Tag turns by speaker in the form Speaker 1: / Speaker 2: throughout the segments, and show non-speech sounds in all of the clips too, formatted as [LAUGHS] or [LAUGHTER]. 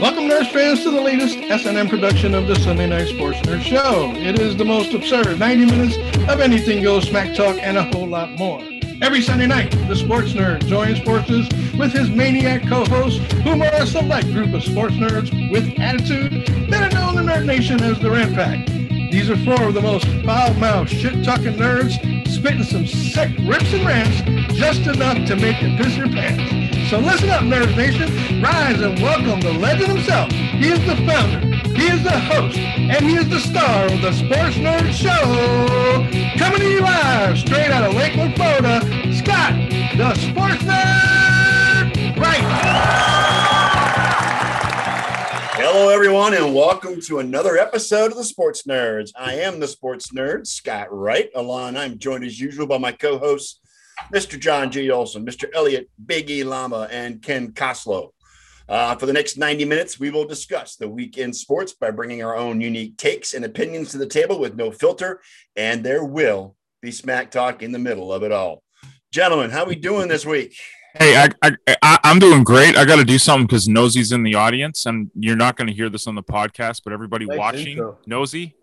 Speaker 1: Welcome, Nurse fans, to the latest SNM production of the Sunday Night Sports Nurse Show. It is the most absurd 90 minutes of anything goes, smack talk, and a whole lot more. Every Sunday night, the sports nerd joins forces with his maniac co-hosts, whom are a select group of sports nerds with attitude that are known in our nation as the Rat Pack. These are four of the most foul-mouthed, shit-talking nerds spitting some sick rips and rants just enough to make you piss your pants. So listen up, Nerd Nation. Rise and welcome the legend himself. He is the founder, he is the host, and he is the star of the Sports Nerd Show. Coming to you live straight out of Lakeland, Florida, Scott, the Sports Nerd. Right.
Speaker 2: Hello, everyone, and welcome to another episode of the Sports Nerds. I am the Sports Nerd, Scott Wright. Alon, I'm joined as usual by my co hosts, Mr. John G. Olson, Mr. Elliot Big E Lama, and Ken Coslow. Uh, for the next 90 minutes, we will discuss the weekend sports by bringing our own unique takes and opinions to the table with no filter, and there will be smack talk in the middle of it all. Gentlemen, how we doing this week?
Speaker 3: Hey, I, I, I, am doing great. I got to do something because Nosey's in the audience, and you're not going to hear this on the podcast, but everybody I watching, so. Nosey.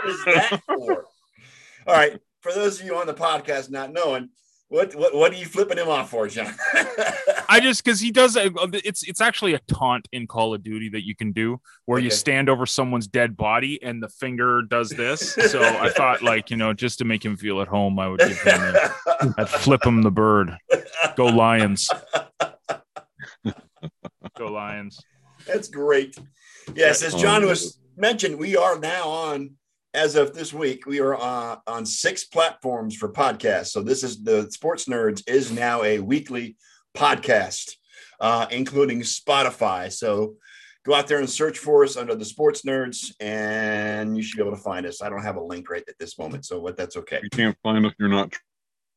Speaker 2: what is that for? [LAUGHS] All right. For those of you on the podcast not knowing, what what, what are you flipping him off for, John? [LAUGHS]
Speaker 3: I just because he does uh, it's it's actually a taunt in Call of Duty that you can do where okay. you stand over someone's dead body and the finger does this. so [LAUGHS] I thought like you know just to make him feel at home, I would give him a, I'd flip him the bird. Go [LAUGHS] Lions. Go Lions.
Speaker 2: That's great. Yes, as John was mentioned, we are now on as of this week, we are uh, on six platforms for podcasts. So this is the Sports Nerds is now a weekly podcast, uh, including Spotify. So go out there and search for us under the Sports Nerds, and you should be able to find us. I don't have a link right at this moment, so what that's okay.
Speaker 4: You can't find us. You're not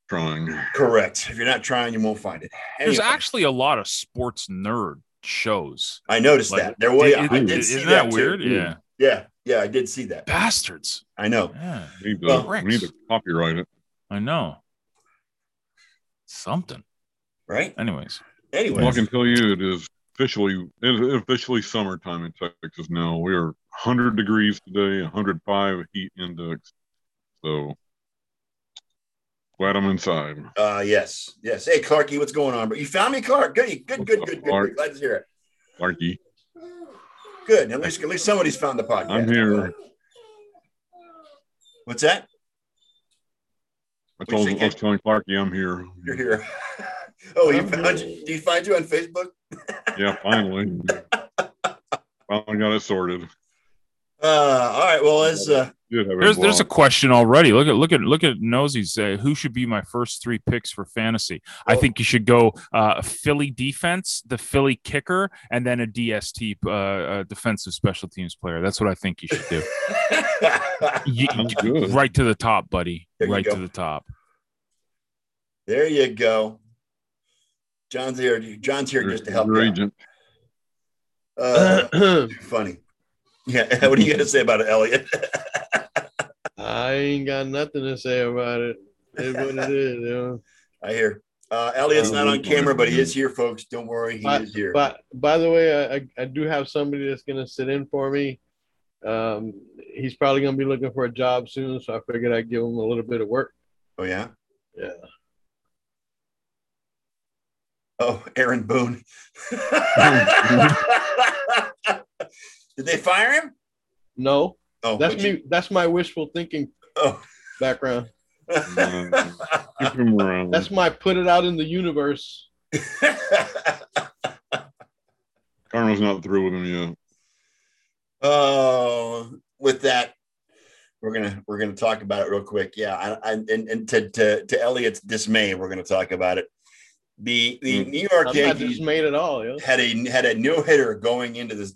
Speaker 4: trying.
Speaker 2: Correct. If you're not trying, you won't find it.
Speaker 3: Anyway. There's actually a lot of sports nerd shows.
Speaker 2: I noticed like, that. There was. It, I did
Speaker 3: it, isn't that, that weird?
Speaker 2: Too. Mm. Yeah. Yeah. Yeah, I did see that.
Speaker 3: Bastards.
Speaker 2: I know.
Speaker 3: Yeah.
Speaker 4: We need, to, well, we need to copyright it.
Speaker 3: I know. Something.
Speaker 2: Right?
Speaker 3: Anyways.
Speaker 2: Anyways.
Speaker 4: Well, I can tell you it is officially it is officially summertime in Texas now. We are 100 degrees today, 105 heat index. So glad I'm inside.
Speaker 2: Uh yes. Yes. Hey Clarky, what's going on? But you found me, Clark. Good, good, good, good, good. Glad to hear it.
Speaker 4: Clarky
Speaker 2: good. At least, at least somebody's found the podcast.
Speaker 4: I'm [CLEARS THROAT] here.
Speaker 2: What's that?
Speaker 4: I told I was telling Clarky I'm here.
Speaker 2: You're here. [LAUGHS] oh, you found, do you find you on Facebook?
Speaker 4: yeah, finally. finally got it sorted.
Speaker 2: Uh, all right. Well, as uh, [LAUGHS]
Speaker 3: there's there's a question already. Look at look at look at Nosey's. Uh, who should be my first three picks for fantasy? Oh. I think you should go uh, Philly defense, the Philly kicker, and then a DST uh, defensive special teams player. That's what I think you should do.
Speaker 2: [LAUGHS]
Speaker 3: you, you, right to the top, buddy. There right to the top.
Speaker 2: There you go. John's here. John's here There's just to help you. [LAUGHS] Agent. Uh, funny. Yeah, [LAUGHS] what are you gonna say about it, Elliot? [LAUGHS]
Speaker 5: I ain't got nothing to say about it. It's what [LAUGHS] it is. You know?
Speaker 2: I hear. Uh, Elliot's not on camera, but he is here, folks. Don't worry, he
Speaker 5: by,
Speaker 2: is here.
Speaker 5: But by the way, I, I do have somebody that's gonna sit in for me. Um, he's probably gonna be looking for a job soon, so I figured I'd give him a little bit of work.
Speaker 2: Oh yeah.
Speaker 5: Yeah.
Speaker 2: Oh, Aaron Boone. [LAUGHS] Did they fire him?
Speaker 5: No. Oh, that's me. You? That's my wishful thinking oh. background. that's my put it out in the universe.
Speaker 4: Cardinals not through with him yet.
Speaker 2: [LAUGHS] Oh, uh, with that, we're gonna we're gonna talk about it real quick. Yeah, I, I and, and to, to to Elliot's dismay, we're gonna talk about it. The the New York
Speaker 5: Hmm. I'm
Speaker 2: Yankees
Speaker 5: made it all [LAUGHS] yeah.
Speaker 2: had a had a no hitter going into this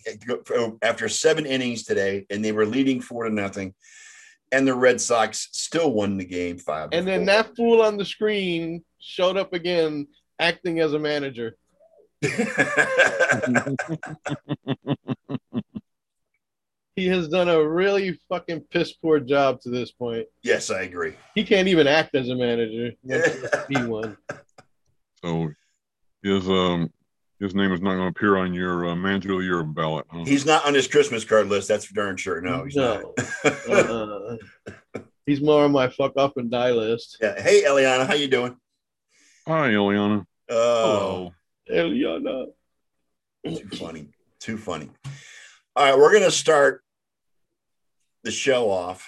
Speaker 2: oh, after seven innings today, and they were leading four to nothing. And the Red Sox still won the game five.
Speaker 5: And then four. that fool on the screen showed up again, acting as a manager.
Speaker 2: [LAUGHS]
Speaker 5: he has done a really fucking piss poor job to this point. [LAUGHS]
Speaker 2: Yes, I agree.
Speaker 5: He can't even act as a manager. He won.
Speaker 4: So his um his name is not going to appear on your uh, manager of the year ballot. Huh?
Speaker 2: He's not on his Christmas card list. That's for darn sure. [LAUGHS] No, he's
Speaker 5: No.
Speaker 2: not. [LAUGHS]
Speaker 5: Uh, he's more on my fuck up and die list.
Speaker 2: yeah. Hey, Eliana, how you doing?
Speaker 4: Hi, Eliana.
Speaker 2: Oh,
Speaker 5: Eliana.
Speaker 2: too funny. Too funny. All right, we're going to start the show off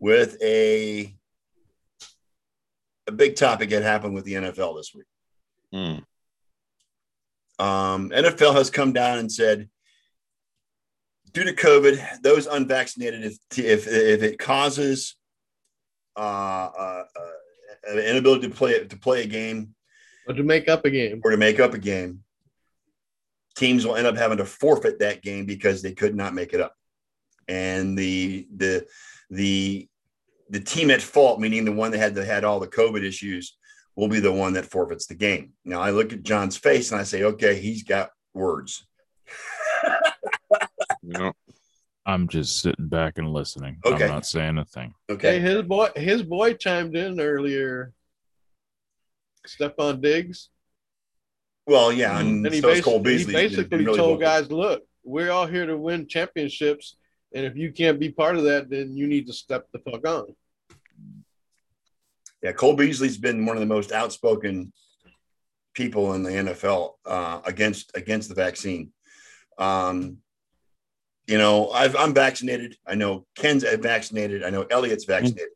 Speaker 2: with a a big topic that happened with the NFL this week.
Speaker 4: Mm.
Speaker 2: Um, NFL has come down and said, due to COVID, those unvaccinated, if if, if it causes uh, uh, uh, an inability to play to play a game,
Speaker 5: But to make up a game.
Speaker 2: or to make up a game, teams will end up having to forfeit that game because they could not make it up. And the the the the team at fault, meaning the one that had that had all the COVID issues, will be the one that forfeits the game. Now I look at John's face and I say, okay, he's got words.
Speaker 4: Yeah.
Speaker 3: I'm just sitting back and listening.
Speaker 2: Okay.
Speaker 3: I'm not saying a thing.
Speaker 5: Hey,
Speaker 2: Okay.
Speaker 5: his boy his boy chimed in earlier. Stephon Diggs.
Speaker 2: Well, yeah, and,
Speaker 5: Mm-hmm. And he
Speaker 2: so is
Speaker 5: basi-
Speaker 2: Cole
Speaker 5: he
Speaker 2: Beasley.
Speaker 5: basically
Speaker 2: Really
Speaker 5: told
Speaker 2: vocal.
Speaker 5: guys, look, we're all here to win championships. And if you can't be part of that, then you need to step the fuck on.
Speaker 2: Yeah, Cole Beasley's been one of the most outspoken people in the NFL uh, against against the vaccine. Um, you know, I've, I'm vaccinated. I know Ken's vaccinated. I know
Speaker 5: Hmm.
Speaker 2: Elliot's vaccinated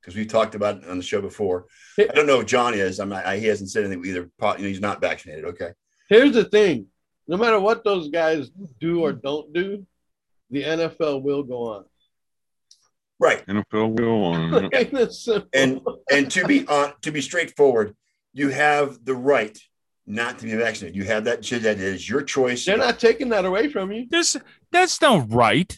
Speaker 2: because we've talked about it on the show before. I don't know if John is. I'm not, I, he hasn't said anything either. Po- you know, he's not vaccinated. Okay.
Speaker 5: Here's the thing no matter what those guys do or don't do, the NFL will go on.
Speaker 2: Right.
Speaker 4: NFL will on.
Speaker 5: [LAUGHS]
Speaker 2: [LAUGHS]
Speaker 3: Mm-hmm.
Speaker 4: it.
Speaker 5: Ain't that simple?
Speaker 2: And and to be on to be straightforward, you have the right not to be vaccinated. You have that. That is your choice.
Speaker 5: They're not taking that away from you.
Speaker 3: This that's no right.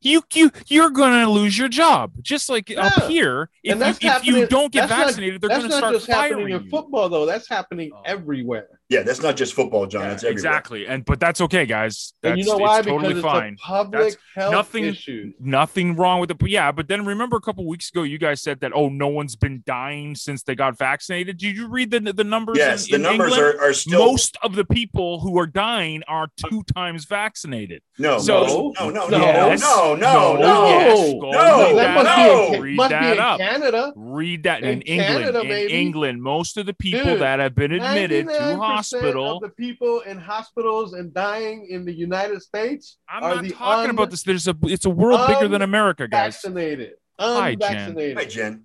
Speaker 3: You you you're gonna lose your job. Just like
Speaker 5: Yeah.
Speaker 3: up here, if,
Speaker 5: And that's
Speaker 3: you, if you
Speaker 5: happening-
Speaker 3: don't get
Speaker 5: that's not-
Speaker 3: vaccinated, they're
Speaker 5: That's
Speaker 3: gonna
Speaker 5: not
Speaker 3: start
Speaker 5: just happening
Speaker 3: firing
Speaker 5: in
Speaker 3: you.
Speaker 5: football, though. That's happening
Speaker 3: Oh.
Speaker 5: everywhere.
Speaker 2: Yeah, that's not just football, John.
Speaker 3: Yeah,
Speaker 2: that's everywhere.
Speaker 3: exactly. And but that's okay, guys. That's
Speaker 5: and you know why?
Speaker 3: it's totally
Speaker 5: because
Speaker 3: fine.
Speaker 5: it's a public
Speaker 3: That's
Speaker 5: health
Speaker 3: nothing-
Speaker 5: issue.
Speaker 3: Nothing wrong with it. But yeah, but then remember a couple weeks ago, you guys said that oh, no one's been dying since they got vaccinated. Did you read the the numbers?
Speaker 2: Yes,
Speaker 3: in-
Speaker 2: the
Speaker 3: in
Speaker 2: numbers
Speaker 3: England?
Speaker 2: are, are still
Speaker 3: Most of the people who are dying are two times vaccinated.
Speaker 2: no,
Speaker 3: so-
Speaker 2: no, no, no,
Speaker 5: No.
Speaker 2: no,
Speaker 3: Yes.
Speaker 2: no, no, no.
Speaker 3: yes.
Speaker 5: No.
Speaker 3: Go
Speaker 2: No.
Speaker 3: read
Speaker 5: that
Speaker 3: that
Speaker 5: must
Speaker 2: no.
Speaker 5: be
Speaker 3: up.
Speaker 5: in,
Speaker 3: Read
Speaker 5: must
Speaker 3: that
Speaker 5: be in
Speaker 3: up.
Speaker 5: Canada.
Speaker 3: Read that in,
Speaker 5: In
Speaker 3: England.
Speaker 5: Canada,
Speaker 3: in
Speaker 5: baby.
Speaker 3: England, most of the people
Speaker 5: Dude,
Speaker 3: that have been admitted to
Speaker 5: 99%
Speaker 3: hospital.
Speaker 5: Of the people in hospitals and dying in the United States
Speaker 3: I'm
Speaker 5: are
Speaker 3: not
Speaker 5: the
Speaker 3: talking about this. There's a. It's a world bigger than America, guys.
Speaker 5: unvaccinated.
Speaker 3: Hi, Jan.
Speaker 5: Unvaccinated.
Speaker 2: Hi, Jen.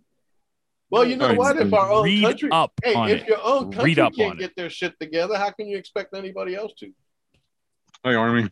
Speaker 5: well, you know
Speaker 4: Hi,
Speaker 5: what? If our own
Speaker 3: Read
Speaker 5: country,
Speaker 3: up
Speaker 5: hey,
Speaker 3: on
Speaker 5: if
Speaker 3: it.
Speaker 5: your own
Speaker 3: Read
Speaker 5: country
Speaker 3: up
Speaker 5: can't
Speaker 3: on it.
Speaker 5: get their shit together, how can you expect anybody else to?
Speaker 4: Hey, Army.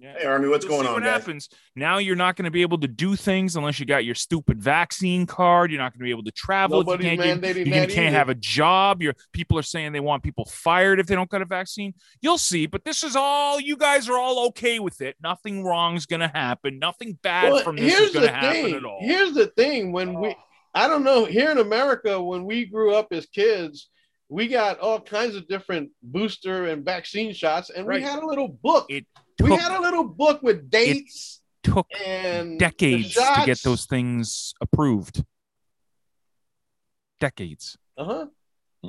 Speaker 2: Hey, Army, what's
Speaker 3: You'll
Speaker 2: going
Speaker 3: see
Speaker 2: on,
Speaker 3: What
Speaker 2: guys?
Speaker 3: happens now? You're not going to be able to do things unless you got your stupid vaccine card. You're not going to be able to travel. if you
Speaker 5: Nobody's
Speaker 3: can't get-
Speaker 5: mandating
Speaker 3: you
Speaker 5: that
Speaker 3: can't
Speaker 5: either.
Speaker 3: have a job. Your people are saying they want people fired if they don't get a vaccine. You'll see. But this is all you guys are all okay with it. Nothing wrong's going to happen. Nothing bad
Speaker 5: Well,
Speaker 3: from this is going to happen
Speaker 5: thing.
Speaker 3: at all.
Speaker 5: Here's the thing: when we, I don't know, here in America, when we grew up as kids, we got all kinds of different booster and vaccine shots, and
Speaker 3: Right.
Speaker 5: we had a little book.
Speaker 3: It
Speaker 5: we
Speaker 3: took-
Speaker 5: had a little book with dates
Speaker 3: took
Speaker 5: and the
Speaker 3: decades to get
Speaker 5: shots.
Speaker 3: those things approved. Decades.
Speaker 5: Uh-huh.
Speaker 4: Mm.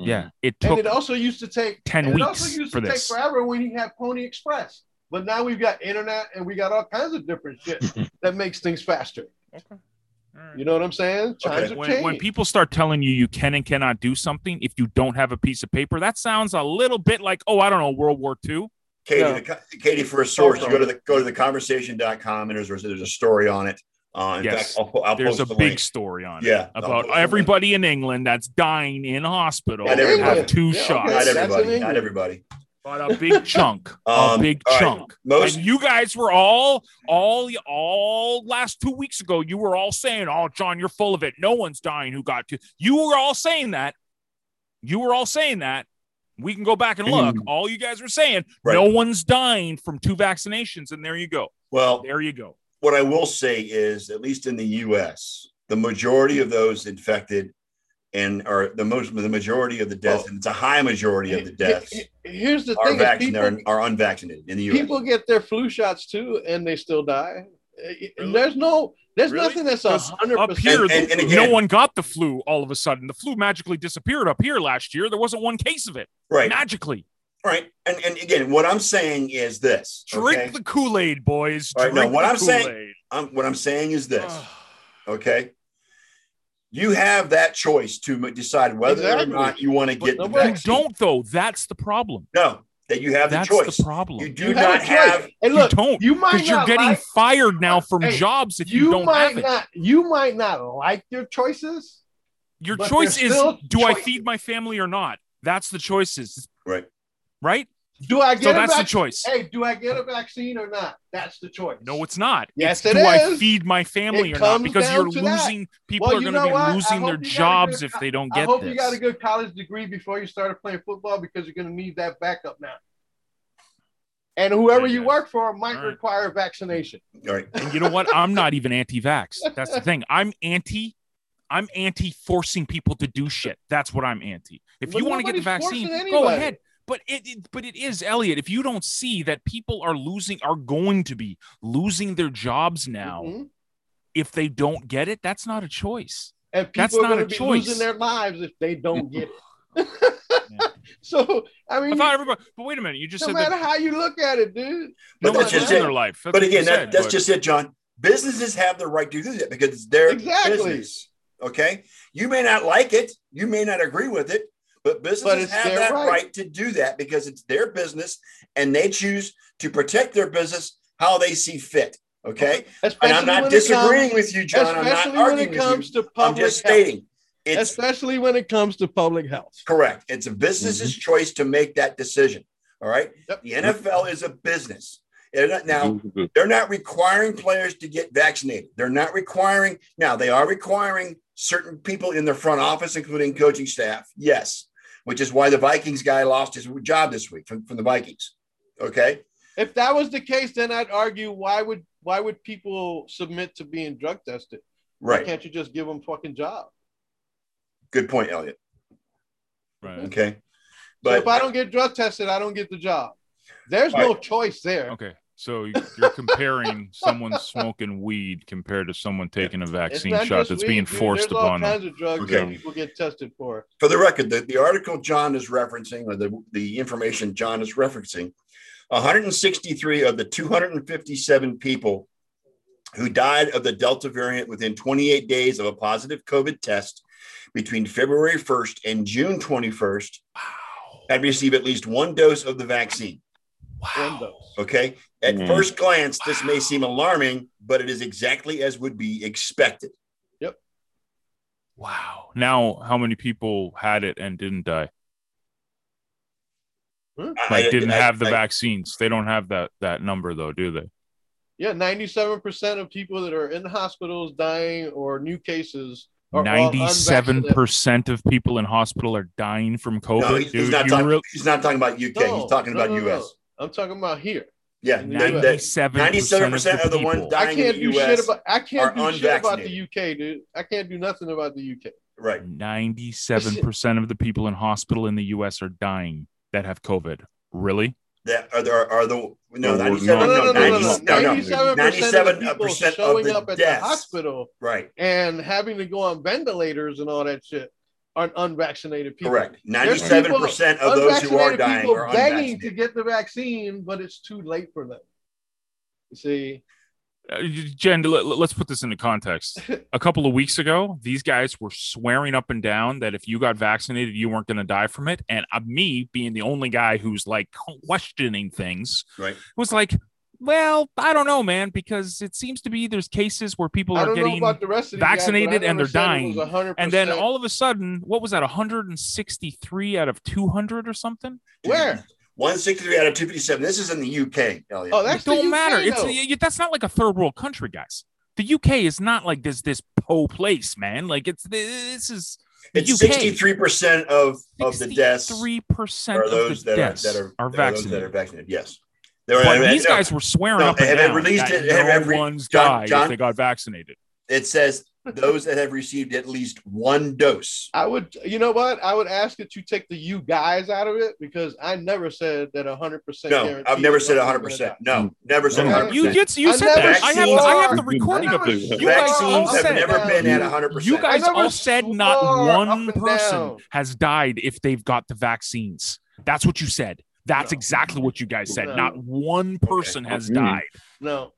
Speaker 2: Mm-hmm.
Speaker 3: Yeah, it
Speaker 5: And
Speaker 3: took
Speaker 5: it also used to take
Speaker 3: 10
Speaker 5: and it
Speaker 3: weeks
Speaker 5: also used
Speaker 3: for
Speaker 5: to
Speaker 3: this.
Speaker 5: take forever when you had Pony Express. But now we've got internet and we got all kinds of different
Speaker 3: [LAUGHS]
Speaker 5: shit that makes things faster. You know what I'm saying? Times
Speaker 2: Okay.
Speaker 5: have
Speaker 3: when, when
Speaker 5: changed.
Speaker 3: people start telling you you can and cannot do something if you don't have a piece of paper, that sounds a little bit like, oh, I don't know, World War II.
Speaker 2: Katie,
Speaker 5: No.
Speaker 2: the co- Katie, for a source, you go to the go to the conversation.com and there's there's a story on it. Uh, in fact,
Speaker 3: Yes.
Speaker 2: I'll, po- I'll
Speaker 3: There's
Speaker 2: post
Speaker 3: a
Speaker 2: the
Speaker 3: big
Speaker 2: link.
Speaker 3: story on it
Speaker 2: yeah I'll post
Speaker 3: about
Speaker 2: the link.
Speaker 3: everybody in England that's dying in hospital
Speaker 2: Not
Speaker 3: and
Speaker 2: everybody.
Speaker 3: have two
Speaker 5: Yeah, okay.
Speaker 3: shots,
Speaker 2: Not
Speaker 5: That's in
Speaker 2: everybody. Not
Speaker 5: England.
Speaker 2: everybody.
Speaker 3: but a big chunk, a
Speaker 2: Um,
Speaker 3: big
Speaker 2: all right.
Speaker 3: chunk.
Speaker 2: Most
Speaker 3: and you guys were all, all, all last two weeks ago, you were all saying, "Oh, John, you're full of it. No one's dying who got to." You were all saying that. You were all saying that. We can go back and look.
Speaker 4: Mm.
Speaker 3: All you guys were saying,
Speaker 2: Right.
Speaker 3: no one's dying from two vaccinations, and there you go.
Speaker 2: well,
Speaker 3: There you go.
Speaker 2: what I will say is, at least in the U.S., the majority of those infected and are the most the majority of the deaths, and it's a high majority of the deaths.
Speaker 5: He- he- Here's the
Speaker 2: are
Speaker 5: thing: is
Speaker 2: vaccinated
Speaker 5: people,
Speaker 2: are, are unvaccinated in the U.S.
Speaker 5: people get their flu shots too, and they still die. eh,
Speaker 2: Really?
Speaker 5: There's no, there's
Speaker 2: Really?
Speaker 5: nothing that's a
Speaker 3: 'Cause
Speaker 5: hundred
Speaker 3: up here,
Speaker 5: percent.
Speaker 2: And- and- and
Speaker 3: no
Speaker 2: again-
Speaker 3: one got the flu all of a sudden. The flu magically disappeared up here last year. There wasn't one case of it
Speaker 2: Right.
Speaker 3: magically.
Speaker 2: Right. And and again, what I'm saying is this.
Speaker 3: Drink
Speaker 2: okay?
Speaker 3: the Kool Aid, boys.
Speaker 2: All right,
Speaker 3: Drink
Speaker 2: no, what
Speaker 3: the
Speaker 2: I'm saying-
Speaker 3: Kool-Aid.
Speaker 2: I'm, what I'm saying is this.
Speaker 3: Ugh.
Speaker 2: Okay. You have that choice to m- decide whether
Speaker 5: Exactly.
Speaker 2: or not you want to get the
Speaker 5: nobody-
Speaker 3: You
Speaker 2: vaccine.
Speaker 3: don't though. That's the problem.
Speaker 2: No, that you have
Speaker 3: That's
Speaker 2: the choice.
Speaker 3: the
Speaker 2: you
Speaker 3: problem.
Speaker 2: do not have.
Speaker 5: Hey,
Speaker 3: You
Speaker 5: look,
Speaker 3: don't
Speaker 5: you might
Speaker 3: because you're
Speaker 5: not
Speaker 3: getting
Speaker 5: like,
Speaker 3: fired now from
Speaker 5: Hey,
Speaker 3: jobs if you,
Speaker 5: you
Speaker 3: don't
Speaker 5: might
Speaker 3: have it.
Speaker 5: not, you might not like your choices.
Speaker 3: Your
Speaker 5: but
Speaker 3: choice
Speaker 5: they're
Speaker 3: is: do
Speaker 5: still
Speaker 3: I
Speaker 5: choices.
Speaker 3: feed my family or not? That's the choices,
Speaker 2: Right.
Speaker 3: right?
Speaker 5: Do I get
Speaker 3: So
Speaker 5: a
Speaker 3: that's the
Speaker 5: vac-
Speaker 3: choice.
Speaker 5: Hey, do I get a vaccine or not? That's the choice.
Speaker 3: No, it's not.
Speaker 5: yes,
Speaker 3: do
Speaker 5: it
Speaker 3: I
Speaker 5: is.
Speaker 3: feed my family
Speaker 5: It
Speaker 3: or not?
Speaker 5: comes
Speaker 3: Because
Speaker 5: down
Speaker 3: you're
Speaker 5: to that.
Speaker 3: losing people
Speaker 5: Well,
Speaker 3: are
Speaker 5: you
Speaker 3: going
Speaker 5: know what?
Speaker 3: to
Speaker 5: I
Speaker 3: be losing
Speaker 5: hope
Speaker 3: their
Speaker 5: you got a good
Speaker 3: jobs if
Speaker 5: co-
Speaker 3: they don't
Speaker 5: I
Speaker 3: get
Speaker 5: hope
Speaker 3: this.
Speaker 5: you got a good college degree before you started playing football because you're going to need that backup now. And whoever you
Speaker 3: Yeah.
Speaker 5: work for might
Speaker 3: All right.
Speaker 5: require vaccination.
Speaker 2: All right.
Speaker 3: and you know what? I'm not even anti-vax. That's the thing. I'm anti. I'm anti forcing people to do shit. That's what I'm anti. If
Speaker 5: But
Speaker 3: you want to get the
Speaker 5: nobody's
Speaker 3: vaccine,
Speaker 5: forcing
Speaker 3: go
Speaker 5: anybody.
Speaker 3: ahead. But it, it, but it is Elliot. If you don't see that people are losing, are going to be losing their jobs now
Speaker 5: Mhm.
Speaker 3: if they don't get it. That's not a choice.
Speaker 5: And people
Speaker 3: That's
Speaker 5: are
Speaker 3: not
Speaker 5: going
Speaker 3: a
Speaker 5: to be
Speaker 3: choice.
Speaker 5: losing their lives if they don't get it.
Speaker 3: [LAUGHS] Yeah.
Speaker 5: [LAUGHS] So, I
Speaker 3: I
Speaker 5: mean,
Speaker 3: thought everybody. But wait a minute. You just
Speaker 5: Mm-hmm. no
Speaker 3: said
Speaker 5: matter
Speaker 3: that
Speaker 5: how you look at it, dude.
Speaker 3: no
Speaker 2: But
Speaker 3: one's
Speaker 2: that's just
Speaker 3: losing
Speaker 2: it.
Speaker 3: their life. That's
Speaker 2: But
Speaker 3: what you
Speaker 2: again,
Speaker 3: said,
Speaker 2: that, that's
Speaker 3: but-
Speaker 2: just it, John. Businesses have the right to do that because it's their
Speaker 5: Exactly.
Speaker 2: business. Okay. You may not like it. You may not agree with it, but businesses
Speaker 5: it's
Speaker 2: have
Speaker 5: their
Speaker 2: that right.
Speaker 5: right.
Speaker 2: to do that because it's their business and they choose to protect their business how they see fit. Okay.
Speaker 5: Especially
Speaker 2: And I'm not
Speaker 5: when it
Speaker 2: disagreeing
Speaker 5: comes-
Speaker 2: with you, John. I'm not
Speaker 5: especially when
Speaker 2: arguing
Speaker 5: it
Speaker 2: with
Speaker 5: comes
Speaker 2: you.
Speaker 5: to
Speaker 2: I'm
Speaker 5: public
Speaker 2: just
Speaker 5: health.
Speaker 2: stating it's
Speaker 5: Especially when it comes to public health.
Speaker 2: Correct. It's a business's
Speaker 3: Mm-hmm.
Speaker 2: choice to make that decision. All right.
Speaker 5: Yep.
Speaker 2: The NFL is a business. They're not-
Speaker 3: Mm-hmm.
Speaker 2: now
Speaker 4: Hmm. The-
Speaker 2: they're not requiring players to get vaccinated. They're not requiring now. They are requiring certain people in their front office, including coaching staff. Yes, which is why the Vikings guy lost his job this week from, from the Vikings. Okay.
Speaker 5: If that was the case, then I'd argue why would why would people submit to being drug tested? Why
Speaker 2: Right.
Speaker 5: can't you just give them fucking job?
Speaker 2: Good point, Elliot.
Speaker 3: right.
Speaker 2: Okay.
Speaker 5: So
Speaker 2: But
Speaker 5: if I don't get drug tested, I don't get the job. There's no choice there.
Speaker 3: Okay, so you're comparing someone smoking weed compared to someone taking a
Speaker 5: It's
Speaker 3: vaccine
Speaker 5: not
Speaker 3: shot
Speaker 5: just
Speaker 3: that's
Speaker 5: weed,
Speaker 3: being
Speaker 5: dude.
Speaker 3: forced
Speaker 5: There's all
Speaker 3: upon them.
Speaker 5: kinds of drugs that
Speaker 2: Okay.
Speaker 5: people get tested for.
Speaker 2: for the record, the, the article John is referencing, or the, the information John is referencing, 163 of the 257 people who died of the Delta variant within 28 days of a positive COVID test between February 1st and June 21st had received at least one dose of the vaccine.
Speaker 5: One dose.
Speaker 2: Okay. At
Speaker 4: Mm.
Speaker 2: first glance, this may seem alarming, but it is exactly as would be expected.
Speaker 3: Wow. Now, how many people had it and didn't die? Like, didn't have the
Speaker 2: I-
Speaker 3: vaccines. They don't have that that number though, do they?
Speaker 5: Yeah, 97% of people that are in hospitals dying or new cases are all
Speaker 3: Ninety-seven
Speaker 5: unvaccinated.
Speaker 3: percent of people in hospital are dying from COVID.
Speaker 2: No, he's, he's
Speaker 3: dude,
Speaker 2: not
Speaker 3: you
Speaker 2: talking,
Speaker 3: real-
Speaker 2: he's not talking about UK.
Speaker 5: No,
Speaker 2: he's talking
Speaker 5: no,
Speaker 2: about
Speaker 5: no, no.
Speaker 2: US.
Speaker 5: I'm talking about here.
Speaker 2: Yeah,
Speaker 5: In the
Speaker 2: that- that-
Speaker 3: 97
Speaker 2: 97% of the ones
Speaker 3: people.
Speaker 2: dying
Speaker 5: I
Speaker 2: in
Speaker 5: can't
Speaker 2: the
Speaker 5: do
Speaker 2: US
Speaker 5: shit about I can't
Speaker 2: are
Speaker 5: do shit about the
Speaker 2: unvaccinated.
Speaker 5: UK, dude. I can't do nothing about the UK.
Speaker 2: right.
Speaker 3: 97% of the people in hospital in the US are dying that have COVID. Really?
Speaker 2: That are there are the no
Speaker 4: No,
Speaker 2: ninety
Speaker 5: No, no,
Speaker 2: seven
Speaker 5: no, no, no,
Speaker 4: no, no.
Speaker 5: no. Ninety-seven percent of people
Speaker 2: 97% of
Speaker 5: showing
Speaker 2: the
Speaker 5: up at
Speaker 2: deaths.
Speaker 5: the hospital
Speaker 2: right
Speaker 5: and having to go on ventilators and all that shit are unvaccinated people.
Speaker 2: correct ninety
Speaker 5: There's
Speaker 2: seven
Speaker 5: people-
Speaker 2: percent of those who are
Speaker 5: Unvaccinated
Speaker 2: dying
Speaker 5: people
Speaker 2: are
Speaker 5: begging
Speaker 2: unvaccinated.
Speaker 5: to get the vaccine, but it's too late for them. You see,
Speaker 3: Uh, Jen, let, us put this into context.
Speaker 5: [LAUGHS]
Speaker 3: A couple of weeks ago, these guys were swearing up and down that if you got vaccinated, you weren't going to die from it. And uh, me, being the only guy who's like questioning things,
Speaker 2: Right.
Speaker 3: was like, well, I don't know, man, because it seems to be there's cases where people
Speaker 5: I
Speaker 3: are
Speaker 5: don't know
Speaker 3: getting.
Speaker 5: about the rest of the
Speaker 3: vaccinated and they're dying. And then
Speaker 5: all
Speaker 3: all of a sudden, what was that? 163 out of 200 or something?
Speaker 5: where
Speaker 2: One sixty three out of two fifty seven. This is in the UK. Elliot.
Speaker 5: Oh, that's
Speaker 3: it don't
Speaker 5: the UK,
Speaker 3: matter. It's
Speaker 5: though.
Speaker 3: y- y- that's not like a third world country, guys. The UK is not like this this po place, man. Like it's this is the
Speaker 2: it's
Speaker 3: UK.
Speaker 2: sixty three percent of of the deaths are
Speaker 3: Three percent of
Speaker 2: those
Speaker 3: the
Speaker 2: that are
Speaker 3: deaths
Speaker 2: that are, are those
Speaker 3: vaccinated.
Speaker 2: that are vaccinated. Yes, there
Speaker 3: but
Speaker 2: and-
Speaker 3: these
Speaker 2: no,
Speaker 3: guys were swearing
Speaker 2: no,
Speaker 3: up and
Speaker 2: have they
Speaker 3: down
Speaker 2: released
Speaker 3: that
Speaker 2: it? Have
Speaker 3: no
Speaker 2: every-
Speaker 3: one's
Speaker 2: John-
Speaker 3: died
Speaker 2: John-
Speaker 3: if they got vaccinated.
Speaker 2: It says those that have received at least one dose.
Speaker 5: I would, you know what? I would ask that you take the "you guys" out of it because I never said that hundred percent.
Speaker 2: No, I've never said 100%. No, never said
Speaker 4: No.
Speaker 2: 100%.
Speaker 3: You did. You
Speaker 5: I
Speaker 3: said
Speaker 5: never
Speaker 3: that. I have.
Speaker 2: saw-
Speaker 3: I have the recording of.
Speaker 5: never-
Speaker 4: You
Speaker 5: you guys all
Speaker 2: Vaccines have
Speaker 5: said-
Speaker 2: never been at 100%.
Speaker 3: You guys
Speaker 5: never
Speaker 3: all said not
Speaker 5: swore
Speaker 3: one
Speaker 5: up and
Speaker 3: person
Speaker 5: down.
Speaker 3: has died if they've got the vaccines. That's what you said. That's
Speaker 5: No.
Speaker 3: exactly what you guys said.
Speaker 5: No.
Speaker 3: Not one person has
Speaker 4: Mm.
Speaker 3: died.
Speaker 5: No,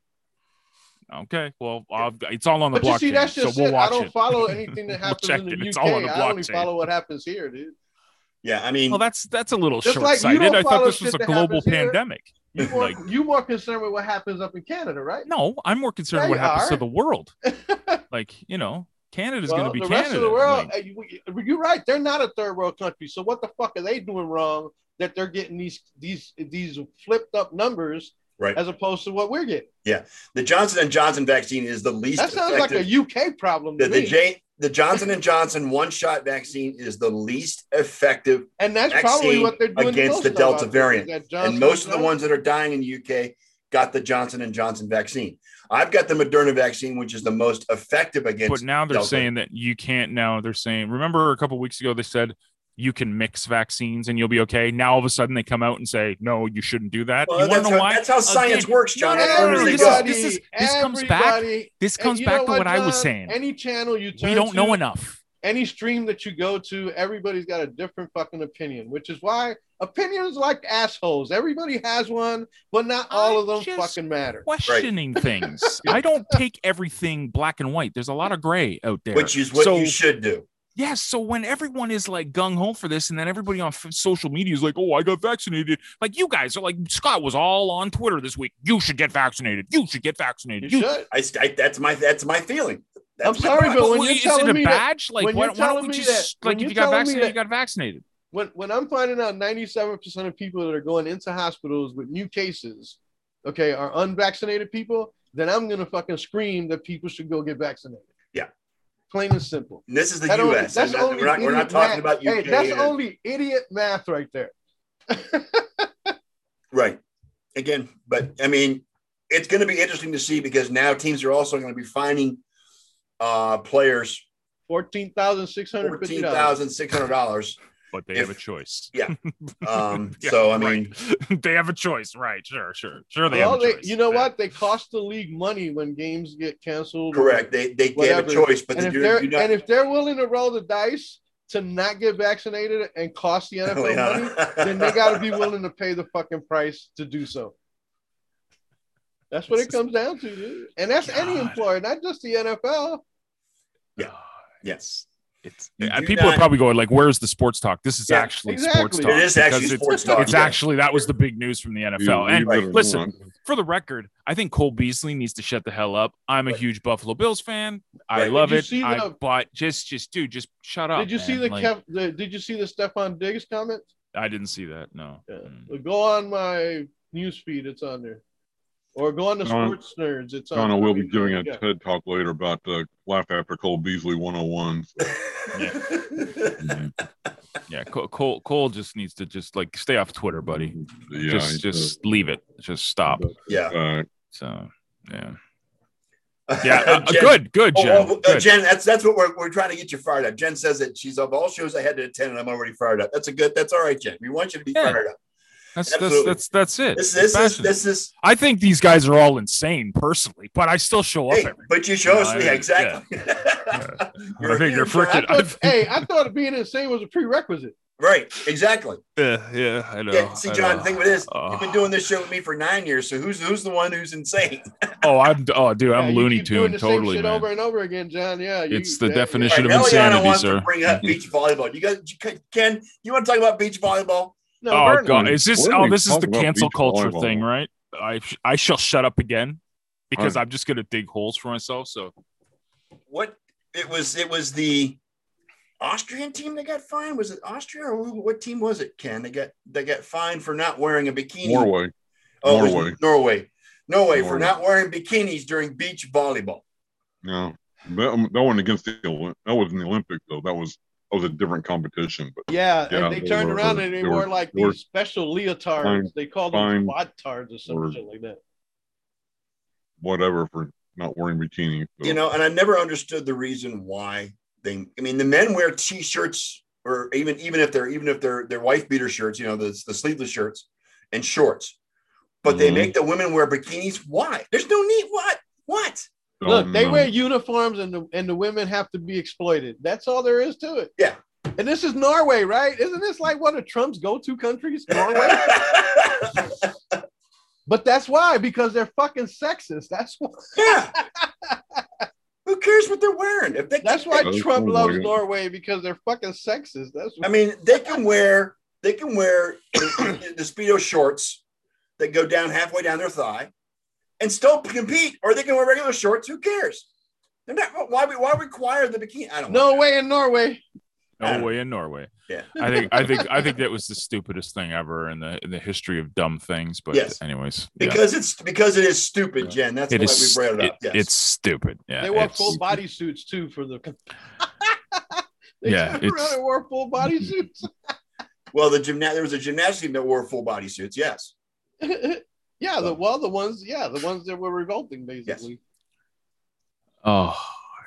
Speaker 3: Okay. Well, I've, it's all on the
Speaker 5: but you
Speaker 3: blockchain,
Speaker 5: see, that's
Speaker 3: so
Speaker 5: just
Speaker 3: we'll
Speaker 5: it.
Speaker 3: watch
Speaker 5: I don't
Speaker 3: it.
Speaker 5: follow anything that
Speaker 3: We'll
Speaker 5: happens
Speaker 3: check
Speaker 5: in the
Speaker 3: it.
Speaker 5: UK.
Speaker 3: It's all on the
Speaker 5: I only
Speaker 3: blockchain.
Speaker 5: follow what happens here,
Speaker 3: [LAUGHS]
Speaker 5: dude.
Speaker 2: yeah, I mean,
Speaker 3: Well, that's that's a little
Speaker 5: Just
Speaker 3: short
Speaker 5: like you
Speaker 3: sighted.
Speaker 5: don't
Speaker 3: I thought
Speaker 5: follow
Speaker 3: this was a
Speaker 5: shit that
Speaker 3: global
Speaker 5: happens here.
Speaker 3: pandemic.
Speaker 5: You more,
Speaker 3: Like-
Speaker 5: you more concerned with what happens up in Canada, right?
Speaker 3: No, I'm more concerned
Speaker 5: Yeah,
Speaker 3: what
Speaker 5: you
Speaker 3: happens to
Speaker 5: are. [LAUGHS]
Speaker 3: the world. like you know, Canada's going to be
Speaker 5: the
Speaker 3: Canada.
Speaker 5: rest of the world.
Speaker 3: Like,
Speaker 5: uh, you, you're right. They're not a third world country. So what the fuck are they doing wrong that they're getting these these these flipped up numbers
Speaker 2: Right.
Speaker 5: as opposed to what we're getting?
Speaker 2: the Johnson and Johnson vaccine is the least
Speaker 5: That sounds
Speaker 2: effective.
Speaker 5: like a UK problem to
Speaker 2: the, the,
Speaker 5: me.
Speaker 2: J, the Johnson and Johnson one shot vaccine is the least effective,
Speaker 5: and that's probably
Speaker 2: vaccine
Speaker 5: what they're doing
Speaker 2: against
Speaker 5: most
Speaker 2: the
Speaker 5: of
Speaker 2: Delta
Speaker 5: out there,
Speaker 2: variant.
Speaker 5: is that Johnson
Speaker 2: and most of the
Speaker 5: Johnson.
Speaker 2: ones that are dying in the UK got the Johnson and Johnson vaccine. I've got the Moderna vaccine, which is the most effective
Speaker 3: but
Speaker 2: against.
Speaker 3: now they're
Speaker 2: Delta.
Speaker 3: saying that you can't. Now they're saying. Remember a couple weeks ago they said you can mix vaccines and you'll be okay. Now all of a sudden they come out and say no, you shouldn't do that.
Speaker 2: Well,
Speaker 3: you want
Speaker 2: that's,
Speaker 3: to know
Speaker 2: how,
Speaker 3: why?
Speaker 2: that's how science
Speaker 3: Again,
Speaker 2: works, John.
Speaker 3: no,
Speaker 2: That's where
Speaker 3: no,
Speaker 2: they
Speaker 3: this
Speaker 2: go.
Speaker 3: is- this is- this comes back-
Speaker 5: everybody-
Speaker 3: This
Speaker 5: and
Speaker 3: comes
Speaker 5: you
Speaker 3: back
Speaker 5: know
Speaker 3: to what, I was
Speaker 5: John?
Speaker 3: saying.
Speaker 5: Any channel you turn
Speaker 3: We don't
Speaker 5: to,
Speaker 3: know enough.
Speaker 5: any stream that you go to, everybody's got a different fucking opinion, which is why opinions like assholes. Everybody has one, but not all
Speaker 3: I
Speaker 5: of them
Speaker 3: just-
Speaker 5: fucking matter.
Speaker 2: [LAUGHS]
Speaker 3: questioning things. I don't take everything black and white. There's a lot of gray out there.
Speaker 2: Which is what
Speaker 3: so,
Speaker 2: you should do.
Speaker 3: Yes. So when everyone is like gung ho for this, and then everybody on f- social media is like, "Oh, I got vaccinated," like you guys are like, Scott was all on Twitter this week. You should get vaccinated. You should get
Speaker 5: You
Speaker 3: vaccinated. You.
Speaker 5: should.
Speaker 2: I, I- that's my that's my feeling. That's
Speaker 5: I'm
Speaker 2: my
Speaker 5: sorry,
Speaker 2: thought.
Speaker 5: But when
Speaker 3: Well,
Speaker 5: you're
Speaker 3: is
Speaker 5: telling
Speaker 3: it a
Speaker 5: me that-
Speaker 3: badge? like,
Speaker 5: when
Speaker 3: why,
Speaker 5: you're
Speaker 3: why don't
Speaker 5: telling
Speaker 3: we
Speaker 5: me
Speaker 3: just
Speaker 5: that-
Speaker 3: like
Speaker 5: when
Speaker 3: if
Speaker 5: you're
Speaker 3: you got
Speaker 5: telling me
Speaker 3: vaccinated,
Speaker 5: that-
Speaker 3: you got vaccinated.
Speaker 5: When when I'm finding out 97% of people that are going into hospitals with new cases, okay, are unvaccinated people, then I'm gonna fucking scream that people should go get vaccinated.
Speaker 2: Yeah.
Speaker 5: Plain and simple.
Speaker 2: And this is the
Speaker 5: That only-
Speaker 2: U.S. and uh, we're not, we're not
Speaker 5: idiot
Speaker 2: talking
Speaker 5: math.
Speaker 2: about UK.
Speaker 5: Hey, that's
Speaker 2: and-
Speaker 5: only idiot math right there.
Speaker 2: Right. Again, but I mean, it's going to be interesting to see because now teams are also going to be finding uh, players
Speaker 5: Fourteen thousand six hundred fifty
Speaker 2: fourteen
Speaker 5: dollars.
Speaker 2: thousand six hundred dollars.
Speaker 3: But they
Speaker 2: If-
Speaker 3: have a choice.
Speaker 5: [LAUGHS]
Speaker 2: Um,
Speaker 3: Yeah,
Speaker 2: so I
Speaker 3: right.
Speaker 2: mean,
Speaker 3: [LAUGHS] they have a choice, right? Sure, sure, sure. They
Speaker 5: Well,
Speaker 3: have a
Speaker 5: they,
Speaker 3: choice.
Speaker 5: you know
Speaker 3: Yeah.
Speaker 5: what? They cost the league money when games get canceled. or-
Speaker 2: correct. They they, they have a
Speaker 5: Whatever.
Speaker 2: choice, but
Speaker 5: And
Speaker 2: they
Speaker 5: if,
Speaker 2: do,
Speaker 5: they're,
Speaker 2: do not.
Speaker 5: and if they're willing to roll the dice to not get vaccinated and cost
Speaker 2: [LAUGHS] Oh,
Speaker 5: the NFL money, [LAUGHS] then they got to be willing to pay the fucking price to do so. That's what it
Speaker 3: This is-
Speaker 5: comes down to, dude. And that's any
Speaker 3: God.
Speaker 5: employer, not just the NFL.
Speaker 2: Yeah.
Speaker 3: Ah,
Speaker 2: Yeah.
Speaker 3: It's it's
Speaker 2: You
Speaker 3: and
Speaker 2: do
Speaker 3: people
Speaker 2: not-
Speaker 3: are probably going like, "Where's the sports talk?" This is
Speaker 2: Yeah,
Speaker 3: actually sports
Speaker 5: exactly.
Speaker 3: talk.
Speaker 5: It
Speaker 2: is actually
Speaker 3: because it's-
Speaker 2: sports talk,
Speaker 3: It's
Speaker 2: yeah.
Speaker 3: actually that was the big news from the NFL.
Speaker 4: You- you
Speaker 3: And
Speaker 4: better
Speaker 3: listen,
Speaker 4: not.
Speaker 3: for the record, I think Cole Beasley needs to shut the hell up. I'm a
Speaker 2: Right.
Speaker 3: huge Buffalo Bills fan. I
Speaker 2: Right.
Speaker 3: love
Speaker 5: Did you see
Speaker 3: it. I,
Speaker 5: the-
Speaker 3: but just, just, dude, just shut up.
Speaker 5: Did you see
Speaker 3: Oh, man.
Speaker 5: the,
Speaker 3: Like,
Speaker 5: Kev, the Did you see the Stefan Diggs comment?
Speaker 3: I didn't see that. No.
Speaker 5: Yeah.
Speaker 3: Mm.
Speaker 5: Go on my news feed; it's on there. Or go on the
Speaker 4: Donna-
Speaker 5: Sports Nerds; it's on.
Speaker 4: Donna will be doing a [LAUGHS]
Speaker 5: Yeah.
Speaker 4: TED talk later about the laugh after Cole Beasley 101.
Speaker 2: [LAUGHS]
Speaker 3: Mm, Yeah. Cole, Cole, Cole just needs to just like stay off Twitter, buddy.
Speaker 4: Yeah,
Speaker 3: just,
Speaker 4: he
Speaker 3: just leave it. Just stop.
Speaker 4: does.
Speaker 2: yeah.
Speaker 4: Uh,
Speaker 3: So, yeah. Yeah.
Speaker 2: [LAUGHS]
Speaker 3: uh, good. Good,
Speaker 2: Oh,
Speaker 3: Jen.
Speaker 2: oh, uh,
Speaker 3: Good.
Speaker 2: Jen, that's that's what we're, we're trying to get you fired up. Jen says that she's of all shows I had to attend, and I'm already fired up. That's a good. That's all right, Jen. We want you to be
Speaker 3: Yeah.
Speaker 2: fired up.
Speaker 3: That's,
Speaker 2: absolutely.
Speaker 3: that's, that's, that's it.
Speaker 2: This this is
Speaker 3: Passionate.
Speaker 2: this is
Speaker 3: I think these guys are all insane personally, but I still show up
Speaker 2: Hey, [LAUGHS]
Speaker 3: every
Speaker 2: but you show
Speaker 3: No,
Speaker 2: us
Speaker 3: I-
Speaker 2: yeah,
Speaker 3: yeah.
Speaker 2: exactly. [LAUGHS] You're
Speaker 3: I think you're
Speaker 2: a human.
Speaker 3: freaking.
Speaker 5: I thought, hey, I thought being insane was a prerequisite.
Speaker 2: Right, exactly.
Speaker 3: Yeah, yeah, I know.
Speaker 2: yeah, see,
Speaker 3: I
Speaker 2: John,
Speaker 3: know.
Speaker 2: the thing with this,
Speaker 3: Oh.
Speaker 2: you've been doing this show with me for nine years, so who's who's the one who's insane?
Speaker 3: Oh, I'm. Oh, dude,
Speaker 5: Yeah,
Speaker 3: I'm
Speaker 5: you
Speaker 3: Looney
Speaker 5: keep doing
Speaker 3: Tune
Speaker 5: the same
Speaker 3: totally,
Speaker 5: shit
Speaker 3: man.
Speaker 5: Over and over again, John. Yeah, you-
Speaker 3: It's the
Speaker 5: yeah,
Speaker 3: definition
Speaker 5: yeah.
Speaker 3: of
Speaker 2: Eliana
Speaker 3: insanity,
Speaker 2: E wants
Speaker 3: sir.
Speaker 2: to bring up beach volleyball. You guys, you- Ken, you want to talk about beach volleyball?
Speaker 5: No,
Speaker 3: Oh
Speaker 5: Vernon,
Speaker 3: god, is this?
Speaker 4: Why
Speaker 3: Oh,
Speaker 4: don't we
Speaker 3: this is
Speaker 4: talk
Speaker 3: the
Speaker 4: about
Speaker 3: cancel
Speaker 4: beach
Speaker 3: culture
Speaker 4: volleyball?
Speaker 3: thing, right? I sh- I shall shut up again because I'm just gonna dig holes for myself. So
Speaker 2: What it was? It was the Austrian team that got fined. Was it Austria or who- what team was it? Ken, they got they got fined for not wearing a bikini.
Speaker 4: Norway.
Speaker 2: oh, it was
Speaker 4: Norway.
Speaker 2: Norway, Norway, for
Speaker 4: Norway.
Speaker 2: not wearing bikinis during beach volleyball.
Speaker 4: No, that, um, that one against the Oli- that was in the Olympics though. That was that was a different competition. But
Speaker 5: Yeah,
Speaker 4: Yeah,
Speaker 5: and they
Speaker 4: they
Speaker 5: turned
Speaker 4: were-
Speaker 5: around and they
Speaker 4: they
Speaker 5: wore
Speaker 4: were-
Speaker 5: like
Speaker 4: they were
Speaker 5: these special leotards.
Speaker 4: fine-
Speaker 5: they called
Speaker 4: fine
Speaker 5: them squad tards or some
Speaker 4: were-
Speaker 5: shit like that.
Speaker 4: whatever for not wearing bikinis. so-
Speaker 2: you know, and I never understood the reason why they. I mean, the men wear t-shirts, or even even if they're even if they're they're wife beater shirts, you know, the, the sleeveless shirts and shorts, but they
Speaker 5: Mm-hmm.
Speaker 4: Mhm.
Speaker 2: make the women wear bikinis. Why? There's no need. What? What?
Speaker 4: don't
Speaker 5: Look, they
Speaker 4: know.
Speaker 5: wear uniforms and the and the women have to be exploited. That's all there is to it.
Speaker 2: Yeah.
Speaker 5: And this is Norway, right? Isn't this like one of Trump's go-to countries? Norway.
Speaker 2: [LAUGHS] yeah,
Speaker 5: but that's why, because they're fucking sexist. That's why
Speaker 2: who cares what they're wearing? If they,
Speaker 5: that's why
Speaker 4: Oh,
Speaker 5: Trump
Speaker 4: oh my
Speaker 5: loves
Speaker 4: God.
Speaker 5: Norway because they're fucking sexist. That's
Speaker 2: I mean, they can wear they can wear the, the speedo shorts that go down halfway down their thigh, and still compete, or they can wear regular shorts. Who cares? They're not. Why we why require the bikini? I don't
Speaker 5: no way in Norway.
Speaker 3: No way in Norway.
Speaker 2: Yeah.
Speaker 3: I think I think I
Speaker 2: [LAUGHS]
Speaker 3: think that was the stupidest thing ever in the in the history of dumb things. But
Speaker 2: Yes.
Speaker 3: anyways, yeah.
Speaker 2: because it's because it is stupid, Jen. That's
Speaker 3: it
Speaker 2: why
Speaker 3: is
Speaker 2: we brought it
Speaker 3: it-
Speaker 2: up. Yes.
Speaker 3: it's stupid. Yeah,
Speaker 5: they wore
Speaker 3: it's-
Speaker 5: full body suits too for the. [LAUGHS] they [LAUGHS]
Speaker 3: Yeah,
Speaker 5: turned
Speaker 3: it's-
Speaker 5: around and wore full
Speaker 3: [LAUGHS]
Speaker 5: body suits. [LAUGHS]
Speaker 2: well, the gymna- there was a gymnastic team that wore full body suits. Yes,
Speaker 5: yeah, the well, the ones, yeah, the ones that were revolting basically.
Speaker 3: Oh,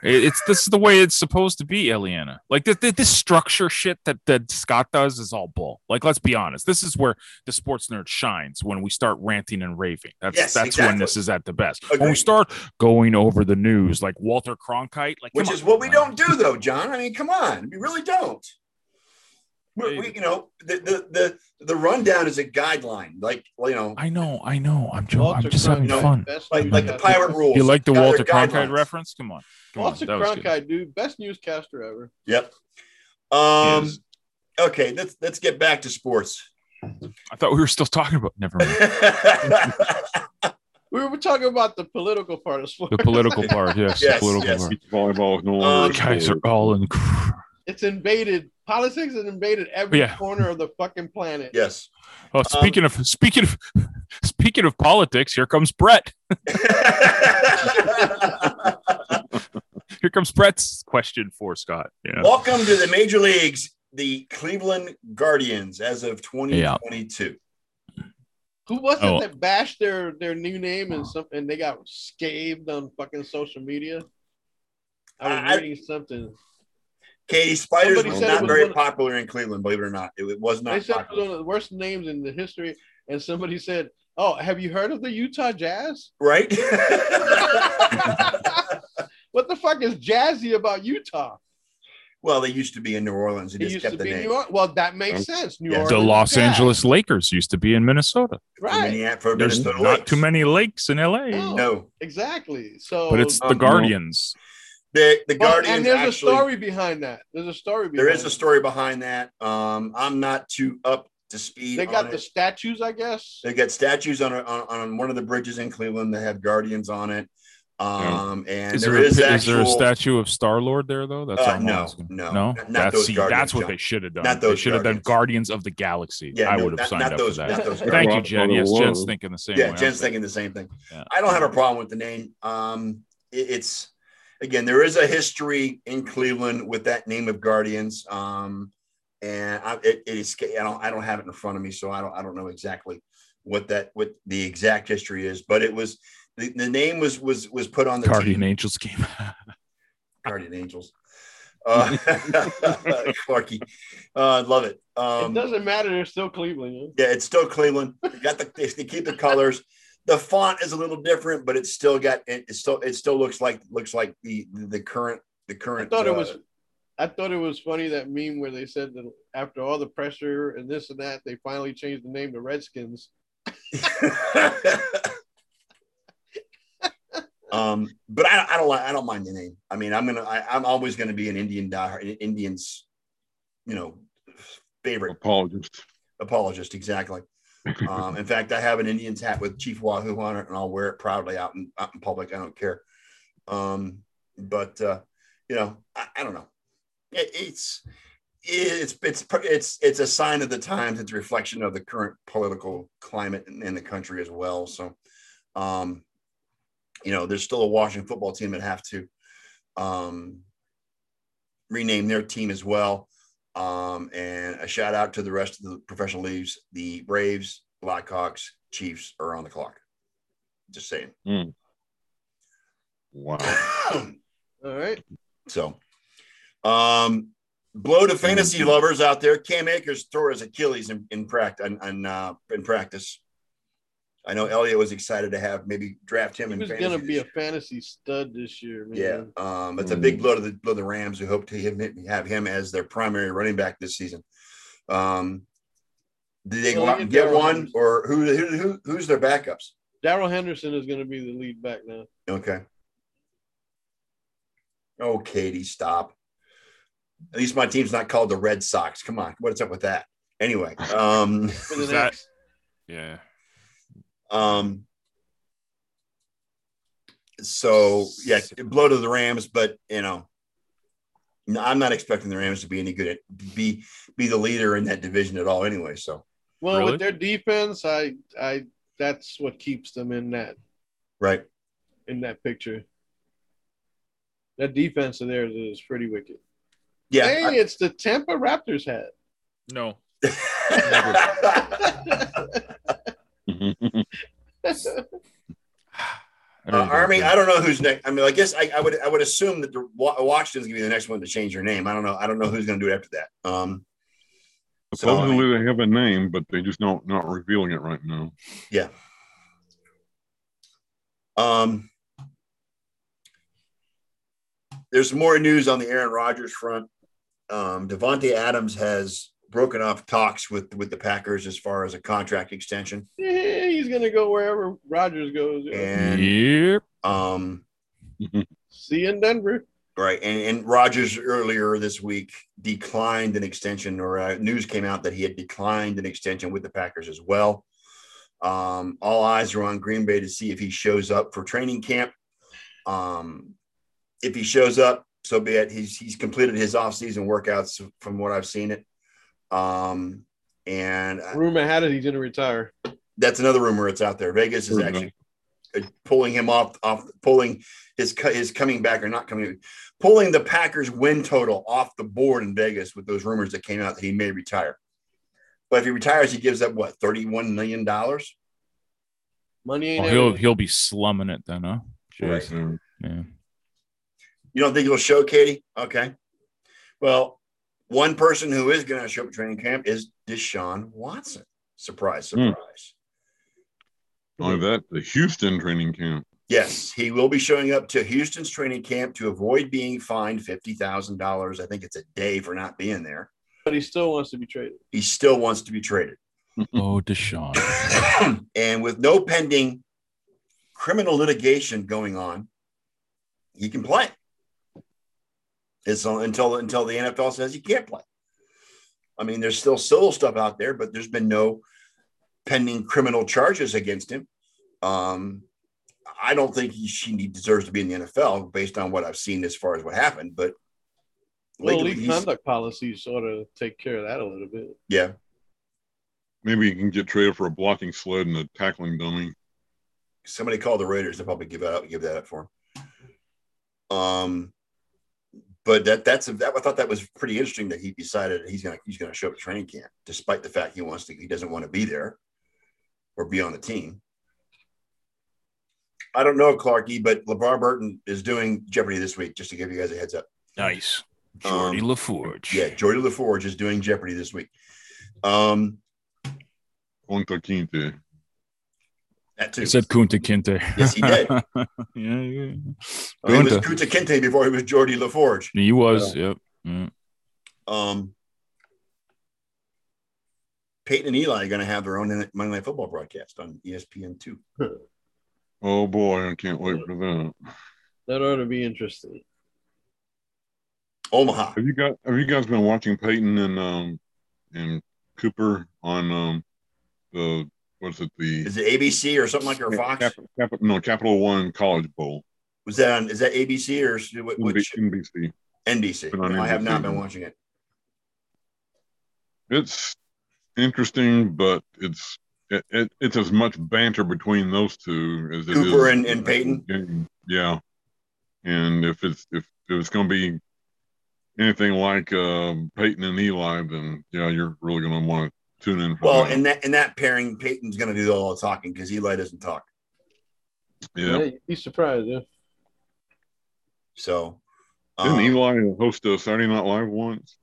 Speaker 3: it- it's this is the way it's supposed to be, Eliana. Like this, this structure shit that that Scott does is all bull. Like, let's be honest. This is where the sports nerd shines when we start ranting and raving. That's
Speaker 2: Yes,
Speaker 3: that's when
Speaker 2: exactly.
Speaker 3: this is at the best. When we
Speaker 2: Agreed.
Speaker 3: start going over the news, like Walter Cronkite, like
Speaker 2: which
Speaker 3: come
Speaker 2: is
Speaker 3: on.
Speaker 2: what we don't do though, John. I mean, come on, we really don't. We, we- you know, the, the the the rundown is a guideline, like well, you know,
Speaker 3: I know, I know. I'm jo-
Speaker 5: Walter
Speaker 3: I'm just having
Speaker 5: Cronkite,
Speaker 2: no.
Speaker 3: fun.
Speaker 5: best
Speaker 2: like like the
Speaker 5: newscaster.
Speaker 2: pirate rules.
Speaker 3: You like the
Speaker 2: Got their
Speaker 3: Walter Cronkite
Speaker 2: guidelines.
Speaker 3: reference? Come on, come
Speaker 5: Walter
Speaker 3: on. That was good.
Speaker 5: Cronkite, dude, best newscaster ever.
Speaker 2: Yep. Um.
Speaker 3: Yes.
Speaker 2: Okay. Let's let's get back to sports. [LAUGHS]
Speaker 3: I thought we were still talking about. Never mind.
Speaker 2: yes.
Speaker 5: We were talking about the political part of sports.
Speaker 2: [LAUGHS]
Speaker 3: The political part, yes,
Speaker 2: Yes,
Speaker 3: the political
Speaker 2: yes.
Speaker 3: part.
Speaker 4: Beach volleyball is no
Speaker 2: Um,
Speaker 4: longer. a
Speaker 3: Guys are
Speaker 4: sport.
Speaker 3: all in.
Speaker 5: It's invaded. Politics has invaded every
Speaker 3: Yeah.
Speaker 5: corner of the fucking planet. [LAUGHS]
Speaker 3: Oh,
Speaker 2: Um,
Speaker 3: speaking of speaking of [LAUGHS] speaking of politics, here comes Brett. Here comes Brett's question for Scott. Yeah.
Speaker 2: Welcome to the major leagues, the Cleveland Guardians, as of 2022.
Speaker 5: Who was it
Speaker 3: Oh.
Speaker 5: that bashed their their new name and some and they got scathed on fucking social media? I was
Speaker 2: I- I-
Speaker 5: reading something.
Speaker 2: Katie Spiders
Speaker 5: Somebody
Speaker 2: was
Speaker 4: said it
Speaker 2: not
Speaker 4: was
Speaker 2: very
Speaker 5: one of-
Speaker 2: popular in Cleveland, believe it or not. It, it was
Speaker 5: They
Speaker 2: not
Speaker 5: said it was
Speaker 2: popular.
Speaker 5: one of the worst names in the history, and somebody said, "Oh, have you heard of the Utah Jazz?" [LAUGHS]
Speaker 2: Right?
Speaker 5: what the fuck is jazzy about Utah?
Speaker 2: [LAUGHS] well, they used to be in New Orleans. They
Speaker 5: It
Speaker 2: just
Speaker 5: used to
Speaker 2: kept the
Speaker 5: be New
Speaker 2: name.
Speaker 5: York. Well, that makes sense. New
Speaker 2: Yeah.
Speaker 5: Orleans,
Speaker 3: The Los
Speaker 5: Jazz.
Speaker 3: Angeles Lakers used to be in Minnesota.
Speaker 2: For
Speaker 5: right?
Speaker 2: Minneapolis- for
Speaker 3: There's
Speaker 2: Minnesota
Speaker 3: not
Speaker 2: Lynx.
Speaker 3: too many lakes in LA.
Speaker 5: No.
Speaker 2: No.
Speaker 5: Exactly. So,
Speaker 3: But it's the
Speaker 2: Um,
Speaker 3: Guardians.
Speaker 2: The, the
Speaker 5: Well,
Speaker 2: Guardians
Speaker 5: and there's
Speaker 2: actually,
Speaker 5: a story behind that. There's a story. Behind
Speaker 2: There is
Speaker 5: it.
Speaker 2: a story behind that. Um, I'm not too up to speed.
Speaker 5: They
Speaker 2: on
Speaker 5: got the
Speaker 2: it.
Speaker 5: statues, I guess.
Speaker 2: They got statues on, a, on on one of the bridges in Cleveland that have guardians on it. Um, and
Speaker 3: Is
Speaker 2: there
Speaker 3: there, a,
Speaker 2: is
Speaker 3: is there
Speaker 2: actual.
Speaker 3: a statue of Star Lord there though? That's
Speaker 2: Uh,
Speaker 3: all I'm
Speaker 2: no,
Speaker 3: asking.
Speaker 2: no,
Speaker 3: no.
Speaker 2: not- not
Speaker 3: that's
Speaker 2: those
Speaker 3: see,
Speaker 2: Guardians,
Speaker 3: that's what
Speaker 2: John.
Speaker 3: they should have done.
Speaker 2: Not
Speaker 3: they
Speaker 2: those
Speaker 3: should have done Guardians of the Galaxy.
Speaker 2: Yeah,
Speaker 3: I
Speaker 2: no,
Speaker 3: would have
Speaker 2: not-
Speaker 3: signed
Speaker 2: not
Speaker 3: up
Speaker 2: those-
Speaker 3: for
Speaker 2: not
Speaker 3: that. [LAUGHS]
Speaker 2: those
Speaker 3: Thank you,
Speaker 4: Guardians.
Speaker 3: Jen. Yes,
Speaker 4: Whoa.
Speaker 3: Jen's thinking the same
Speaker 2: yeah,
Speaker 3: way. I'm
Speaker 2: Jen's thinking the same thing.
Speaker 3: Yeah.
Speaker 2: I don't have a problem with the name. Um, it- it's again, there is a history in Cleveland with that name of guardians. Um, and I, it, it is I don't I don't have it in front of me, so I don't I don't know exactly what that what the exact history is. But it was the, the name was was was put on the team.
Speaker 3: Guardian Angels came.
Speaker 2: Guardian Angels. Uh, [LAUGHS] Clarky, uh, love it.
Speaker 5: it
Speaker 2: Um,
Speaker 5: doesn't matter. They're still Cleveland. yeah.
Speaker 2: yeah, it's still Cleveland. They got the they keep the colors. The font is a little different, but it's still got it, it's still it still looks like looks like the the current the
Speaker 5: I
Speaker 2: current.
Speaker 5: thought
Speaker 2: uh,
Speaker 5: it was. I thought it was funny that meme where they said that after all the pressure and this and that, they finally changed the name to Redskins.
Speaker 2: [LAUGHS] um, but I, I don't like I don't mind the name. I mean, I'm gonna I, I'm always gonna be an Indian diehard, Indians, you know, favorite
Speaker 4: Apologists.
Speaker 2: apologist. Exactly. Um, in fact, I have an Indians hat with Chief Wahoo on it, and I'll wear it proudly out in, out in public. I don't care. Um, but uh, you know, I, I don't know. It, it's it's it's it's it's a sign of the times. It's a reflection of the current political climate in, in the country as well. So, um, you know, there's still a Washington football team that have to um, rename their team as well. Um, and a shout out to the rest of the professional leagues. The Braves, Blackhawks, Chiefs are on the clock. Just saying.
Speaker 4: Hmm.
Speaker 2: [LAUGHS]
Speaker 4: Wow.
Speaker 5: All right.
Speaker 2: [COUGHS] So, um, blow to fantasy lovers out there. Cam Akers tore his Achilles in, in practice. In, in, uh, in practice, I know Elliot was excited to have maybe draft him.
Speaker 5: He
Speaker 2: in
Speaker 5: was
Speaker 2: fantasy
Speaker 5: gonna
Speaker 2: this
Speaker 5: be a
Speaker 2: year.
Speaker 5: fantasy stud this year, man.
Speaker 2: yeah. Um, it's a big blow to the, blow to the Rams, who hope to him- have him as their primary running back this season. Um, did they go
Speaker 5: Well,
Speaker 2: out and
Speaker 5: you
Speaker 2: get
Speaker 5: know,
Speaker 2: one, or who, who, who who's their backups?
Speaker 5: Daryl Henderson is gonna be the lead back now.
Speaker 2: Okay. Oh, Katie, stop. At least my team's not called the Red Sox. Come on, what's up with that? Anyway, um,
Speaker 5: For the
Speaker 3: Is that-
Speaker 5: next
Speaker 3: Yeah.
Speaker 2: um, so yeah, blow to the Rams, but you know, no, I'm not expecting the Rams to be any good at be be the leader in that division at all. Anyway, so
Speaker 5: well
Speaker 3: Really?
Speaker 5: with their defense, I I that's what keeps them in that
Speaker 2: right,
Speaker 5: in that picture. That defense of theirs is pretty wicked.
Speaker 2: yeah.
Speaker 5: Dang, it's the Tampa Raptors
Speaker 2: [LAUGHS]
Speaker 5: hat. [LAUGHS]
Speaker 3: No.
Speaker 2: Uh, Army, I don't know who's next. I mean, I guess I, I would I would assume that the, Wa- Washington's gonna be the next one to change their name. I don't know. I don't know who's gonna do it after that. Um,
Speaker 4: Supposedly they have a name, but they just not not revealing it right now.
Speaker 2: um, there's more news on the Aaron Rodgers front. Um, Devontae Adams has broken off talks with with the Packers as far as a contract extension,
Speaker 5: Yeah, Eh, he's gonna go wherever Rogers goes.
Speaker 2: and
Speaker 3: Yep.
Speaker 2: um,
Speaker 5: See you in Denver.
Speaker 2: Right. And, and Rogers earlier this week declined an extension, or uh, news came out that he had declined an extension with the Packers as well. Um, all eyes are on Green Bay to see if he shows up for training camp. Um, if he shows up, so be it. He's, he's completed his offseason workouts from what I've seen it. Um, and uh, I-
Speaker 5: Rumor had it he's gonna retire.
Speaker 2: that's another rumor that's out there. Vegas is
Speaker 4: Mhm.
Speaker 2: actually pulling him off, off pulling his co- his coming back or not coming, pulling the Packers win total off the board in Vegas with those rumors that came out that he may retire. But if he retires, he gives up what thirty one million dollars.
Speaker 5: Money ain't
Speaker 3: Well, Oh, he'll
Speaker 5: everything.
Speaker 3: he'll be slumming it then, huh?
Speaker 2: Right.
Speaker 3: Jeez.
Speaker 4: So,
Speaker 3: Yeah.
Speaker 2: You don't think he'll show, Katie? Okay. Well, one person who is going to show up at training camp is Deshaun Watson. Surprise,
Speaker 4: Hmm.
Speaker 2: surprise.
Speaker 4: Only that, the Houston training camp.
Speaker 2: Yes, he will be showing up to Houston's training camp to avoid being fined fifty thousand dollars. I think it's a day for not being there.
Speaker 5: but he still wants to be traded.
Speaker 2: He still wants to be traded,
Speaker 3: Oh, Deshaun.
Speaker 2: [COUGHS] and with no pending criminal litigation going on, he can play. It's on- until until the NFL says he can't play. I mean, there's still civil stuff out there, but there's been no pending criminal charges against him. Um, I don't think he, she he deserves to be in the NFL based on what I've seen as far as what happened, but
Speaker 5: Well,
Speaker 2: legally,
Speaker 5: league
Speaker 2: he's-
Speaker 5: conduct policies sort of take care of that a little bit.
Speaker 2: yeah,
Speaker 4: Maybe you can get traded for a blocking sled and a tackling dummy.
Speaker 2: somebody call the Raiders. They'll probably give that up, give that up for him. Um, but that that's that I thought that was pretty interesting that he decided he's gonna he's gonna show up at training camp despite the fact he wants to he doesn't want to be there or be on the team. I don't know Clarky, but LeVar Burton is doing Jeopardy this week. Just to give you guys a heads up,
Speaker 3: Nice. Jordy
Speaker 2: Um,
Speaker 3: LaForge.
Speaker 2: yeah, Jordy LaForge is doing Jeopardy this week. Um,
Speaker 4: Punta Quinte.
Speaker 2: that too.
Speaker 3: He said Kunta Kinte.
Speaker 2: Yes, he did.
Speaker 3: [LAUGHS] yeah, yeah.
Speaker 2: I mean, it was
Speaker 3: Kunta.
Speaker 2: Kuta Kinte before he was Jordy LaForge.
Speaker 3: He was. Yep. Mm.
Speaker 2: Um, Peyton and Eli are going to have their own Monday Night Football broadcast on E ESPN two.
Speaker 4: Oh boy, I can't wait for that.
Speaker 5: That ought to be interesting.
Speaker 2: Omaha.
Speaker 4: Have you got have you guys been watching Peyton and um and Cooper on um the what's it the
Speaker 2: Is it ABC or something like or Fox?
Speaker 4: Cap, Cap- no Capital One College Bowl
Speaker 2: Was that on? Is that ABC or is- what- which
Speaker 4: NBC.
Speaker 2: NBC?
Speaker 4: Been on
Speaker 2: No, I have not
Speaker 4: NBC.
Speaker 2: been watching it.
Speaker 4: It's interesting, but it's it, it, it's as much banter between those two as it is
Speaker 2: Cooper and- and Peyton?
Speaker 4: Game. Yeah, and if it's if, if it's going to be anything like um, Peyton and Eli, then yeah, you're really going to want to tune in. For
Speaker 2: Well,
Speaker 4: that.
Speaker 2: and that and that pairing, Peyton's going to do all the talking because Eli doesn't talk.
Speaker 4: yeah,
Speaker 5: Yeah, you'd be surprised. Yeah.
Speaker 2: So
Speaker 4: Didn't
Speaker 2: um,
Speaker 4: Eli host a Saturday Night Live once?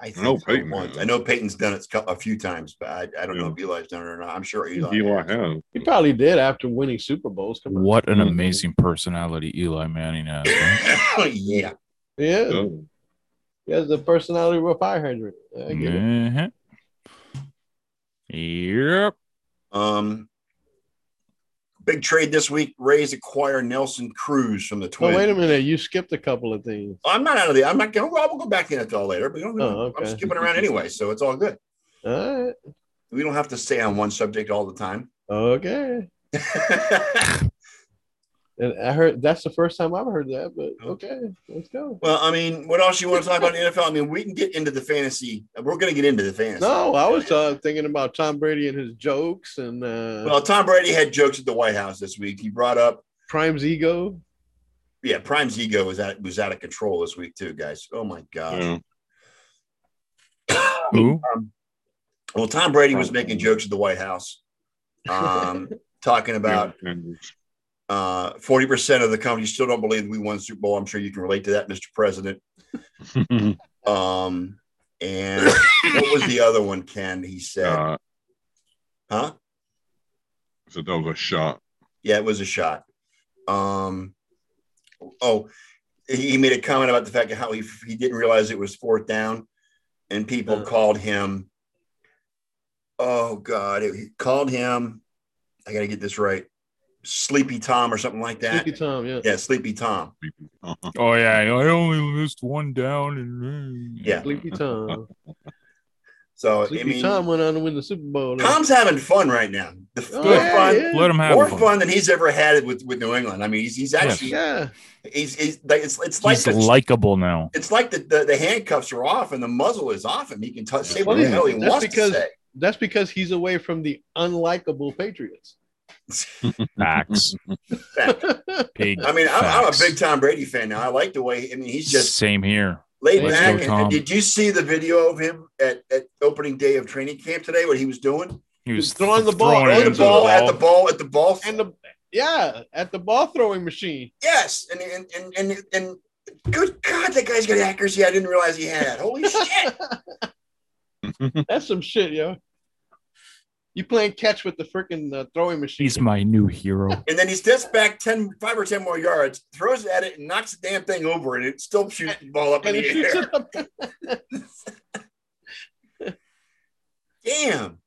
Speaker 2: I, think
Speaker 4: know
Speaker 2: so
Speaker 4: Peyton
Speaker 2: once.
Speaker 4: has.
Speaker 2: I know Peyton's done it a few times, but I, I don't know
Speaker 4: Yeah.
Speaker 2: if Eli's done it or not. I'm sure
Speaker 4: I think
Speaker 2: Eli.
Speaker 4: Eli has.
Speaker 5: He probably did after winning Super Bowls. Come on.
Speaker 3: What an
Speaker 4: Mhm.
Speaker 3: amazing personality Eli Manning has.
Speaker 2: [LAUGHS]
Speaker 3: right?
Speaker 2: yeah.
Speaker 5: Yeah,
Speaker 4: So,
Speaker 5: he has the personality of a 500. I get it.
Speaker 3: Mhm. Yep.
Speaker 2: Um, big trade this week. Rays acquire Nelson Cruz from the
Speaker 5: Well,
Speaker 2: Twins.
Speaker 5: wait a minute. You skipped a couple of things.
Speaker 2: I'm not out of the. I'm not. Going, well, we'll go back to NFL later, but you don't,
Speaker 5: Oh, okay.
Speaker 2: I'm skipping around anyway, so it's all good.
Speaker 5: All right.
Speaker 2: We don't have to stay on one subject all the time. [LAUGHS]
Speaker 5: Okay. And I heard that's the first time I've heard that, but okay, let's go.
Speaker 2: well, I mean, what else you want to talk about in the NFL? I mean, we can get into the fantasy. We're going to get into the fantasy.
Speaker 5: No, I was uh, thinking about Tom Brady and his jokes and uh,
Speaker 2: Well, Tom Brady had jokes at the White House this week. He brought up,
Speaker 5: Prime's ego.
Speaker 2: yeah, Prime's ego was out was out of control this week too, guys. Oh my god.
Speaker 4: yeah.
Speaker 2: [LAUGHS] um,
Speaker 3: Who?
Speaker 2: Well, Tom Brady was making jokes at the White House, um, talking about uh,
Speaker 4: And- [LAUGHS]
Speaker 2: forty percent of the companies still don't believe we won Super Bowl. I'm sure you can relate to that, Mr. President. Um, and what was the other one? Ken, he said,
Speaker 4: uh,
Speaker 2: huh?
Speaker 4: so that was a shot.
Speaker 2: Yeah, it was a shot. Um, oh, he he made a comment about the fact of how he, he didn't realize it was fourth down, and people
Speaker 5: Uh.
Speaker 2: called him. Oh God, it, he called him. I got to get this right. Sleepy Tom or something like that.
Speaker 5: Sleepy Tom, yeah.
Speaker 2: Yeah, Sleepy Tom.
Speaker 4: Uh-huh.
Speaker 3: Oh yeah, I only missed one down and
Speaker 2: Yeah.
Speaker 5: Sleepy Tom.
Speaker 2: So
Speaker 5: Sleepy
Speaker 2: I mean,
Speaker 5: Tom went on to win the Super Bowl.
Speaker 2: Tom's having fun right now. The f-
Speaker 5: Oh,
Speaker 2: more
Speaker 5: yeah,
Speaker 2: fun,
Speaker 5: yeah.
Speaker 3: Let him have
Speaker 2: more
Speaker 3: fun.
Speaker 2: fun than he's ever had with, with New England. I mean, he's he's actually
Speaker 5: [LAUGHS] yeah.
Speaker 2: he's, he's like it's it's like
Speaker 3: He's
Speaker 2: the-
Speaker 3: likable now.
Speaker 2: it's like the, the, the handcuffs are off and the muzzle is off him. He can touch say what
Speaker 5: Well,
Speaker 2: the hell he
Speaker 5: that's
Speaker 2: wants
Speaker 5: because-
Speaker 2: to say.
Speaker 5: That's because he's away from the unlikable Patriots.
Speaker 2: [LAUGHS]
Speaker 3: Facts. Big
Speaker 2: I mean, I'm, I'm a
Speaker 3: facts.
Speaker 2: big Tom Brady fan now. I like the way. I mean, he's just
Speaker 3: Same here.
Speaker 2: laid
Speaker 5: Let's
Speaker 2: back.
Speaker 5: go,
Speaker 2: And-
Speaker 3: Tom.
Speaker 2: and did you see the video of him at, at opening day of training camp today? What he was doing?
Speaker 3: He was
Speaker 5: throwing the ball
Speaker 3: throwing it
Speaker 5: at
Speaker 2: Throwing the
Speaker 3: into
Speaker 2: ball, at the ball at the ball.
Speaker 5: And the yeah, at the ball throwing machine. [LAUGHS]
Speaker 2: yes, and and and and. and Good God, that guy's got accuracy I didn't realize he had.
Speaker 5: [LAUGHS]
Speaker 2: Holy shit.
Speaker 5: That's some shit, yo. You playing catch with the freaking uh, throwing machine.
Speaker 3: He's my new hero.
Speaker 2: And then he steps back 10, five or 10 more yards, throws at it, and knocks the damn thing over, and it still shoots the ball up in
Speaker 5: and
Speaker 2: the
Speaker 5: he shoots
Speaker 2: air.
Speaker 5: it up.
Speaker 2: Damn.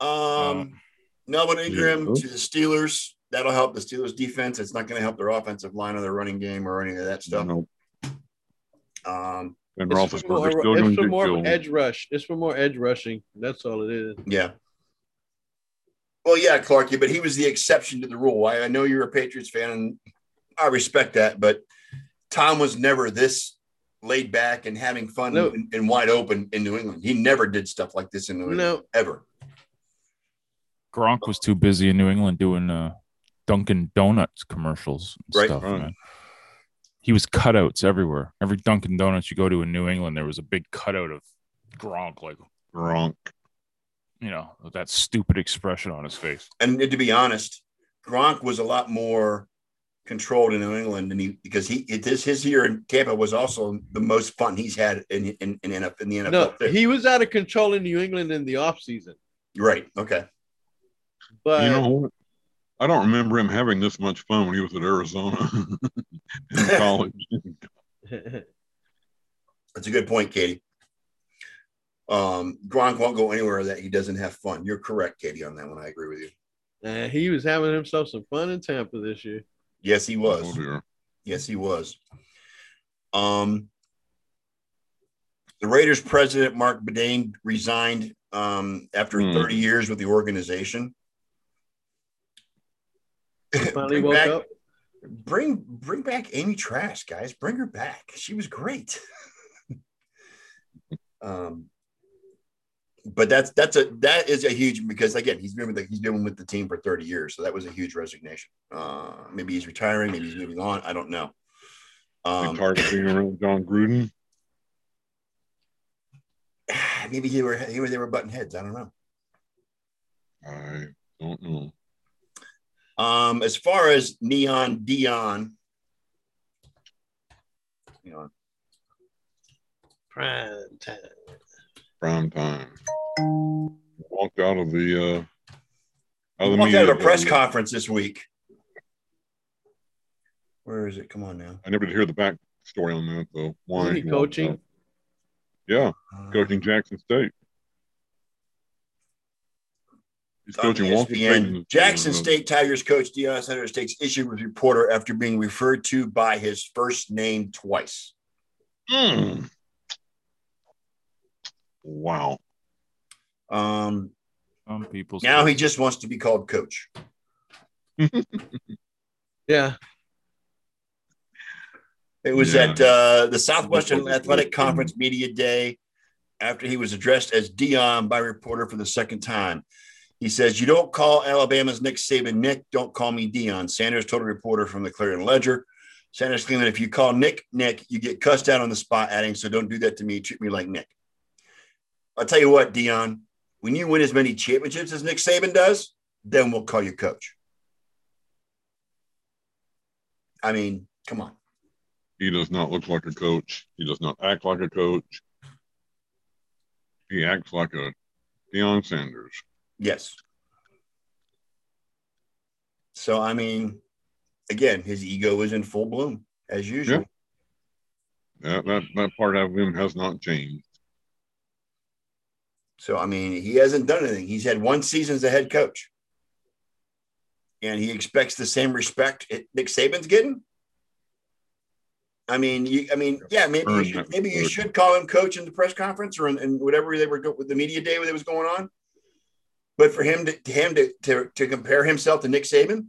Speaker 3: Uh,
Speaker 2: Um, Melvin Ingram
Speaker 4: yeah.
Speaker 2: to the Steelers. That'll help the Steelers defense. It's not going to help their offensive line or their running game or any of that stuff.
Speaker 4: Nope.
Speaker 2: Um,
Speaker 5: [LAUGHS]
Speaker 4: And
Speaker 5: It's for more,
Speaker 4: Roethlisberger's still
Speaker 5: it's
Speaker 4: going
Speaker 5: for
Speaker 4: to
Speaker 5: more
Speaker 4: kill.
Speaker 5: edge rush. It's for more edge rushing. That's all it is.
Speaker 2: yeah. Well, yeah, Clarky, but he was the exception to the rule. I, I know you're a Patriots fan, and I respect that, but Tom was never this laid back and having fun
Speaker 5: No.
Speaker 2: and, and wide open in New England. He never did stuff like this in New England,
Speaker 5: No,
Speaker 2: ever.
Speaker 3: Gronk was too busy in New England doing uh, Dunkin' Donuts commercials and
Speaker 2: Right.
Speaker 3: stuff.
Speaker 4: Right.
Speaker 3: Man. He was cutouts everywhere. Every Dunkin' Donuts you go to in New England, there was a big cutout of Gronk, like
Speaker 4: Gronk.
Speaker 3: you know with that stupid expression on his face.
Speaker 2: and to be honest, Gronk was a lot more controlled in New England, and he because he it, his his year in Tampa was also the most fun he's had in in in, NF in the NFL.
Speaker 5: no,
Speaker 2: too.
Speaker 5: he was out of control in New England in the offseason.
Speaker 2: right? Okay,
Speaker 5: But [LAUGHS]
Speaker 4: you know what? I don't remember him having this much fun when he was at Arizona [LAUGHS]
Speaker 2: [LAUGHS]
Speaker 4: in college.
Speaker 2: that's a good point, Katie. Um, Gronk won't go anywhere that he doesn't have fun. You're correct, Katie, on that one. I agree with you.
Speaker 5: uh, he was having himself some fun in Tampa this
Speaker 4: [LAUGHS]
Speaker 5: year.
Speaker 2: Yes, he
Speaker 4: Oh,
Speaker 2: was.
Speaker 4: dear.
Speaker 2: Yes, he was. Um, the Raiders president Mark Bedane resigned um, after
Speaker 4: Hmm.
Speaker 2: 30 years with the organization.
Speaker 5: Finally
Speaker 2: Bring
Speaker 5: woke
Speaker 2: back-
Speaker 5: up.
Speaker 2: Bring bring back Amy Trask, guys. Bring her back. She was great. [LAUGHS] um, but that's that's a that is a huge because again he's been with the, he's been with the team for 30 years, so that was a huge resignation. Uh, maybe he's retiring, maybe he's moving on. I don't know.
Speaker 4: They
Speaker 2: Um,
Speaker 4: tired of being around John Gruden.
Speaker 2: [SIGHS] maybe he were he were they were button heads. I don't know.
Speaker 4: I don't know.
Speaker 2: Um, as far as Neon Dion, me on.
Speaker 6: Prime time.
Speaker 4: prime time. Walked out of the uh, out of the
Speaker 2: Walked
Speaker 4: media
Speaker 2: out of a press
Speaker 4: building.
Speaker 2: conference this week. Where is it? Come on now.
Speaker 4: I never did hear the back story on that though. Why
Speaker 5: Isn't he
Speaker 4: he walked
Speaker 5: coaching?
Speaker 4: out. Yeah,
Speaker 2: Uh,
Speaker 4: coaching Jackson State. He's
Speaker 2: Uh, on E
Speaker 4: coaching Walter
Speaker 2: ESPN,
Speaker 4: Payton.
Speaker 2: Jackson
Speaker 4: Uh,
Speaker 2: State Tigers coach Deion Sanders takes issue with reporter after being referred to by his first name twice.
Speaker 4: mm. Wow.
Speaker 2: Um,
Speaker 3: Some people's
Speaker 2: now he just wants to be called coach.
Speaker 6: Yeah.
Speaker 2: It was
Speaker 4: Yeah.
Speaker 2: at uh, the Southwestern
Speaker 4: Reported-
Speaker 2: Athletic Conference Media Day after he was addressed as Dion by a reporter for the second time. He says, You don't call Alabama's Nick Saban Nick, don't call me Dion. Sanders told a reporter from the Clarion Ledger. Sanders claimed that if you call Nick Nick, you get cussed out on the spot, adding, So don't do that to me. Treat me like Nick. I'll tell you what, Dion, when you win as many championships as Nick Saban does, then we'll call you coach. I mean, come on.
Speaker 4: He does not look like a coach. He does not act like a coach. He acts like a Deion Sanders.
Speaker 2: Yes. So I mean, again, his ego is in full bloom as usual.
Speaker 4: That, that that part of him has not changed.
Speaker 2: So I mean, he hasn't done anything. He's had one season as a head coach, and he expects the same respect it- Nick Saban's getting. I mean, you, I mean, yeah, maybe you
Speaker 4: Earned
Speaker 2: should,
Speaker 4: that
Speaker 2: maybe you
Speaker 4: respect.
Speaker 2: should call him coach in the press conference or in, in whatever they were go, with the media day that was going on. But for him to to him to, to to compare himself to Nick Saban,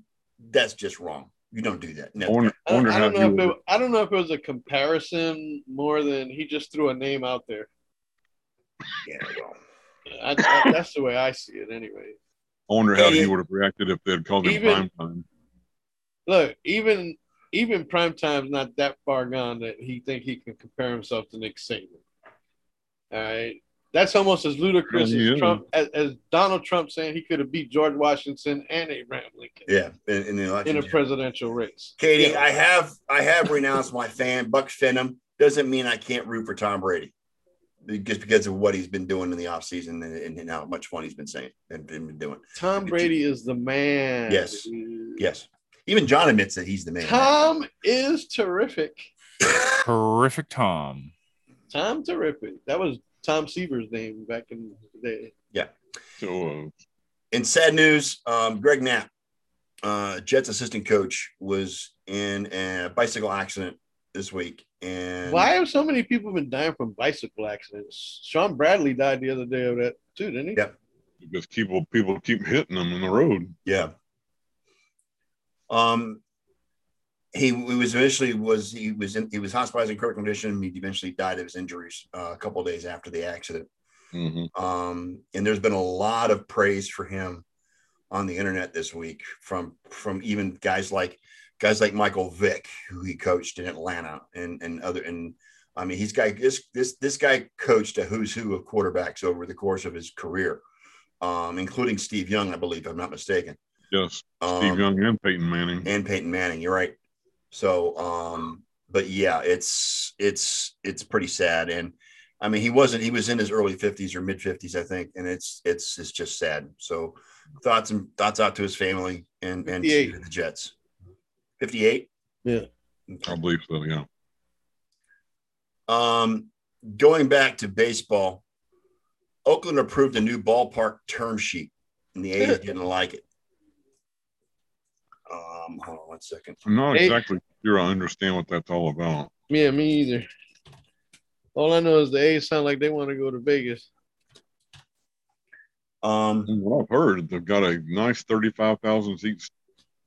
Speaker 2: that's just wrong. You don't do that.
Speaker 4: I
Speaker 2: No.
Speaker 4: wonder,
Speaker 5: I
Speaker 4: I
Speaker 5: don't,
Speaker 4: wonder
Speaker 5: I
Speaker 4: how
Speaker 5: don't know
Speaker 4: he
Speaker 5: if
Speaker 4: would-
Speaker 5: it, I don't know if it was a comparison more than he just threw a name out there.
Speaker 2: Yeah, well.
Speaker 5: I, I- that's the way I see it, anyway.
Speaker 4: I wonder how he
Speaker 2: Idiot.
Speaker 4: would have reacted if they'd called him
Speaker 5: Even-
Speaker 4: prime time.
Speaker 5: Look, even even primetime's not that far gone that he think he can compare himself to Nick Saban. All right, that's almost as ludicrous
Speaker 4: Yeah, he
Speaker 5: as
Speaker 4: is.
Speaker 5: Trump as, as Donald Trump saying he could have beat George Washington and Abraham Lincoln
Speaker 2: Yeah, in, in the election.
Speaker 5: in a presidential race.
Speaker 2: Katie,
Speaker 5: Yeah.
Speaker 2: I have I have renounced my fan Buck Finham. Doesn't mean I can't root for Tom Brady, just because of what he's been doing in the offseason and, and, and how much fun he's been saying and been doing.
Speaker 5: Tom Brady is the man.
Speaker 2: Yes.
Speaker 5: dude.
Speaker 2: Yes, even John admits that he's the man.
Speaker 5: Tom is terrific.
Speaker 3: terrific Tom.
Speaker 5: Tom terrific. That was Tom Seaver's name back in the day.
Speaker 4: So uh,
Speaker 2: In sad news, um, Greg Knapp, uh, Jets assistant coach, was in a bicycle accident this week, and
Speaker 5: Why have so many people been dying from bicycle accidents? Sean Bradley died the other day of that too, didn't he?
Speaker 2: Yeah.
Speaker 4: because people people keep hitting him in the road.
Speaker 2: Yeah. Um, he, he was initially was he was in, he was hospitalized in critical condition. He eventually died of his injuries uh, a couple days after the accident.
Speaker 4: hmm
Speaker 2: Um, and there's been a lot of praise for him on the internet this week from from even guys like guys like Michael Vick, who he coached in Atlanta, and and other and I mean he's got this this this guy coached a who's who of quarterbacks over the course of his career, um, including Steve Young, I believe, if I'm not mistaken.
Speaker 4: Yes,
Speaker 2: Um,
Speaker 4: Steve Young and Peyton Manning.
Speaker 2: and Peyton Manning. You're right. So, um, but yeah, it's it's it's pretty sad. And I mean, he wasn't. He was in his early 50s or mid 50s, I think. And it's it's it's just sad. So, thoughts and thoughts out to his family and and to
Speaker 5: 58.
Speaker 2: the Jets. 58.
Speaker 5: Yeah.
Speaker 4: I believe so. Yeah.
Speaker 2: Um, going back to baseball, Oakland approved a new ballpark term sheet, and the A's didn't like it. Um, hold on one second.
Speaker 4: I'm not
Speaker 5: Hey.
Speaker 4: exactly sure I understand what that's all about.
Speaker 5: Yeah, me either. All I know is the A's sound like they want to go to Vegas.
Speaker 2: Um,
Speaker 4: From what I've heard, they've got a nice 35,000 seat s-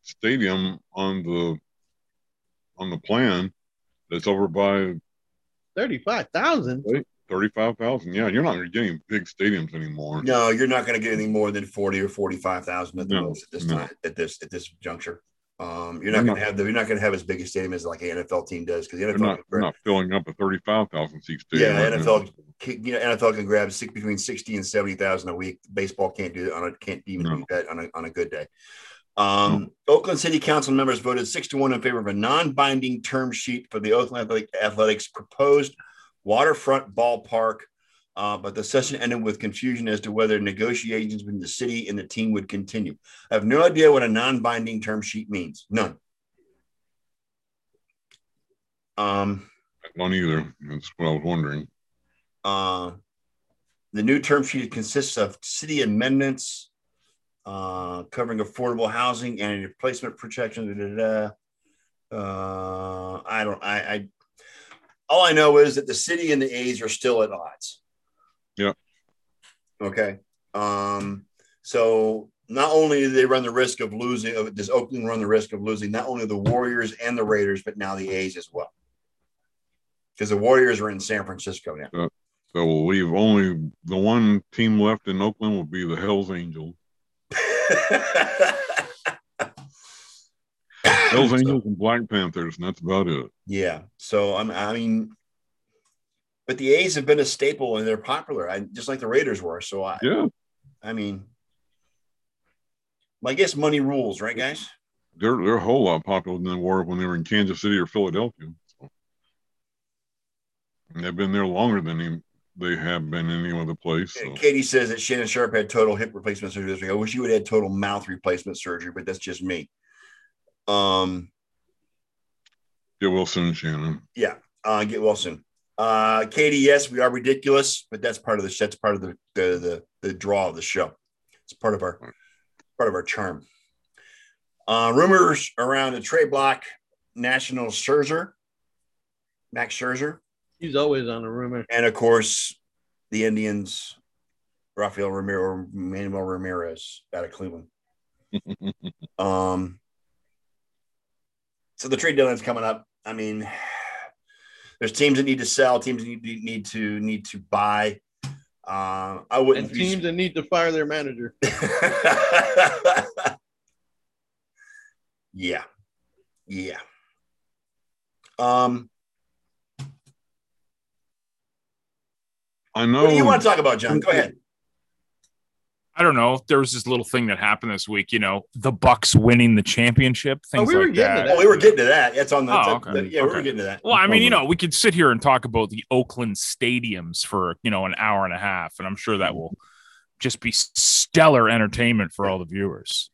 Speaker 4: stadium on the on the plan. That's over by
Speaker 5: Thirty-five thousand.
Speaker 4: 35,000. Yeah, you're not getting big stadiums anymore.
Speaker 2: No, you're not going to get any more than forty or forty-five thousand at the
Speaker 4: No,
Speaker 2: most at this
Speaker 4: no.
Speaker 2: time at this at this juncture. Um, you're not
Speaker 4: We're
Speaker 2: going to
Speaker 4: not-
Speaker 2: have the, you're not going to have as big a stadium as like an NFL team does because the
Speaker 4: They're
Speaker 2: NFL
Speaker 4: not, they're not filling up a 35,000 seat stadium.
Speaker 2: Yeah,
Speaker 4: right
Speaker 2: NFL
Speaker 4: now.
Speaker 2: can, you know NFL can grab six, between sixty and seventy thousand a week. Baseball can't do that on a can't even
Speaker 4: No.
Speaker 2: do that on a on a good day. Um, Oakland City Council members voted six to one in favor of a non-binding term sheet for the Oakland Athletic, Athletics proposed waterfront ballpark. Uh, but the session ended with confusion as to whether negotiations between the city and the team would continue. I have no idea what a non-binding term sheet means. None. Um,
Speaker 4: I don't either. That's what I was wondering.
Speaker 2: uh, the new term sheet consists of city amendments uh, covering affordable housing and replacement protection. Da, da, da. Uh, I don't. I, I. All I know is that the city and the A's are still at odds.
Speaker 4: Yeah.
Speaker 2: Okay. Um, so not only do they run the risk of losing, of does Oakland run the risk of losing not only the Warriors and the Raiders, but now the A's as well, because the Warriors are in San Francisco now.
Speaker 4: So we'll leave only the one team left in Oakland will be the Hell's Angels. Hell's Angels and Black Panthers, and that's about it.
Speaker 2: Yeah. So I'm, I mean, but the A's have been a staple and they're popular. I just like the Raiders were. So I,
Speaker 4: Yeah,
Speaker 2: I mean, I guess money rules, right, guys?
Speaker 4: they're they're a whole lot popular than they were when they were in Kansas City or Philadelphia. So. And they've been there longer than any- they have been in any other place. So.
Speaker 2: Katie says that Shannon Sharp had total hip replacement surgery this week. I wish you would had total mouth replacement surgery, but that's just me. Um,
Speaker 4: Yeah, Wilson Shannon. [LAUGHS]
Speaker 2: uh, get well soon. Uh, Katie, yes, we are ridiculous, but that's part of the that's part of the the the, the draw of the show. It's part of our part of our charm. Uh, rumors around the trade block national Scherzer, Max Scherzer,
Speaker 5: He's always on the rumor.
Speaker 2: and of course the Indians, Rafael Ramiro, Manuel Ramirez out of Cleveland. Um, so the trade deadline's coming up. I mean, there's teams that need to sell, teams that need to need to, need to buy. Uh, I wouldn't.
Speaker 5: And teams that need to fire their manager.
Speaker 2: [LAUGHS] yeah, yeah. Um,
Speaker 4: I know.
Speaker 2: what do you want to talk about, John? Go ahead.
Speaker 3: I don't know. There was this little thing that happened this week. You know, the Bucks winning the championship, things
Speaker 5: we were
Speaker 3: like
Speaker 5: getting to
Speaker 3: that.
Speaker 2: Well, Oh, we were getting to that. That's on the.
Speaker 3: Oh,
Speaker 2: that-
Speaker 3: okay.
Speaker 2: yeah, we were
Speaker 3: Okay.
Speaker 2: getting to that.
Speaker 3: Well, I mean, you know, we could sit here and talk about the Oakland stadiums for, you know, an hour and a half, and I'm sure
Speaker 2: Mm-hmm.
Speaker 3: that will just be stellar entertainment for all the viewers.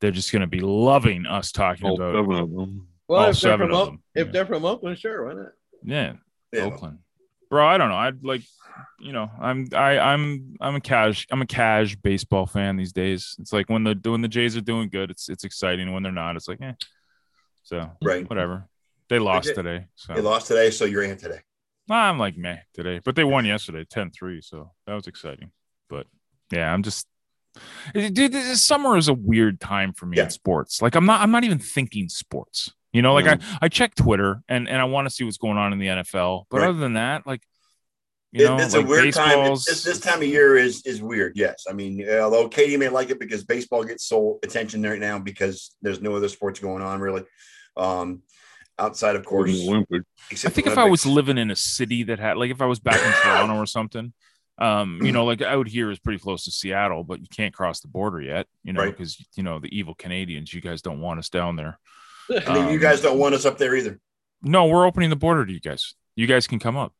Speaker 3: They're just going to be loving us
Speaker 2: Oh,
Speaker 3: talking
Speaker 4: all
Speaker 3: about
Speaker 4: seven of them.
Speaker 5: Well,
Speaker 3: All
Speaker 5: if, they're
Speaker 3: seven
Speaker 5: from
Speaker 3: of
Speaker 5: Oak-
Speaker 3: them,
Speaker 5: if
Speaker 3: yeah.
Speaker 5: they're from Oakland, sure, why not?
Speaker 3: yeah,
Speaker 2: Yeah.
Speaker 3: Oakland. Bro, I don't know. I'd like, you know, I'm I I'm I'm a cash I'm a cash baseball fan these days. It's like when the when the Jays are doing good, it's it's exciting. When they're not, it's like, eh. So
Speaker 2: Right.
Speaker 3: whatever. They lost
Speaker 2: They-
Speaker 3: today. So
Speaker 2: They lost today, so you're in today.
Speaker 3: Nah, I'm like meh today, but they won yesterday 10 3. So that was exciting. But yeah, I'm just, dude, this is- summer is a weird time for me
Speaker 2: Yeah.
Speaker 3: in sports. Like, I'm not, I'm not even thinking sports. You know, like
Speaker 4: Yeah.
Speaker 2: Mm-hmm.
Speaker 3: I, I check Twitter and, and I want to see what's going on in the NFL. But
Speaker 2: Right.
Speaker 3: other than that, like, you know,
Speaker 2: It- it's
Speaker 3: like
Speaker 2: a weird time.
Speaker 3: baseball's,
Speaker 2: It's- This, this time of year is is weird. Yes, I mean, although Katie may like it because baseball gets so attention right now because there's no other sports going on really, um, outside of course.
Speaker 4: Olympic.
Speaker 3: I
Speaker 2: except
Speaker 3: think if I was
Speaker 2: Olympics.
Speaker 3: living in a city that had, like, if I was back
Speaker 2: [LAUGHS]
Speaker 3: in Toronto or something, um, you know,
Speaker 2: Hmm.
Speaker 3: like out here is pretty close to Seattle, but you can't cross the border yet, you know,
Speaker 2: Right.
Speaker 3: because you know the evil Canadians, you guys don't want us down there.
Speaker 2: [LAUGHS] and then you
Speaker 3: um,
Speaker 2: guys don't want us up there either.
Speaker 3: No, we're opening the border to you guys. You guys can come up.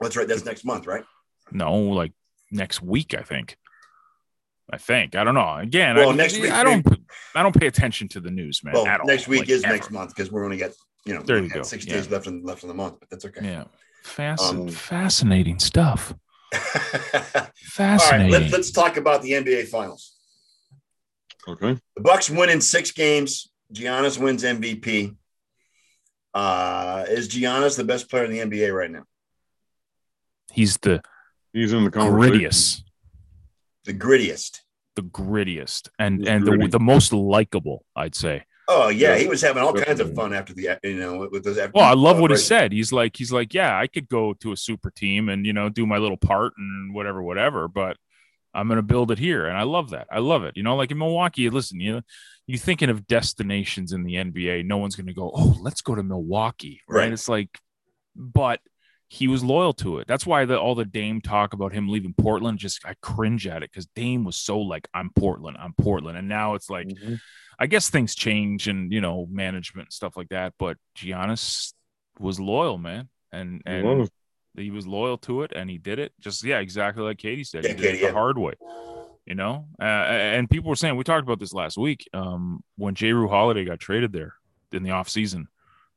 Speaker 2: That's right. That's next month, right?
Speaker 3: No, like next week, I think. I think I don't know. Again,
Speaker 2: Well,
Speaker 3: I,
Speaker 2: next week-
Speaker 3: I don't. I don't pay attention to the news, man.
Speaker 2: well,
Speaker 3: at all,
Speaker 2: next week
Speaker 3: like,
Speaker 2: is
Speaker 3: ever.
Speaker 2: next month because we're only got you know
Speaker 3: There
Speaker 2: we
Speaker 3: you
Speaker 2: got
Speaker 3: go,
Speaker 2: six
Speaker 3: yeah.
Speaker 2: days left in left in the month, but that's okay. [LAUGHS]
Speaker 3: Yeah, Fasc-
Speaker 2: Um,
Speaker 3: fascinating stuff.
Speaker 2: All right,
Speaker 3: Fascinating.
Speaker 2: let's, let's talk about the NBA Finals.
Speaker 4: Okay.
Speaker 2: The Bucks win in six games. Giannis wins MVP. Uh, is Giannis the best player in the NBA right now?
Speaker 3: He's the
Speaker 4: He's in the conversation.
Speaker 3: grittiest,
Speaker 2: The grittiest.
Speaker 3: the grittiest, and
Speaker 4: He's
Speaker 3: and the,
Speaker 4: gritty.
Speaker 3: the most likable, I'd say.
Speaker 2: Oh yeah,
Speaker 4: Yeah.
Speaker 2: he was having all kinds of
Speaker 4: Definitely.
Speaker 2: fun after the you know with those. After
Speaker 3: Well, I love what he
Speaker 2: celebration.
Speaker 3: said. He's like, he's like, yeah, I could go to a super team and you know do my little part and whatever, whatever. But I'm gonna build it here, and I love that. I love it. You know, like in Milwaukee, listen, you you thinking of destinations in the NBA, no one's gonna go, oh, let's go to Milwaukee, right?
Speaker 2: Right.
Speaker 3: It's like, but he was loyal to it. That's why the, all the Dame talk about him leaving Portland just I cringe at it because Dame was so like I'm Portland, I'm Portland, and now it's like
Speaker 4: Mm-hmm.
Speaker 2: Mhm.
Speaker 3: I guess things change and you know management and stuff like that. But Giannis was loyal, man, and
Speaker 4: He
Speaker 3: and
Speaker 4: was.
Speaker 3: he was loyal to it and he did it just yeah exactly like katie said he
Speaker 2: Yeah,
Speaker 3: did
Speaker 2: Katie,
Speaker 3: it the
Speaker 2: yeah.
Speaker 3: hard way you know uh, and people were saying we talked about this last week um, when j Rue holiday got traded there in the offseason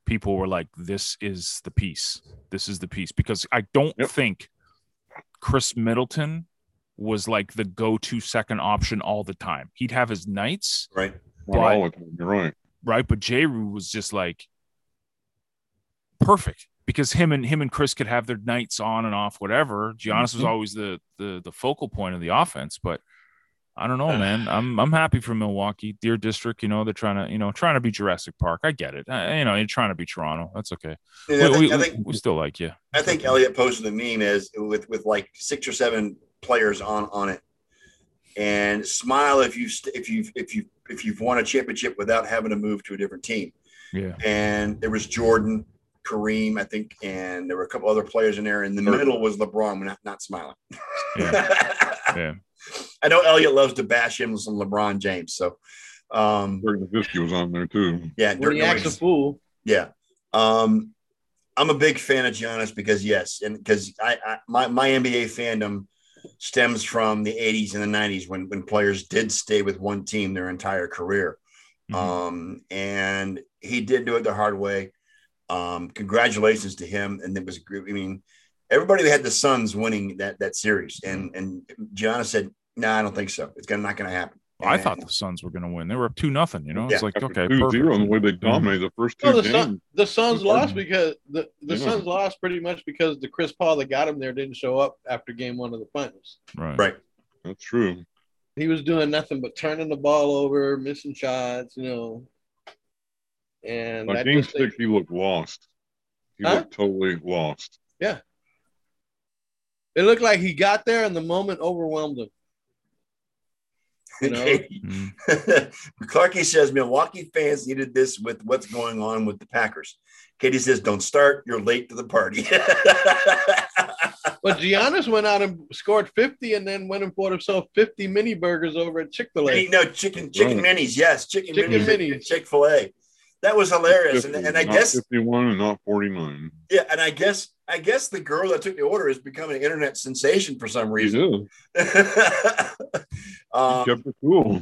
Speaker 3: people were like this is the piece this is the piece because i don't
Speaker 4: Yep.
Speaker 3: think chris middleton was like the go-to second option all the time he'd have his nights
Speaker 2: Right.
Speaker 4: Not all the time. You're right.
Speaker 3: right? But Jeru was just like perfect because him and him and Chris could have their nights on and off, whatever. Giannis was
Speaker 4: Mhm.
Speaker 3: always the the the focal point of the offense, but I don't know, man. I'm I'm happy for Milwaukee, Deer District. You know they're trying to you know trying to be Jurassic Park. I get it. Uh you know you're trying to be Toronto. That's okay.
Speaker 2: And
Speaker 3: We,
Speaker 2: I, think,
Speaker 3: we,
Speaker 2: I
Speaker 3: we-
Speaker 2: think
Speaker 3: we still like you.
Speaker 2: I think Elliot posted the meme as with with like six or seven players on on it, and smile if you st- if you if you if you've won a championship without having to move to a different team.
Speaker 3: Yeah.
Speaker 2: And there was Jordan, Kareem, I think, and there were a couple other players in there. In the middle was LeBron, not, not smiling. [LAUGHS]
Speaker 3: Yeah.
Speaker 2: I know Elliot loves to bash him with some LeBron James, so um,
Speaker 4: Dirk Nowitzki was on there too.
Speaker 2: yeah,
Speaker 5: When he
Speaker 2: Dirk
Speaker 5: acts a
Speaker 2: Nowitzki.
Speaker 5: fool,
Speaker 2: Yeah. Um, I'm a big fan of Giannis because yes, and because I, I my, my NBA fandom stems from the 80s and the 90s when when players did stay with one team their entire career.
Speaker 3: Mhm.
Speaker 2: Um, and he did do it the hard way. Um, congratulations to him. And it was gr- I mean, everybody had the Suns winning that that series, and and Giannis said, No, I don't think so. It's gonna not gonna happen.
Speaker 3: I
Speaker 2: And-
Speaker 3: thought the Suns were going to win. They were up two nothing. You know, it's
Speaker 2: Yeah.
Speaker 3: like
Speaker 4: After
Speaker 3: okay,
Speaker 4: 2-0 and the
Speaker 3: perfect. Mm-hmm.
Speaker 4: way they dominated the first two
Speaker 5: No, the Sun-
Speaker 4: games.
Speaker 5: the Suns
Speaker 4: Jordan.
Speaker 5: lost because the the
Speaker 4: Yeah.
Speaker 5: Suns lost pretty much because the Chris Paul that got him there didn't show up after Game One of the Finals.
Speaker 3: right.
Speaker 2: Right.
Speaker 4: That's true.
Speaker 5: He was doing nothing but turning the ball over, missing shots, you know. And
Speaker 4: By
Speaker 5: that
Speaker 4: game
Speaker 5: just
Speaker 4: six, he looked lost. He
Speaker 5: Huh?
Speaker 4: looked totally lost.
Speaker 5: it looked like he got there and the moment overwhelmed him.
Speaker 2: [LAUGHS]
Speaker 5: You know,
Speaker 3: Mhm.
Speaker 2: Clarky says Milwaukee fans needed this with what's going on with the Packers. Katie says, "Don't start. You're late to the party." [LAUGHS]
Speaker 5: but Giannis went out and scored 50 and then went and bought himself 50 mini burgers over at Chick fil A.
Speaker 2: no chicken, chicken minis. Yes, chicken,
Speaker 5: Chicken
Speaker 2: minis.
Speaker 5: minis.
Speaker 2: Chick Fil A. That was hilarious, and,
Speaker 4: 50,
Speaker 2: and I
Speaker 4: not
Speaker 2: guess
Speaker 4: 51 and not 49.
Speaker 2: yeah, and I guess I guess the girl that took the order has become an internet sensation for some
Speaker 4: He
Speaker 2: reason.
Speaker 4: did. He
Speaker 2: um, [LAUGHS]
Speaker 4: kept it cool.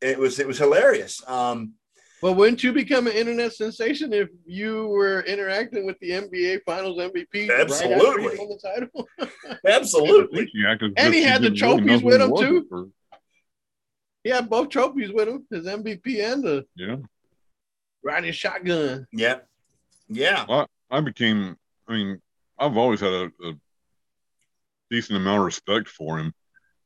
Speaker 2: it was it was hilarious. Um,
Speaker 5: But wouldn't you become an internet sensation if you were interacting with the NBA Finals MVP? right after he
Speaker 2: Absolutely.
Speaker 5: won the title? [LAUGHS]
Speaker 4: I think
Speaker 2: absolutely.
Speaker 4: he acted
Speaker 5: And he
Speaker 4: just-
Speaker 5: had the
Speaker 4: didn't really
Speaker 5: trophies
Speaker 4: know who
Speaker 5: with
Speaker 4: he
Speaker 5: him,
Speaker 4: was
Speaker 5: too.
Speaker 4: at first.
Speaker 5: He had both trophies with him, his MVP and the
Speaker 4: Yeah.
Speaker 5: riding shotgun.
Speaker 2: Yeah, yeah.
Speaker 4: I became, I mean, I've always had a, a decent amount of respect for him.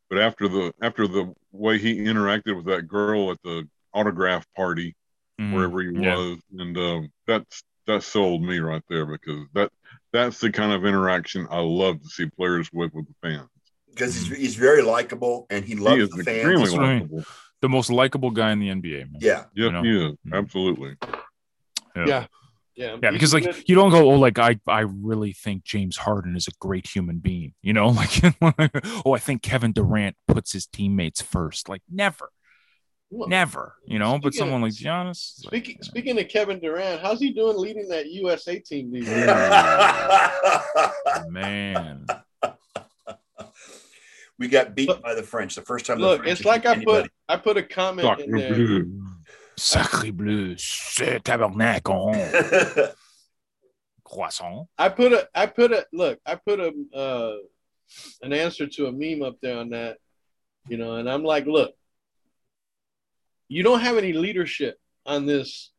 Speaker 4: But after the after the way he interacted with that girl at the autograph party,
Speaker 5: Mm,
Speaker 3: Mhm.
Speaker 4: wherever he
Speaker 3: Yeah.
Speaker 4: was, and um, that's that sold me right there because that that's the kind of interaction I love to see players with with the fans.
Speaker 2: Because he's, he's very likable and he
Speaker 4: he
Speaker 2: loves
Speaker 4: is
Speaker 2: the fans.
Speaker 4: extremely
Speaker 3: That's what I mean.
Speaker 4: likable.
Speaker 3: The most likable guy in the NBA, man.
Speaker 2: Yeah.
Speaker 4: Yes,
Speaker 3: know?
Speaker 4: he is
Speaker 3: Mhm.
Speaker 4: absolutely.
Speaker 5: Yeah,
Speaker 3: Yeah,
Speaker 5: he
Speaker 3: because like
Speaker 5: commit-
Speaker 3: you don't go, oh, like I, I really think James Harden is a great human being, you know, [LAUGHS] like, oh, I think Kevin Durant puts his teammates first, like never,
Speaker 5: look,
Speaker 3: never, you know.
Speaker 5: Speaking
Speaker 3: But
Speaker 5: of-
Speaker 3: someone like Giannis, is like,
Speaker 5: Speaking, speaking of Kevin Durant, how's he doing leading that USA team these days?
Speaker 3: man,
Speaker 2: [LAUGHS] we got beat
Speaker 5: Look-
Speaker 2: by the French the first time. the
Speaker 5: Look,
Speaker 2: French
Speaker 5: it's like I
Speaker 2: beat
Speaker 5: put I put a comment in
Speaker 4: Dr.
Speaker 5: there.
Speaker 4: Blue.
Speaker 3: sacré bleu, ce tabernacle, oh,
Speaker 2: anybody.
Speaker 3: croissant.
Speaker 5: I put a I put a look, I put a uh, an answer to a meme up there on that, you know, and I'm like, look, you don't have any leadership on this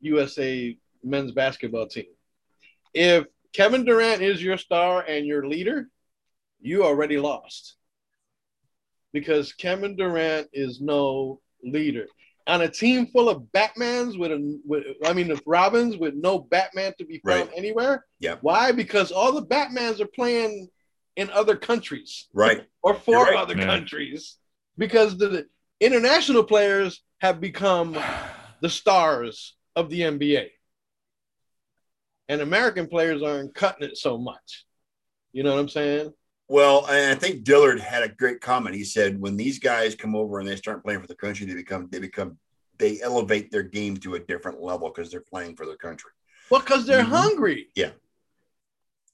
Speaker 5: USA men's basketball team. If Kevin Durant is your star and your leader, you already lost. Because Kevin Durant is no leader. On a team full of Batmans with a with, I mean the Robins with no Batman to be found
Speaker 2: Right.
Speaker 5: anywhere.
Speaker 2: Yeah.
Speaker 5: Why? Because all the Batmans are playing in other countries
Speaker 2: [LAUGHS] right.
Speaker 5: or
Speaker 2: You're
Speaker 5: for
Speaker 2: right.
Speaker 5: other
Speaker 3: Yeah.
Speaker 5: countries because the international players
Speaker 2: [SIGHS]
Speaker 5: have become the stars of the NBA. and American players aren't cutting it so much. You know what I'm saying?
Speaker 2: Well, and I think Dillard had a great comment. He said, "When these guys come over and they start playing for the country, they become they become they elevate their game to a different level because they're playing for their country."
Speaker 5: Well, because they're
Speaker 2: Mhm.
Speaker 5: hungry.
Speaker 2: Yeah.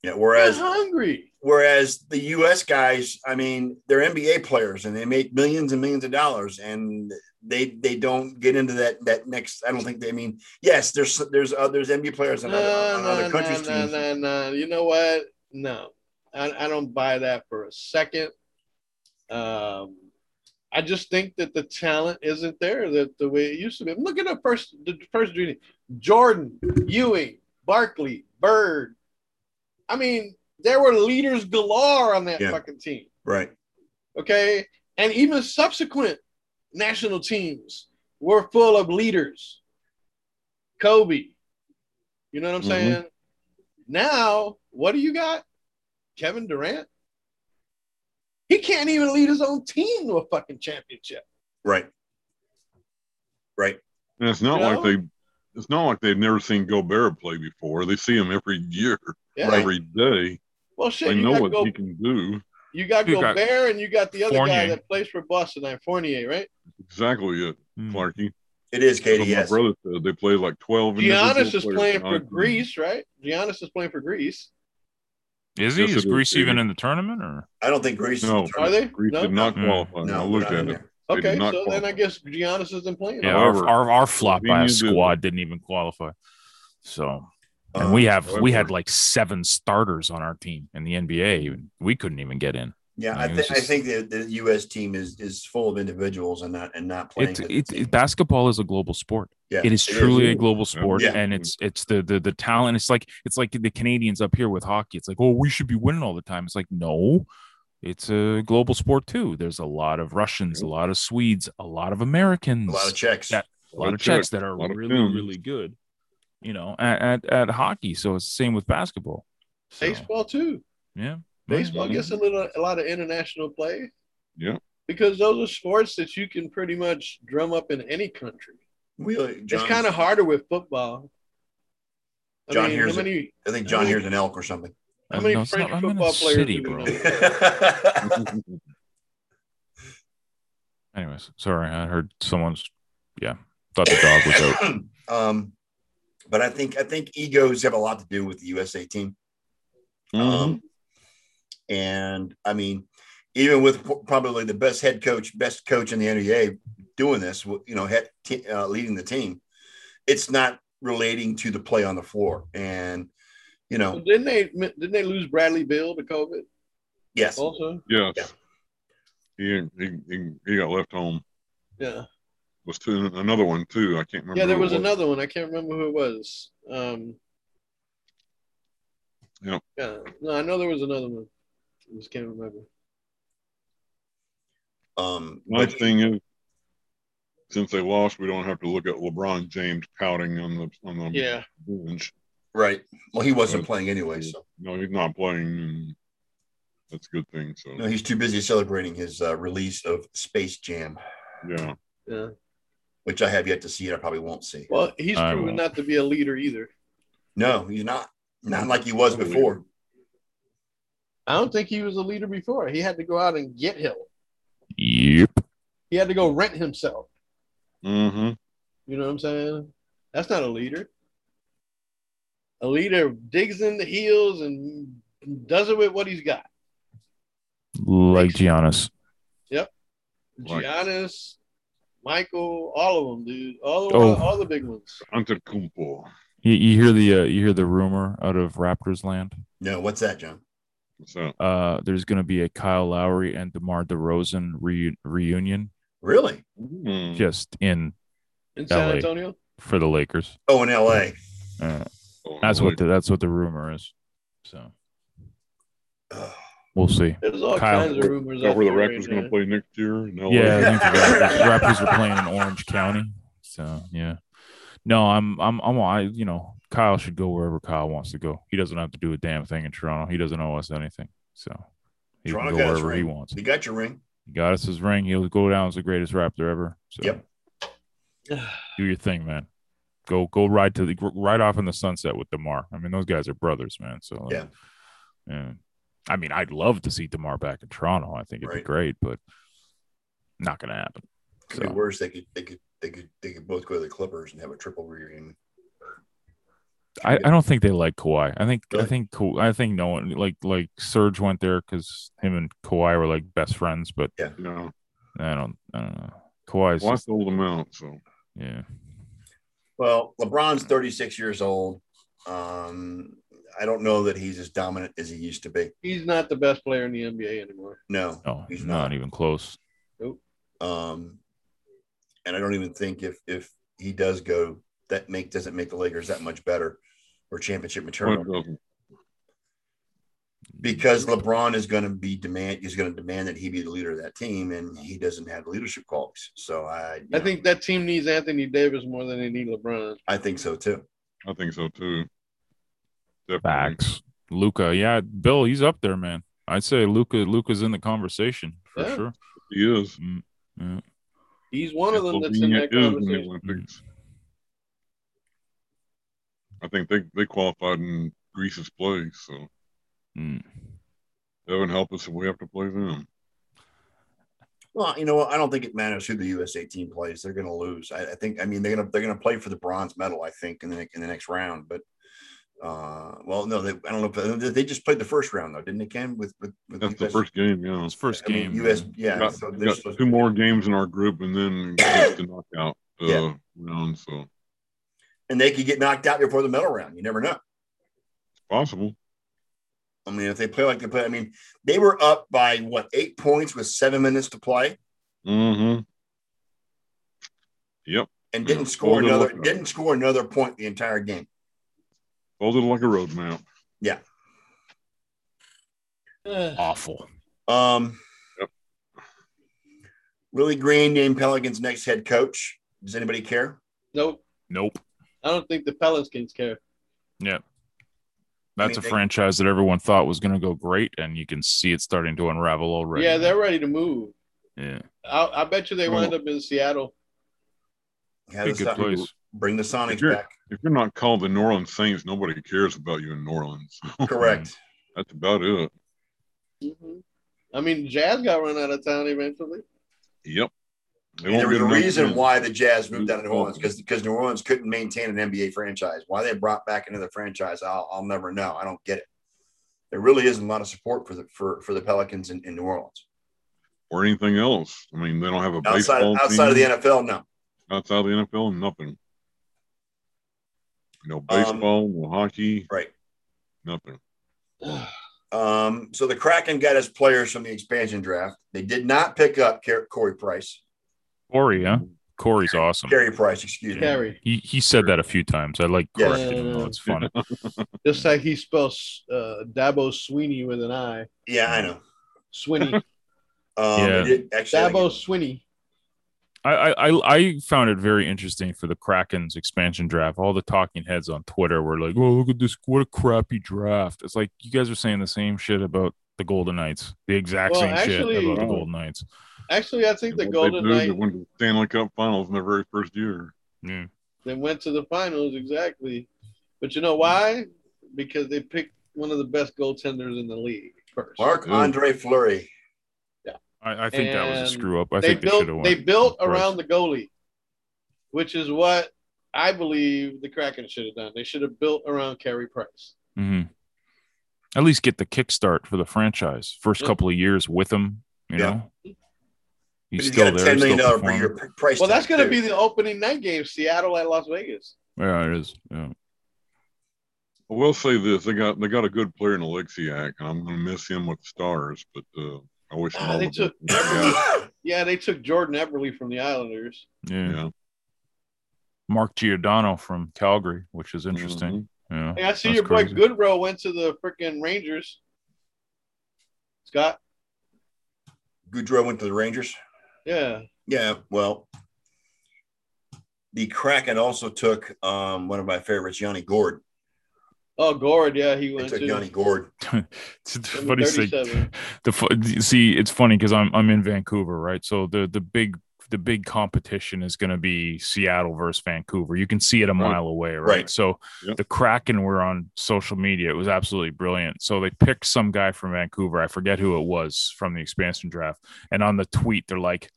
Speaker 5: They're
Speaker 2: Whereas
Speaker 5: hungry.
Speaker 2: whereas the U.S. guys, I mean, they're NBA players and they make millions and millions of dollars, and they they don't get into that that next. I don't think they I mean. Yes, there's there's others NBA players
Speaker 5: No,
Speaker 2: on other, on
Speaker 5: no,
Speaker 2: other countries
Speaker 5: no,
Speaker 2: teams.
Speaker 5: no, no. You know what? No, I, I don't buy that for a second. Um, I just think that the talent isn't there that the way it used to be. Look at the first, the first dream. Jordan, Ewing, Barkley, Bird. I mean, there were leaders galore on that
Speaker 2: Yeah.
Speaker 5: fucking team.
Speaker 2: Right.
Speaker 5: okay? And even subsequent national teams were full of leaders. Kobe, you know what I'm
Speaker 4: Mhm.
Speaker 5: saying? Now, what do you got? Kevin Durant? He can't even lead his own team to a fucking championship.
Speaker 2: Right. Right.
Speaker 4: And it's not
Speaker 5: You
Speaker 4: like
Speaker 5: know?
Speaker 4: they it's not like they've never seen Gobert play before. They see him every year,
Speaker 5: Yeah.
Speaker 2: Right.
Speaker 4: every day.
Speaker 5: Well, shit,
Speaker 4: they
Speaker 5: you
Speaker 4: know
Speaker 5: got,
Speaker 4: what
Speaker 5: Go,
Speaker 4: he can do.
Speaker 5: you got
Speaker 3: You got
Speaker 5: Gobert and you got the other guy
Speaker 3: Fournier.
Speaker 5: that plays for Boston, I Fournier, right?
Speaker 4: Exactly it,
Speaker 3: Mm.
Speaker 4: Clarky.
Speaker 2: It is Katie.
Speaker 4: But
Speaker 2: Yes.
Speaker 4: My brother said they play like twelve. individual
Speaker 5: Giannis is
Speaker 4: players
Speaker 5: playing
Speaker 4: on our
Speaker 5: for
Speaker 4: team.
Speaker 5: Greece, right? Giannis is playing for Greece.
Speaker 3: Is he?
Speaker 4: Yes, it
Speaker 3: Is
Speaker 4: is,
Speaker 3: Greece
Speaker 4: it
Speaker 3: even
Speaker 4: is.
Speaker 3: in the tournament or?
Speaker 2: I don't think Greece. is
Speaker 4: No.
Speaker 2: the
Speaker 5: Are
Speaker 2: tournament.
Speaker 5: they?
Speaker 4: Greece
Speaker 5: no?
Speaker 4: did not
Speaker 3: No.
Speaker 2: No,
Speaker 4: qualify. I
Speaker 2: they're
Speaker 4: looked
Speaker 2: not
Speaker 4: at
Speaker 2: in
Speaker 4: it.
Speaker 2: there.
Speaker 4: They did
Speaker 5: Okay,
Speaker 4: not
Speaker 5: so then I
Speaker 4: qualify.
Speaker 5: guess Giannis isn't playing.
Speaker 3: Yeah,
Speaker 4: However,
Speaker 3: our, our our flop by a
Speaker 4: Slovenia did.
Speaker 3: squad didn't even qualify. So and
Speaker 2: Uh,
Speaker 3: we have we had
Speaker 4: however-
Speaker 3: like seven starters on our team in the NBA. even- We couldn't even get in.
Speaker 2: Yeah,
Speaker 3: I
Speaker 2: I, think
Speaker 3: mean, it's
Speaker 2: I
Speaker 3: just-
Speaker 2: think the, the U.S. team is is full of individuals and not and not playing.
Speaker 3: It,
Speaker 2: as a
Speaker 3: it,
Speaker 2: team.
Speaker 3: it- basketball is a global sport.
Speaker 2: yeah,
Speaker 3: It is truly a global
Speaker 4: Yeah.
Speaker 3: sport,
Speaker 2: Yeah.
Speaker 3: and it's it's the, the the talent. It's like it's like the Canadians up here with hockey. It's like oh, we should be winning all the time. It's like no, it's a global sport too. There's a lot of Russians, a lot of Swedes, a lot of Americans,
Speaker 2: a lot of checks.
Speaker 3: that- a lot of Czechs that are
Speaker 4: lot of
Speaker 3: really
Speaker 4: Finns.
Speaker 3: really good. You know, at, at at hockey. So it's the same with basketball. So,
Speaker 5: Baseball too.
Speaker 3: yeah,
Speaker 5: Baseball
Speaker 4: Mhm.
Speaker 5: gets a little a lot of international play.
Speaker 4: Yeah.
Speaker 5: Because those are sports that you can pretty much drum up in any country.
Speaker 2: We, uh,
Speaker 5: It's kind of harder with football. I
Speaker 2: John
Speaker 5: mean,
Speaker 2: hears
Speaker 5: how many
Speaker 2: I think John hears an elk or something.
Speaker 5: how
Speaker 3: Uh,
Speaker 5: many
Speaker 3: no, it's
Speaker 5: French
Speaker 3: not- I'm in a
Speaker 5: football players
Speaker 3: city,
Speaker 5: do we
Speaker 3: bro.
Speaker 5: know?
Speaker 3: Anyways, sorry, I heard someone's. Yeah, thought the dog was
Speaker 2: [LAUGHS]
Speaker 3: out.
Speaker 2: um, but I think I think egos have a lot to do with the USA team.
Speaker 4: Mhm.
Speaker 2: [LAUGHS] Um, and I mean, even with p- probably the best head coach, best coach in the NBA doing this, w- you know, head t- uh, leading the team, it's not relating to the play on the floor. And, you
Speaker 5: So
Speaker 2: know,
Speaker 5: didn't they didn't they lose Bradley Bill to COVID
Speaker 2: yes,
Speaker 5: also?
Speaker 2: Yeah.
Speaker 4: Yes. He, he, he, he got left home.
Speaker 5: Yeah.
Speaker 4: Was two, another one too. I can't remember.
Speaker 5: Yeah, there
Speaker 4: who it
Speaker 5: was another one. I can't remember who it was. Um
Speaker 4: Yeah.
Speaker 5: yeah. No, I know there was another one. I just can't remember.
Speaker 2: um,
Speaker 4: Nice
Speaker 2: but-
Speaker 4: thing is, since they lost, we don't have to look at LeBron James pouting on the on the
Speaker 5: Yeah.
Speaker 4: bench.
Speaker 2: right. Well, he wasn't
Speaker 4: Right.
Speaker 2: playing anyway, so
Speaker 4: No, he's not playing. and That's a good thing. So
Speaker 2: no, he's too busy celebrating his uh, release of Space Jam,
Speaker 4: yeah,
Speaker 5: Yeah.
Speaker 2: which I have yet to see, and I probably won't see.
Speaker 5: Well, he's
Speaker 3: I
Speaker 5: proven
Speaker 3: will.
Speaker 5: not to be a leader either.
Speaker 2: No, he's not. Not like he was
Speaker 4: Totally.
Speaker 2: before.
Speaker 5: I don't think he was a leader before. He had to go out and get help.
Speaker 3: Yep.
Speaker 5: He had to go rent himself.
Speaker 4: mm-hmm.
Speaker 5: You know what I'm saying? That's not a leader. A leader digs in the heels and does it with what he's got.
Speaker 3: Like Giannis.
Speaker 4: Right.
Speaker 5: Giannis, Michael, all of them, dude. All the,
Speaker 3: Oh.
Speaker 5: all the big ones.
Speaker 4: Antetokounmpo.
Speaker 3: You, you hear the uh, you hear the rumor out of Raptors land.
Speaker 2: No, what's that, John?
Speaker 4: What's that?
Speaker 3: Uh, there's going to be a Kyle Lowry and DeMar DeRozan reu- reunion
Speaker 2: Really?
Speaker 4: Mm.
Speaker 3: just in
Speaker 5: In San
Speaker 3: LA.
Speaker 5: Antonio?
Speaker 3: for the Lakers.
Speaker 2: Oh, in LA.
Speaker 3: Uh,
Speaker 4: Oh,
Speaker 3: that's
Speaker 4: like,
Speaker 3: what the, that's what the rumor is. So
Speaker 2: Ugh.
Speaker 3: we'll see.
Speaker 5: There's all
Speaker 3: Kyle.
Speaker 5: kinds of rumors.
Speaker 4: is that
Speaker 5: out
Speaker 4: where the
Speaker 5: there right
Speaker 4: Raptors going
Speaker 5: now.
Speaker 4: to play next year? No,
Speaker 3: Yeah, I think the
Speaker 4: [LAUGHS]
Speaker 3: Raptors are playing in Orange County. So yeah, no, I'm I'm I'm I you know Kyle should go wherever Kyle wants to go. He doesn't have to do a damn thing in Toronto. He doesn't owe us anything. So he
Speaker 2: Toronto
Speaker 3: can
Speaker 2: got
Speaker 3: go
Speaker 2: his
Speaker 3: wherever he
Speaker 2: ring.
Speaker 3: wants.
Speaker 2: You got your ring.
Speaker 3: He got us his ring. He'll go down as the greatest Raptor ever. So
Speaker 2: Yep.
Speaker 3: do your thing, man. go go ride to the ride off in the sunset with Demar. I mean, those guys are brothers, man. So
Speaker 2: Yeah.
Speaker 3: yeah. I mean, I'd love to see Demar back in Toronto. I think it'd
Speaker 2: Right.
Speaker 3: be great, but not gonna happen.
Speaker 2: Could be
Speaker 3: So-
Speaker 2: worse. They could they could they could they could both go to the Clippers and have a triple reunion.
Speaker 3: I, I don't think they like Kawhi. I think I
Speaker 2: Really?
Speaker 3: think Ka- I think no one like like Serge went there because him and Kawhi were like best friends, but
Speaker 4: You know,
Speaker 3: I don't I don't know. Kawhi's
Speaker 4: well, I sold them out. So
Speaker 3: yeah.
Speaker 2: Well, LeBron's 36 years old. Um, I don't know that he's as dominant as he used to be.
Speaker 5: He's not the best player in the NBA anymore.
Speaker 2: No,
Speaker 3: No,
Speaker 2: he's
Speaker 3: not
Speaker 2: not.
Speaker 3: even close.
Speaker 2: Um, and I don't even think if if he does go, that make doesn't make the Lakers that much better or championship
Speaker 4: well, it
Speaker 2: material
Speaker 4: doesn't.
Speaker 2: because LeBron is going to be demand. He's going to demand that he be the leader of that team, and he doesn't have leadership qualities. So I, you
Speaker 5: I
Speaker 2: know,
Speaker 5: think that team needs Anthony Davis more than they need LeBron.
Speaker 2: I think so too.
Speaker 4: I think so too. Definitely.
Speaker 3: Facts. Luca, yeah, Bill, he's up there, man. I'd say Luca Luca's in the conversation for
Speaker 5: Yeah.
Speaker 3: sure.
Speaker 4: He is.
Speaker 3: Mm, yeah.
Speaker 5: He's one of them that's in
Speaker 4: Slovenia
Speaker 5: that
Speaker 4: is in the
Speaker 5: conversation.
Speaker 4: Olympics. I think they, they qualified in Greece's play, so
Speaker 3: Mm.
Speaker 4: that would help us if we have to play them.
Speaker 2: Well, you know what? I don't think it matters who the USA team plays. They're going to lose. I, I think. I mean, they're going to they're going to play for the bronze medal. I think in the in the next round. But uh, well, no, they, I don't know. If, uh, they- they just played the first round though, didn't they? Ken with with, with
Speaker 4: That's the
Speaker 2: US?
Speaker 4: first game, yeah.
Speaker 3: His first
Speaker 2: I mean,
Speaker 3: game.
Speaker 2: US.
Speaker 3: man.
Speaker 2: Yeah.
Speaker 4: got,
Speaker 2: so
Speaker 4: we
Speaker 2: they're
Speaker 4: got
Speaker 2: supposed
Speaker 4: two
Speaker 2: to-
Speaker 4: more games in our group and then it's the knockout uh,
Speaker 2: Yeah.
Speaker 4: round, so it's
Speaker 2: and they could get knocked out before the medal round. You never know.
Speaker 4: possible.
Speaker 2: I mean, if they play like they play, I mean, they were up by what eight points with seven minutes to play
Speaker 4: Mm-hmm. Yep.
Speaker 2: and didn't
Speaker 4: Yeah,
Speaker 2: score
Speaker 4: well, they're
Speaker 2: another
Speaker 4: looking up.
Speaker 2: didn't score another point the entire game.
Speaker 4: Folded like a roadmap.
Speaker 5: Eh,
Speaker 3: Awful.
Speaker 2: Um,
Speaker 4: Yep.
Speaker 2: Willie Green named Pelicans next head coach. Does anybody care?
Speaker 5: nope.
Speaker 3: Nope.
Speaker 5: I don't think the Pelicans care.
Speaker 3: That's
Speaker 2: I mean,
Speaker 3: a
Speaker 2: they-
Speaker 3: franchise that everyone thought was gonna go great, and you can see it starting to unravel already.
Speaker 5: Yeah, they're ready to move.
Speaker 3: yeah.
Speaker 5: I, I bet you they wind up in Seattle.
Speaker 2: Have
Speaker 3: Be
Speaker 2: the
Speaker 3: good
Speaker 2: Son-
Speaker 3: place.
Speaker 2: Bring the Sonics
Speaker 4: Sure.
Speaker 2: back.
Speaker 4: If you're not called the New Orleans Saints, nobody cares about you in New Orleans.
Speaker 2: Correct.
Speaker 4: That's about it.
Speaker 5: Mhm. I mean, Jazz got run out of town
Speaker 4: [SIGHS]
Speaker 5: eventually.
Speaker 4: Yep. [LAUGHS] They
Speaker 2: And
Speaker 4: won't
Speaker 2: there was
Speaker 4: get
Speaker 2: a
Speaker 4: another
Speaker 2: reason
Speaker 4: chance.
Speaker 2: why the Jazz moved out of New
Speaker 4: Mhm.
Speaker 2: Orleans because because New Orleans couldn't maintain an NBA franchise. Why they brought back another franchise, I'll, I'll never know. I don't get it. There really isn't a lot of support for the for, for the Pelicans in, in New Orleans
Speaker 4: or anything else. I mean, they don't have a
Speaker 2: outside
Speaker 4: baseball
Speaker 2: outside of the
Speaker 4: team,
Speaker 2: NFL. No,
Speaker 4: outside of the NFL, nothing. No baseball,
Speaker 5: Um,
Speaker 4: no hockey,
Speaker 2: right.
Speaker 4: nothing.
Speaker 2: Um, so the Kraken got his players from the expansion draft. They did not pick up Car- Corey Price,
Speaker 3: Corey, yeah. Corey's awesome.
Speaker 2: Carey Price, excuse me.
Speaker 5: Carry.
Speaker 3: He he said that a few times. I like
Speaker 2: Yes.
Speaker 3: correcting him. though. It's funny.
Speaker 5: Just like he spells uh, Dabo Sweeney with an I.
Speaker 2: Yeah, I know.
Speaker 4: [LAUGHS]
Speaker 5: Sweeney.
Speaker 2: Um,
Speaker 3: Yeah.
Speaker 2: they did- actually, I
Speaker 5: Dabo
Speaker 2: think-
Speaker 5: Sweeney.
Speaker 3: I, I- I I found it very interesting for the Kraken's expansion draft. All the talking heads on Twitter were like, "Oh, look at this! What a crappy draft!" It's like you guys are saying the same shit about the Golden Knights, the exact
Speaker 5: Well,
Speaker 3: same
Speaker 5: actually-
Speaker 3: shit about the
Speaker 2: Oh.
Speaker 3: Golden Knights.
Speaker 5: Actually, I think the
Speaker 4: And what they
Speaker 5: Golden
Speaker 4: do is they
Speaker 5: Knights
Speaker 4: went to the Stanley Cup Finals in their very first year.
Speaker 3: Yeah.
Speaker 5: They went to the finals exactly, but you know why? Because they picked one of the best goaltenders in the league first.
Speaker 2: Mark Andre Fleury.
Speaker 3: I, I think that was
Speaker 5: And
Speaker 3: a screw up. I
Speaker 5: they
Speaker 3: think they should have
Speaker 5: built
Speaker 3: won.
Speaker 5: they built
Speaker 3: Price.
Speaker 5: around the goalie, which is what I believe the Kraken should have done. They should have built around Carey Price.
Speaker 3: Mhm. At least get the kickstart for the franchise. First
Speaker 5: Yeah.
Speaker 3: couple of years with him, you
Speaker 2: Yeah.
Speaker 3: know,
Speaker 2: But
Speaker 3: he's
Speaker 2: He's
Speaker 3: still
Speaker 2: got a
Speaker 3: there.
Speaker 2: ten million
Speaker 3: Still
Speaker 2: dollar per
Speaker 3: performing.
Speaker 2: year p- price.
Speaker 5: Well, that's
Speaker 2: tag,
Speaker 5: going to
Speaker 2: too.
Speaker 5: be the opening night game, Seattle at Las Vegas.
Speaker 3: yeah, it is. Yeah.
Speaker 4: I will say this: they got they got a good player in Alexiak, and I'm going to miss him with the Stars. But uh, I wish him
Speaker 5: Ah,
Speaker 4: all
Speaker 5: they
Speaker 4: the best.
Speaker 5: took-
Speaker 4: [LAUGHS] Yeah,
Speaker 5: Yeah, they took Jordan Everly from the Islanders.
Speaker 3: yeah,
Speaker 4: yeah.
Speaker 3: Mark Giordano from Calgary, which is interesting.
Speaker 4: Mm-hmm.
Speaker 3: Yeah,
Speaker 2: Mm-hmm.
Speaker 5: Hey, I see
Speaker 3: that's
Speaker 5: your boy
Speaker 3: crazy.
Speaker 5: Goodrow went to the freaking Rangers. Scott,
Speaker 2: [COUGHS] Goudreau went to the Rangers.
Speaker 5: yeah,
Speaker 2: Yeah, well, the Kraken also took um, one of my favorites, Yanni Gord.
Speaker 5: oh Gord, yeah, he
Speaker 2: They
Speaker 5: went
Speaker 2: took
Speaker 5: to.
Speaker 2: Yanni Gord.
Speaker 3: [LAUGHS] It's the
Speaker 5: Number
Speaker 3: funny thing.
Speaker 5: 37.
Speaker 3: The fu- see, it's funny because I'm I'm in Vancouver, right? So the the big the big competition is going to be Seattle versus Vancouver. You can see it a
Speaker 4: Right.
Speaker 3: mile away, right?
Speaker 2: Right.
Speaker 3: So
Speaker 4: Yep.
Speaker 3: the Kraken were on social media. It was absolutely brilliant. So they picked some guy from Vancouver. I forget who it was from the expansion draft. And on the tweet, they're like,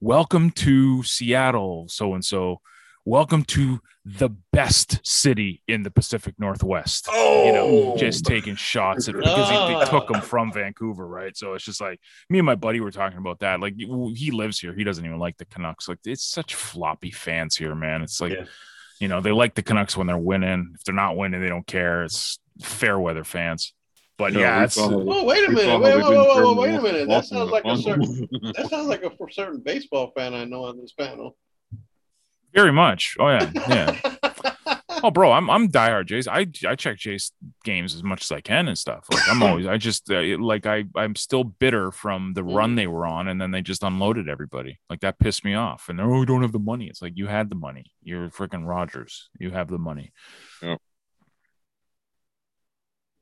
Speaker 3: Welcome to Seattle, so and so. Welcome to the best city in the Pacific Northwest.
Speaker 2: Oh,
Speaker 3: You know, just taking shots at because he, they took him from Vancouver, right? So it's just like me and my buddy were talking about that. Like you- he lives here, he doesn't even like the Canucks. Like it's such floppy fans here, man. It's like
Speaker 2: Yeah.
Speaker 3: you know they like the Canucks when they're winning. If they're not winning, they don't care. It's fair weather fans. But
Speaker 4: No,
Speaker 3: yeah,
Speaker 4: we
Speaker 3: it's,
Speaker 4: saw-
Speaker 5: Oh, wait a
Speaker 4: we saw
Speaker 5: minute.
Speaker 4: how
Speaker 5: Wait,
Speaker 4: they
Speaker 5: wait,
Speaker 4: did
Speaker 5: wait, wait,
Speaker 4: German
Speaker 5: wait a minute. That
Speaker 4: Boston
Speaker 5: sounds like a
Speaker 4: Boston.
Speaker 5: certain
Speaker 3: [LAUGHS]
Speaker 5: that sounds like a for certain baseball fan I know on this panel.
Speaker 3: very much. Oh yeah, yeah.
Speaker 5: [LAUGHS]
Speaker 3: Oh, bro, I'm I'm diehard Jays. I I check Jays games as much as I can and stuff. Like I'm always, I just uh, like I I'm still bitter from
Speaker 5: Mm.
Speaker 3: the run they were on, and then they just unloaded everybody. Like that pissed me off. And they're oh, we don't have the money. It's like you had the money. You're freaking Rogers. You have the money.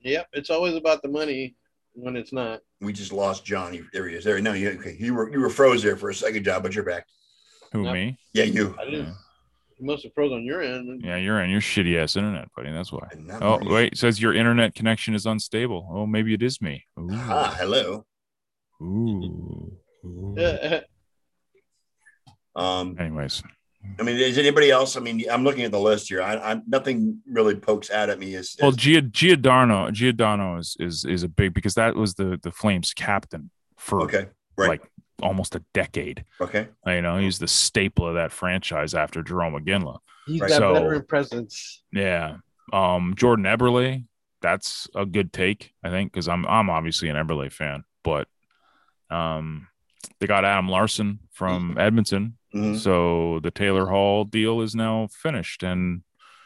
Speaker 5: yep, it's always about the money when it's not.
Speaker 2: we just lost Johnny. There he is. There. No, you, okay. you were you were froze there for a second, John, but you're back.
Speaker 3: Who
Speaker 5: Yep.
Speaker 3: me?
Speaker 2: Yeah, you.
Speaker 5: I didn't.
Speaker 3: Yeah.
Speaker 5: You must have froze on your end.
Speaker 3: Yeah, you're in your shitty ass internet, buddy. That's
Speaker 5: [LAUGHS]
Speaker 3: why.
Speaker 2: And not
Speaker 3: Oh
Speaker 2: mine.
Speaker 3: wait, it says your internet connection is unstable. Oh, maybe it
Speaker 5: [LAUGHS]
Speaker 3: is me. Ooh.
Speaker 2: Ah, hello.
Speaker 3: Ooh. Ooh.
Speaker 5: Yeah. [LAUGHS]
Speaker 2: Um,
Speaker 3: Anyways,
Speaker 2: I mean, is anybody else? I mean, I'm looking at the list here. I, I'm nothing really pokes out at me. Is
Speaker 3: Well, Gia, Giordano, Giordano is is is a big because that was the the Flames captain for
Speaker 2: okay, right,
Speaker 3: like almost a decade. Uh,
Speaker 2: okay.
Speaker 3: You know, he's the staple of that franchise after Jerome McGinley.
Speaker 5: He's
Speaker 2: Right.
Speaker 5: got
Speaker 3: So-
Speaker 5: veteran presence.
Speaker 3: Yeah, um, Jordan Eberle, that's a good take, I think, because I'm I'm obviously an Eberle fan, but um, they got Adam Larson
Speaker 2: Mm-hmm.
Speaker 3: from Edmonton,
Speaker 2: Mhm.
Speaker 3: so the Taylor Hall deal is now finished, and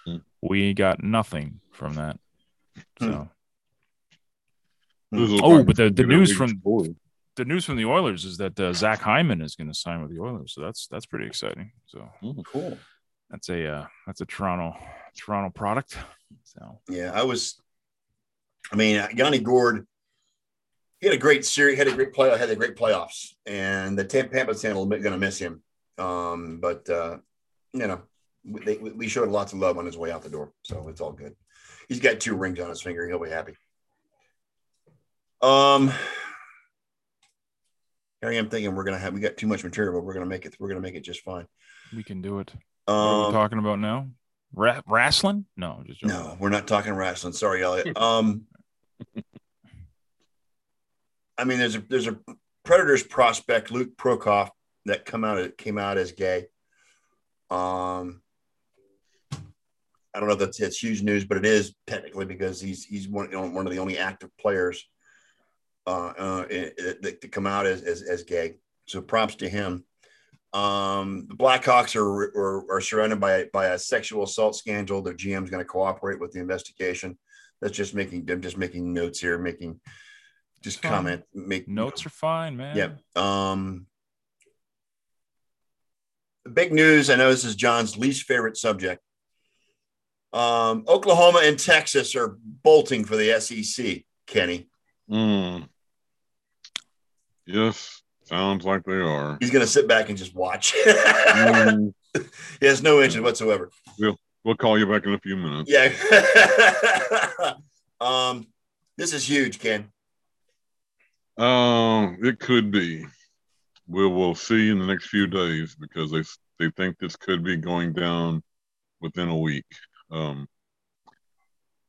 Speaker 4: Mm.
Speaker 3: we got nothing from that.
Speaker 2: Mm.
Speaker 3: So.
Speaker 4: [LAUGHS] This is
Speaker 3: Oh,
Speaker 4: like-
Speaker 3: but the- the
Speaker 4: get a
Speaker 3: news
Speaker 4: big
Speaker 3: from-
Speaker 4: score.
Speaker 3: the news from the Oilers is that uh, Zach Hyman is going to sign with the Oilers, so that's that's pretty exciting. So
Speaker 4: Oh,
Speaker 2: Cool.
Speaker 3: that's a uh, that's a Toronto Toronto product. So
Speaker 2: Yeah, I was. I mean, Yanni Gord. He had a great series. Had a great play. Had a great playoffs, and the Tampa Tampa's handle going to miss him. Um, but uh, you know, we, they, we showed lots of love on his way out the door, so it's all good. He's got two rings on his finger. He'll be happy. Um, Harry, I'm thinking we're gonna have we got too much material, but we're gonna make it. We're gonna make it just fine.
Speaker 3: we can do it. What are we
Speaker 2: Um,
Speaker 3: talking about now? Ra- wrestling? No, just joking.
Speaker 2: No, we're not talking wrestling. Sorry, Elliot. Um, I mean, there's a there's a Predators prospect Luke Prokof that come out came out as gay. Um, I don't know if that's, that's huge news, but it is technically because he's he's one, you know, one of the only active players uh, uh, that, that- that come out as, as as gay. So props to him. Um, the Blackhawks are, are are surrounded by by a sexual assault scandal. Their GM's going to cooperate with the investigation. That's just making them just making notes here, making just
Speaker 3: Fine.
Speaker 2: comment, make
Speaker 3: Notes are fine, man.
Speaker 2: Yep. Um, the big news. I know this is John's least favorite subject. Um, Oklahoma and Texas are bolting for the SEC. Kenny,
Speaker 4: Mm. Yes, sounds like they are.
Speaker 3: [LAUGHS]
Speaker 2: he's going to sit back and just watch.
Speaker 4: Mm,
Speaker 2: [LAUGHS] he has no interest whatsoever.
Speaker 4: we'll call you back in a few minutes.
Speaker 2: Yeah. [LAUGHS] um, this is huge, Ken.
Speaker 4: Um, it could be. We will see in the next few days because they they think this could be going down within a week. Um,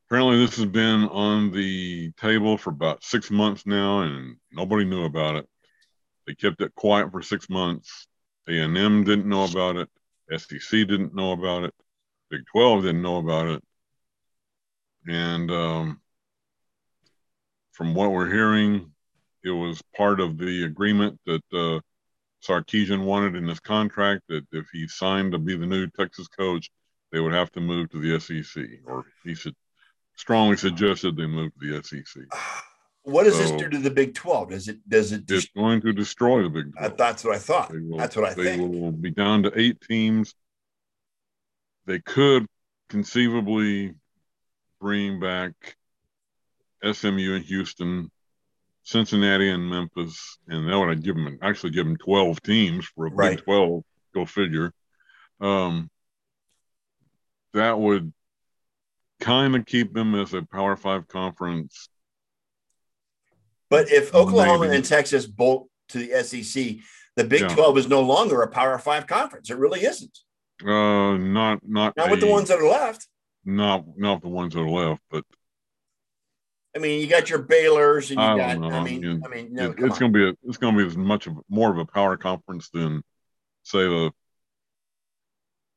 Speaker 4: apparently, this has been on the table for about six months now, and nobody knew about it. They kept it quiet for six months. A and M didn't know about it. SEC didn't know about it. Big Twelve didn't know about it. And um, from what we're hearing, it was part of the agreement that uh, Sarkeesian wanted in his contract that if he signed to be the new Texas coach, they would have to move to the SEC, or he should strongly suggested they move to the E SEC.
Speaker 2: What does this
Speaker 4: So-
Speaker 2: do to the Big Twelve? Does it? Does it?
Speaker 4: It's going to destroy the Big
Speaker 2: I,
Speaker 4: Twelve.
Speaker 2: that's what I thought.
Speaker 4: They will-
Speaker 2: That's what I
Speaker 4: They
Speaker 2: think.
Speaker 4: will be down to eight teams. They could conceivably bring back SMU and Houston Cincinnati and Memphis, and that would I give them actually give them twelve teams for a
Speaker 2: Right.
Speaker 4: Big Twelve. Go figure. Um, that would kind of keep them as a Power Five conference.
Speaker 2: But if Oklahoma
Speaker 4: Maybe.
Speaker 2: and Texas bolt to the SEC, the Big
Speaker 4: Yeah.
Speaker 2: 12 is no longer a Power Five conference. It really isn't.
Speaker 4: Uh, not not
Speaker 2: Not with the
Speaker 4: a-
Speaker 2: ones that are left.
Speaker 4: not not the ones that are left, but
Speaker 2: I mean, you got your Baylor's and you
Speaker 4: I
Speaker 2: got,
Speaker 4: don't know.
Speaker 2: I mean,
Speaker 4: You-
Speaker 2: I mean, no,
Speaker 4: it-
Speaker 2: come on.
Speaker 4: it's going to be a, it's going to be as much of more of a power conference than say the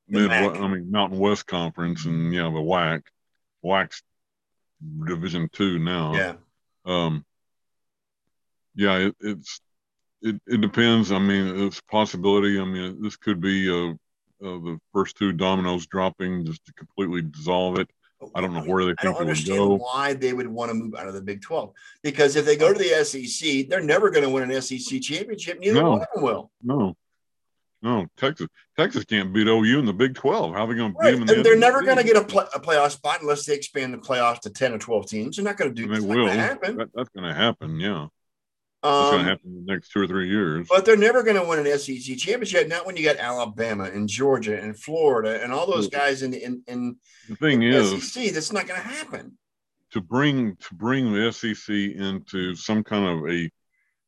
Speaker 2: The
Speaker 4: mid
Speaker 2: MAC.
Speaker 4: I mean Mountain West Conference and yeah the WAC WAC's Division Two now.
Speaker 2: yeah.
Speaker 4: Um. Yeah, it, it's it, it depends. I mean, it's a possibility. I mean, this could be uh, uh, the first two dominoes dropping just to completely dissolve it. I don't know where they
Speaker 2: I
Speaker 4: think
Speaker 2: don't
Speaker 4: it would
Speaker 2: understand
Speaker 4: go.
Speaker 2: why they would want to move out of the Big 12 because if they go to the SEC, they're never going to win an SEC championship. Neither
Speaker 4: No.
Speaker 2: one of them will.
Speaker 4: No, no, Texas. Texas can't beat OU in the Big Twelve. How are they going to beat
Speaker 2: Right.
Speaker 4: them?
Speaker 2: And
Speaker 4: in the E
Speaker 2: they're never
Speaker 4: SEC?
Speaker 2: going to get a, play, a playoff spot unless they expand the playoffs to 10 or 12 teams. They're not going to do
Speaker 4: And they
Speaker 2: that.
Speaker 4: will.
Speaker 2: happen.
Speaker 4: That, that's going to happen. Yeah, that's going
Speaker 2: Um,
Speaker 4: to happen in the next two or three years.
Speaker 2: But they're never going to win an SEC championship. Not when you got Alabama and Georgia and Florida and all those guys in in, in
Speaker 4: The thing is,
Speaker 2: SEC. That's not going to happen.
Speaker 4: to bring to bring the SEC into some kind of a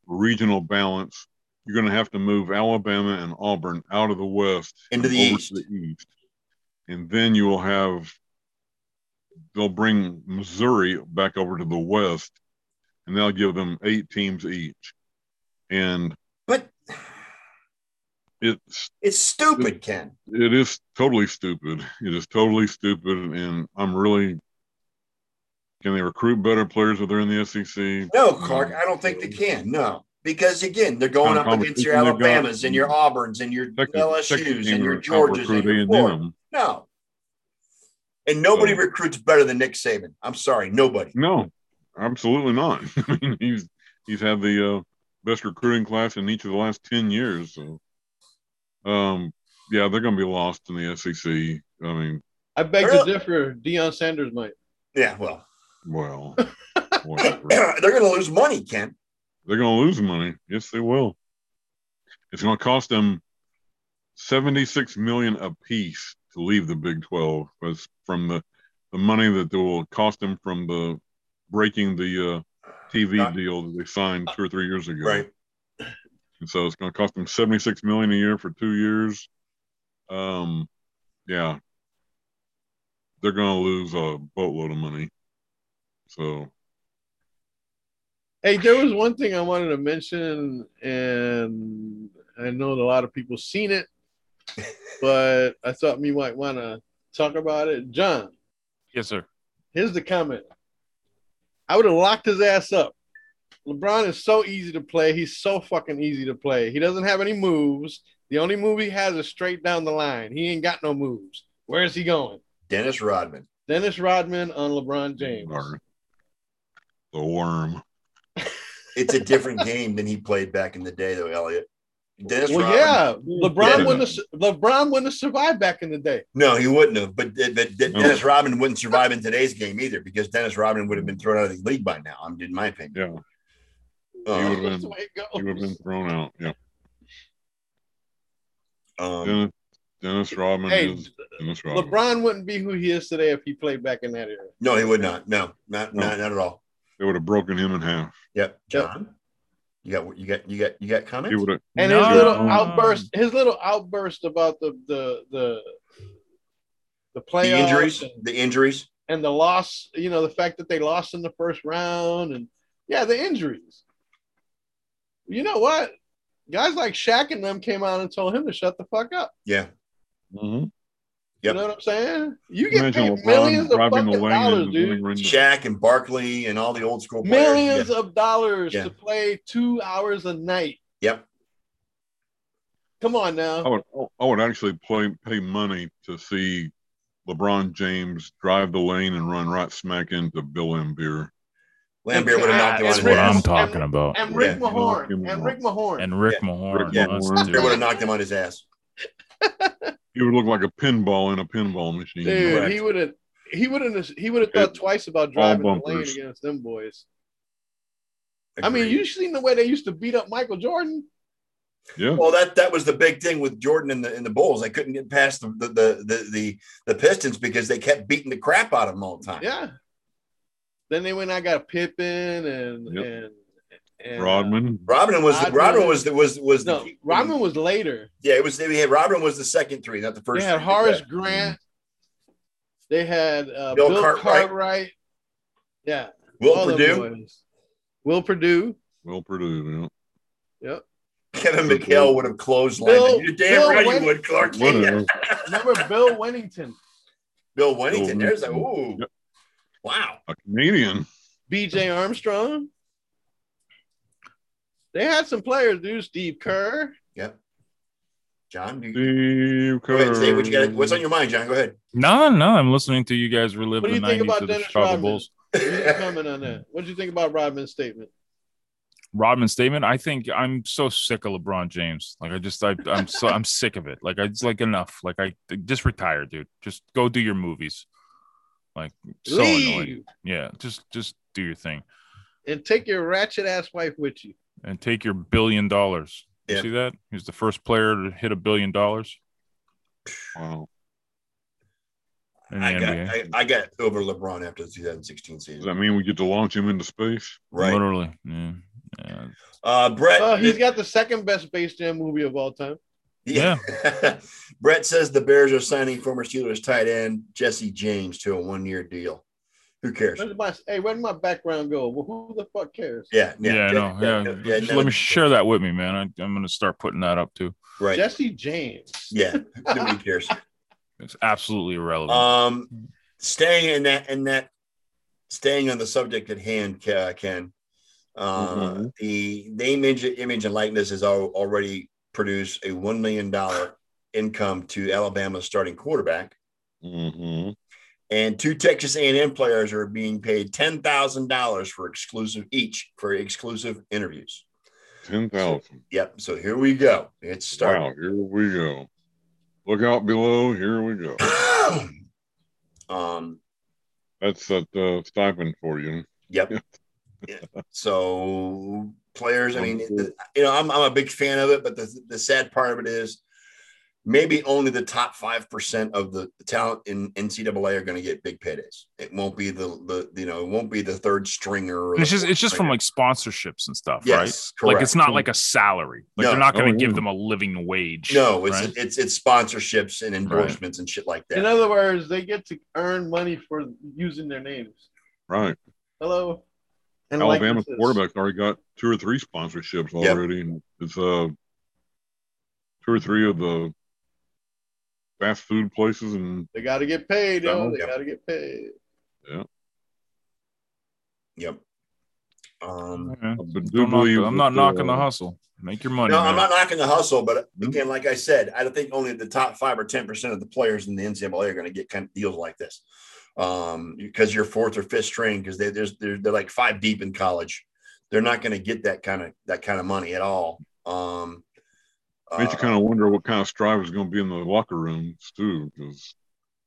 Speaker 4: regional balance, you're going to have to move Alabama and Auburn out of the West
Speaker 2: Into
Speaker 4: and
Speaker 2: the
Speaker 4: over to the East, and then you will have they'll bring Missouri back over to the West, and they'll give them eight teams each, and
Speaker 2: But
Speaker 4: it's
Speaker 2: it's stupid, Ken.
Speaker 4: it is totally stupid. It is totally stupid, and I'm really. Can they recruit better players if they're in the E SEC?
Speaker 2: No, Clark, I don't think they can. No, because again, they're going up
Speaker 4: Tom,
Speaker 2: against your
Speaker 4: they've got-
Speaker 2: Alabamas and your Auburns and your
Speaker 4: Texas- Texas
Speaker 2: LSU's
Speaker 4: can't
Speaker 2: and your
Speaker 4: re-
Speaker 2: Georgias and
Speaker 4: out-recruit
Speaker 2: your
Speaker 4: A&M.
Speaker 2: Florida. No, and nobody
Speaker 4: So-
Speaker 2: recruits better than Nick Saban. I'm sorry, nobody.
Speaker 4: No, absolutely not. [LAUGHS] I mean, he's he's had the uh, best recruiting class in each of the last ten years. So, um, yeah, they're going to be lost in the SEC. I mean,
Speaker 5: I beg
Speaker 2: Really?
Speaker 5: to differ. Deion Sanders might.
Speaker 2: Yeah, well, [CLEARS THROAT] [LAUGHS]
Speaker 4: well,
Speaker 2: they're
Speaker 4: whatever.
Speaker 2: going to lose money, Ken.
Speaker 4: They're going to lose money. Yes, they will. It's going to cost them seventy-six million apiece to leave the Big Twelve. That's from the the money that they will cost them from the breaking the uh, TV
Speaker 2: Right.
Speaker 4: deal that they signed two or three years ago.
Speaker 2: Right.
Speaker 4: And so it's going to cost them seventy-six million a year for two years. Um, yeah, they're going to lose a boatload of money. So
Speaker 5: Hey, there was one thing I wanted to mention, and I know that a lot of people seen
Speaker 3: [LAUGHS]
Speaker 5: it, but I thought we might want to talk about it. John,
Speaker 3: Yes, sir.
Speaker 5: here's the comment. I would have locked his ass up. LeBron is so easy to play. He's so fucking easy to play. He doesn't have any moves. The only move he has is straight down the line. He ain't got no moves. Where is he going?
Speaker 2: Dennis Rodman.
Speaker 5: Dennis Rodman on LeBron James.
Speaker 4: or the worm.
Speaker 2: it's a different game than he played back in the day, though, Elliot. Dennis
Speaker 5: well,
Speaker 2: Rodman-
Speaker 5: yeah, LeBron
Speaker 2: Yeah.
Speaker 5: wouldn't have, LeBron wouldn't have survived back in the day.
Speaker 2: No, he wouldn't have. But, uh, but
Speaker 4: No.
Speaker 2: Dennis Rodman wouldn't survive in today's game either because Dennis Rodman would have been thrown out of the league by now. I'm in my opinion.
Speaker 4: Yeah,
Speaker 2: Um,
Speaker 5: [LAUGHS] That's
Speaker 4: would've been-
Speaker 5: the way it goes.
Speaker 4: he
Speaker 5: [LAUGHS]
Speaker 4: would have been thrown out. Yeah,
Speaker 2: um,
Speaker 4: Dennis, Dennis Rodman
Speaker 5: Hey,
Speaker 4: is Dennis Rodman.
Speaker 5: LeBron wouldn't be who he is today if he played back in that era.
Speaker 2: no, he would not. No, not
Speaker 4: No.
Speaker 2: not not at all.
Speaker 4: They would have broken him in half.
Speaker 2: Yep, John. You got you got you got you got
Speaker 4: He
Speaker 2: comments.
Speaker 4: would have.
Speaker 5: And
Speaker 3: No.
Speaker 5: his little outburst, his little outburst about the the the the
Speaker 2: The
Speaker 5: playoffs
Speaker 2: injuries,
Speaker 5: And,
Speaker 2: the injuries.
Speaker 5: and the loss, you know, the fact that they lost in the first round, and yeah, the injuries. You know what? Guys like Shaq and them came out and told him to shut the fuck up.
Speaker 2: Yeah, Yep.
Speaker 5: You know what I'm saying? You get
Speaker 4: Mm-hmm. Imagine
Speaker 5: paid
Speaker 4: LeBron
Speaker 5: millions of
Speaker 4: driving
Speaker 5: fucking
Speaker 4: the lane
Speaker 5: dollars,
Speaker 4: and
Speaker 5: dude.
Speaker 4: winning ring-
Speaker 2: Shaq and Barkley and all the old school players.
Speaker 5: millions
Speaker 2: Yeah.
Speaker 5: of dollars
Speaker 2: Yeah.
Speaker 5: to play two hours a night.
Speaker 2: Yep.
Speaker 5: Come on now.
Speaker 4: I would. I would actually play, pay money to see LeBron James drive the lane and run right smack into Bill Embier.
Speaker 2: Lambeer would have knocked him out
Speaker 5: It's
Speaker 2: of his
Speaker 3: What I'm
Speaker 2: ass.
Speaker 3: talking about.
Speaker 5: and Rick
Speaker 4: Yeah.
Speaker 5: Mahorn. And Rick Mahorn.
Speaker 3: And Rick Mahorn.
Speaker 4: Yeah.
Speaker 3: Let's
Speaker 4: Rick
Speaker 3: do
Speaker 2: Lambeer would
Speaker 3: it.
Speaker 2: have knocked him on his ass.
Speaker 4: He would look like a pinball in a pinball machine.
Speaker 5: Dude,
Speaker 2: Correct.
Speaker 5: he would have he would have he would have thought twice about
Speaker 4: All
Speaker 5: driving the lane
Speaker 4: bumpers.
Speaker 5: against them boys. I mean,
Speaker 2: Agreed.
Speaker 5: you seen the way they used to beat up Michael Jordan?
Speaker 4: Yeah.
Speaker 2: Well, that that was the big thing with Jordan and the and the Bulls. They couldn't get past the the the the, the, the Pistons because they kept beating the crap out of them all the time.
Speaker 5: Yeah. Then they went. and I got Pippen and
Speaker 4: Yep.
Speaker 5: and, and uh,
Speaker 4: Rodman.
Speaker 2: Robin was the,
Speaker 5: Rodman-
Speaker 2: Robin was the, was was the
Speaker 5: no,
Speaker 2: key-
Speaker 5: Rodman was later.
Speaker 2: yeah it was we had Robin was the second three not the first.
Speaker 5: They had
Speaker 2: three.
Speaker 5: Horace Grant. They had uh,
Speaker 2: Bill
Speaker 5: Bill,
Speaker 2: Cartwright.
Speaker 5: Cartwright. Yeah,
Speaker 2: Will
Speaker 5: all them
Speaker 2: Purdue,
Speaker 5: boys. Will Purdue.
Speaker 4: Will Purdue.
Speaker 5: Yep.
Speaker 2: Kevin
Speaker 4: Good
Speaker 2: McHale
Speaker 4: boy.
Speaker 2: would have closed
Speaker 5: Bill-
Speaker 2: line. You're damn
Speaker 5: Bill
Speaker 2: right you
Speaker 5: Wen-
Speaker 2: would, Clark.
Speaker 4: Yeah. Would have.
Speaker 5: Remember Bill Wennington,
Speaker 2: Bill Wennington.
Speaker 4: Bill
Speaker 2: There's like ooh,
Speaker 4: Wennington.
Speaker 2: wow.
Speaker 4: A comedian.
Speaker 5: B.J. Armstrong. They had some players, dude. Steve Kerr.
Speaker 2: Yep. John, do you,
Speaker 4: Steve
Speaker 2: go ahead.
Speaker 4: Kerr.
Speaker 2: and Say what you got. What's on your mind, John? Go ahead.
Speaker 3: No, no, I'm listening to you guys relive
Speaker 5: What do
Speaker 3: the
Speaker 5: you think
Speaker 3: 90s
Speaker 5: about
Speaker 3: of the
Speaker 5: Dennis
Speaker 3: Chicago
Speaker 5: Rodman?
Speaker 3: Bulls.
Speaker 5: Any comment on that? What do you think about Rodman's statement?
Speaker 3: Rodman's statement. I think I'm so sick of LeBron James. Like I just, I, I'm so, I'm sick of it. Like I just like enough. Like I just retire, dude. Just go do your movies. Like so annoying.
Speaker 5: Leave
Speaker 3: Yeah, just, just do your thing
Speaker 5: and take your ratchet ass wife with you.
Speaker 3: and take your billion dollars. You
Speaker 2: Yeah.
Speaker 3: see that? He was the first player to hit a billion dollars
Speaker 4: Wow.
Speaker 3: in the
Speaker 2: I got
Speaker 3: NBA.
Speaker 2: I, I got over LeBron after the 2016
Speaker 4: Does
Speaker 2: season.
Speaker 4: that mean we get to launch him into space?
Speaker 2: Right.
Speaker 3: Literally. Yeah. yeah.
Speaker 2: Uh, Brett.
Speaker 5: Oh, he's got the second best Space Jam movie of all time.
Speaker 2: Yeah. [LAUGHS] Brett says the Bears are signing former Steelers tight end Jesse James to a one year deal. Who cares?
Speaker 5: Where's my, hey, where did my background go? Well, who the fuck cares?
Speaker 2: Yeah. Yeah.
Speaker 3: Yeah, no, yeah. Just
Speaker 2: no,
Speaker 3: let me share that with me, man. I, I'm gonna start putting that up too.
Speaker 2: Right.
Speaker 5: Jesse James.
Speaker 2: Yeah. Nobody cares.
Speaker 3: It's absolutely irrelevant.
Speaker 2: Um, staying in that, in that, staying on the subject at hand, Ke- uh, Ken. Uh,
Speaker 4: Mhm.
Speaker 2: The name, image, image, and likeness has al- already produced a one million dollar income to Alabama's starting quarterback,
Speaker 4: Mm-hmm.
Speaker 2: and two Texas A&M players are being paid ten thousand dollars for exclusive each for exclusive interviews.
Speaker 4: Ten thousand.
Speaker 2: Yep. So here we go. It's starting.
Speaker 4: Wow. Here we go. Look out below. Here we go.
Speaker 2: [COUGHS] um.
Speaker 4: That's that uh, stipend for you.
Speaker 2: Yep. Yeah. So players, I mean, the- you know, I'm, I'm a big fan of it, but the, the sad part of it is maybe only the top 5% of the talent in NCAA are going to get big paydays. It won't be the, the, you know, it won't be the third stringer. Or
Speaker 3: it's
Speaker 2: the
Speaker 3: just it's just
Speaker 2: fourth
Speaker 3: from
Speaker 2: stringer.
Speaker 3: like sponsorships and stuff, right?
Speaker 2: yes, correct.
Speaker 3: Like it's not like a salary. Like
Speaker 2: No.
Speaker 3: they're not going
Speaker 4: Oh,
Speaker 3: to give
Speaker 4: yeah.
Speaker 3: them a living wage.
Speaker 2: no, it's,
Speaker 3: right?
Speaker 2: it's, it's sponsorships and endorsements and shit like that.
Speaker 5: In other words, they get to earn money for using their names.
Speaker 4: Right.
Speaker 5: Hello. And
Speaker 4: Alabama
Speaker 5: likenesses.
Speaker 4: quarterback's already got two or three sponsorships
Speaker 2: Yep.
Speaker 4: already. and It's uh two or three of the fast food places and
Speaker 5: They got to get paid, yo. They
Speaker 2: Yeah.
Speaker 5: got to get paid.
Speaker 2: yep. Um,
Speaker 3: Yeah.
Speaker 4: I do
Speaker 3: Don't knock
Speaker 4: believe
Speaker 3: the- I'm not
Speaker 4: that,
Speaker 3: knocking the
Speaker 4: uh,
Speaker 3: hustle. Make your money.
Speaker 2: No, I'm
Speaker 3: man.
Speaker 2: not knocking the hustle, but again, like I said, I don't think only the top five or ten percent of the players in the NCAA are going to get kind of deals like this, um, because you're fourth or fifth string because they, there's they're, they're like five deep in college, they're not going to get that kind of that kind of money at all. Um,
Speaker 4: Makes you
Speaker 2: uh,
Speaker 4: kind of wonder what kind of strive is going to be in the locker rooms too, because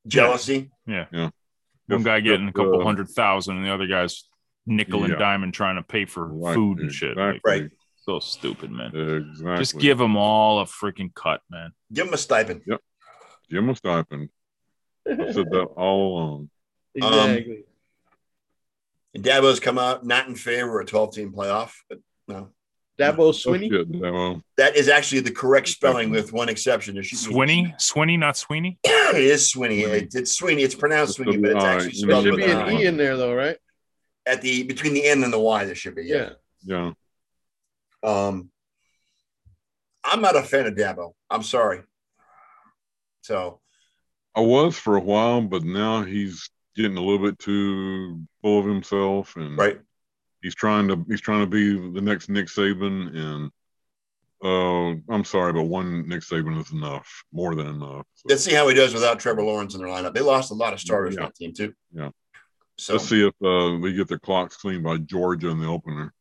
Speaker 2: jealousy,
Speaker 3: One guy getting a couple
Speaker 4: uh,
Speaker 3: hundred thousand, and the other guy's nickel and
Speaker 4: Yeah.
Speaker 3: diamond trying to pay for
Speaker 4: right,
Speaker 3: food and shit. Like,
Speaker 2: Right.
Speaker 3: So stupid, man.
Speaker 4: Exactly.
Speaker 3: Just give them all a freaking cut, man.
Speaker 2: give them a stipend.
Speaker 4: Give 'em a stipend.
Speaker 5: [LAUGHS]
Speaker 4: I said that all along.
Speaker 5: exactly.
Speaker 2: And Dabo's come out not in favor of a 12 team playoff, but no,
Speaker 5: Dabo
Speaker 4: Oh,
Speaker 5: Swinney.
Speaker 4: shit, Dabo.
Speaker 2: that is actually the correct spelling with one exception. There should be-
Speaker 3: Swinney, Swinney, not Sweeney.
Speaker 2: it is Sweeney. It- It's Sweeney. It's pronounced
Speaker 4: It's
Speaker 2: Sweeney, but it's
Speaker 4: a
Speaker 2: actually
Speaker 4: Y.
Speaker 5: There
Speaker 2: spelled
Speaker 5: should
Speaker 2: with
Speaker 5: be
Speaker 2: an
Speaker 5: an
Speaker 2: I.
Speaker 5: E in there, though, right?
Speaker 2: at the between the N and the Y. There should be.
Speaker 5: Yeah.
Speaker 2: Yeah.
Speaker 4: Yeah.
Speaker 2: Um, I'm not a fan of Dabo. I'm sorry. So
Speaker 4: I was for a while, but now he's getting a little bit too full of himself and
Speaker 2: right,
Speaker 4: he's trying to he's trying to be the next Nick Saban and uh I'm sorry, but one Nick Saban is enough, more than enough. So
Speaker 2: let's see how he does without Trevor Lawrence in their lineup. They lost a lot of starters
Speaker 4: Yeah.
Speaker 2: on that team too.
Speaker 4: Yeah.
Speaker 2: So
Speaker 4: let's see if uh, we get the clocks cleaned by Georgia in the opener.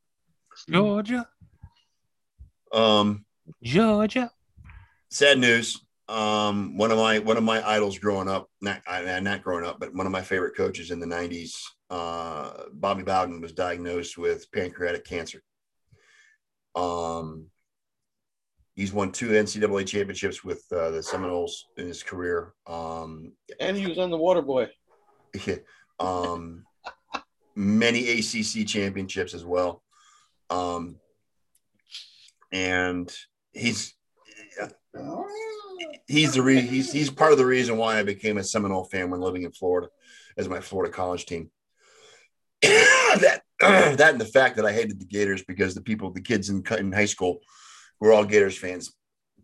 Speaker 4: See.
Speaker 3: Georgia,
Speaker 2: um,
Speaker 3: Georgia.
Speaker 2: sad news. Um, one of my one of my idols growing up, not I mean, not growing up, but one of my favorite coaches in the '90s, uh, Bobby Bowden, was diagnosed with pancreatic cancer. Um, he's won two NCAA championships with uh, the Seminoles in his career. Um, [LAUGHS]
Speaker 5: And he was on the water boy.
Speaker 2: um, many ACC championships as well. Um, and he's he's the re- he's he's part of the reason why I became a Seminole fan when living in Florida as my Florida college team. [COUGHS] that [CLEARS THROAT] that and the fact that I hated the Gators because the people the kids in in high school who were all Gators fans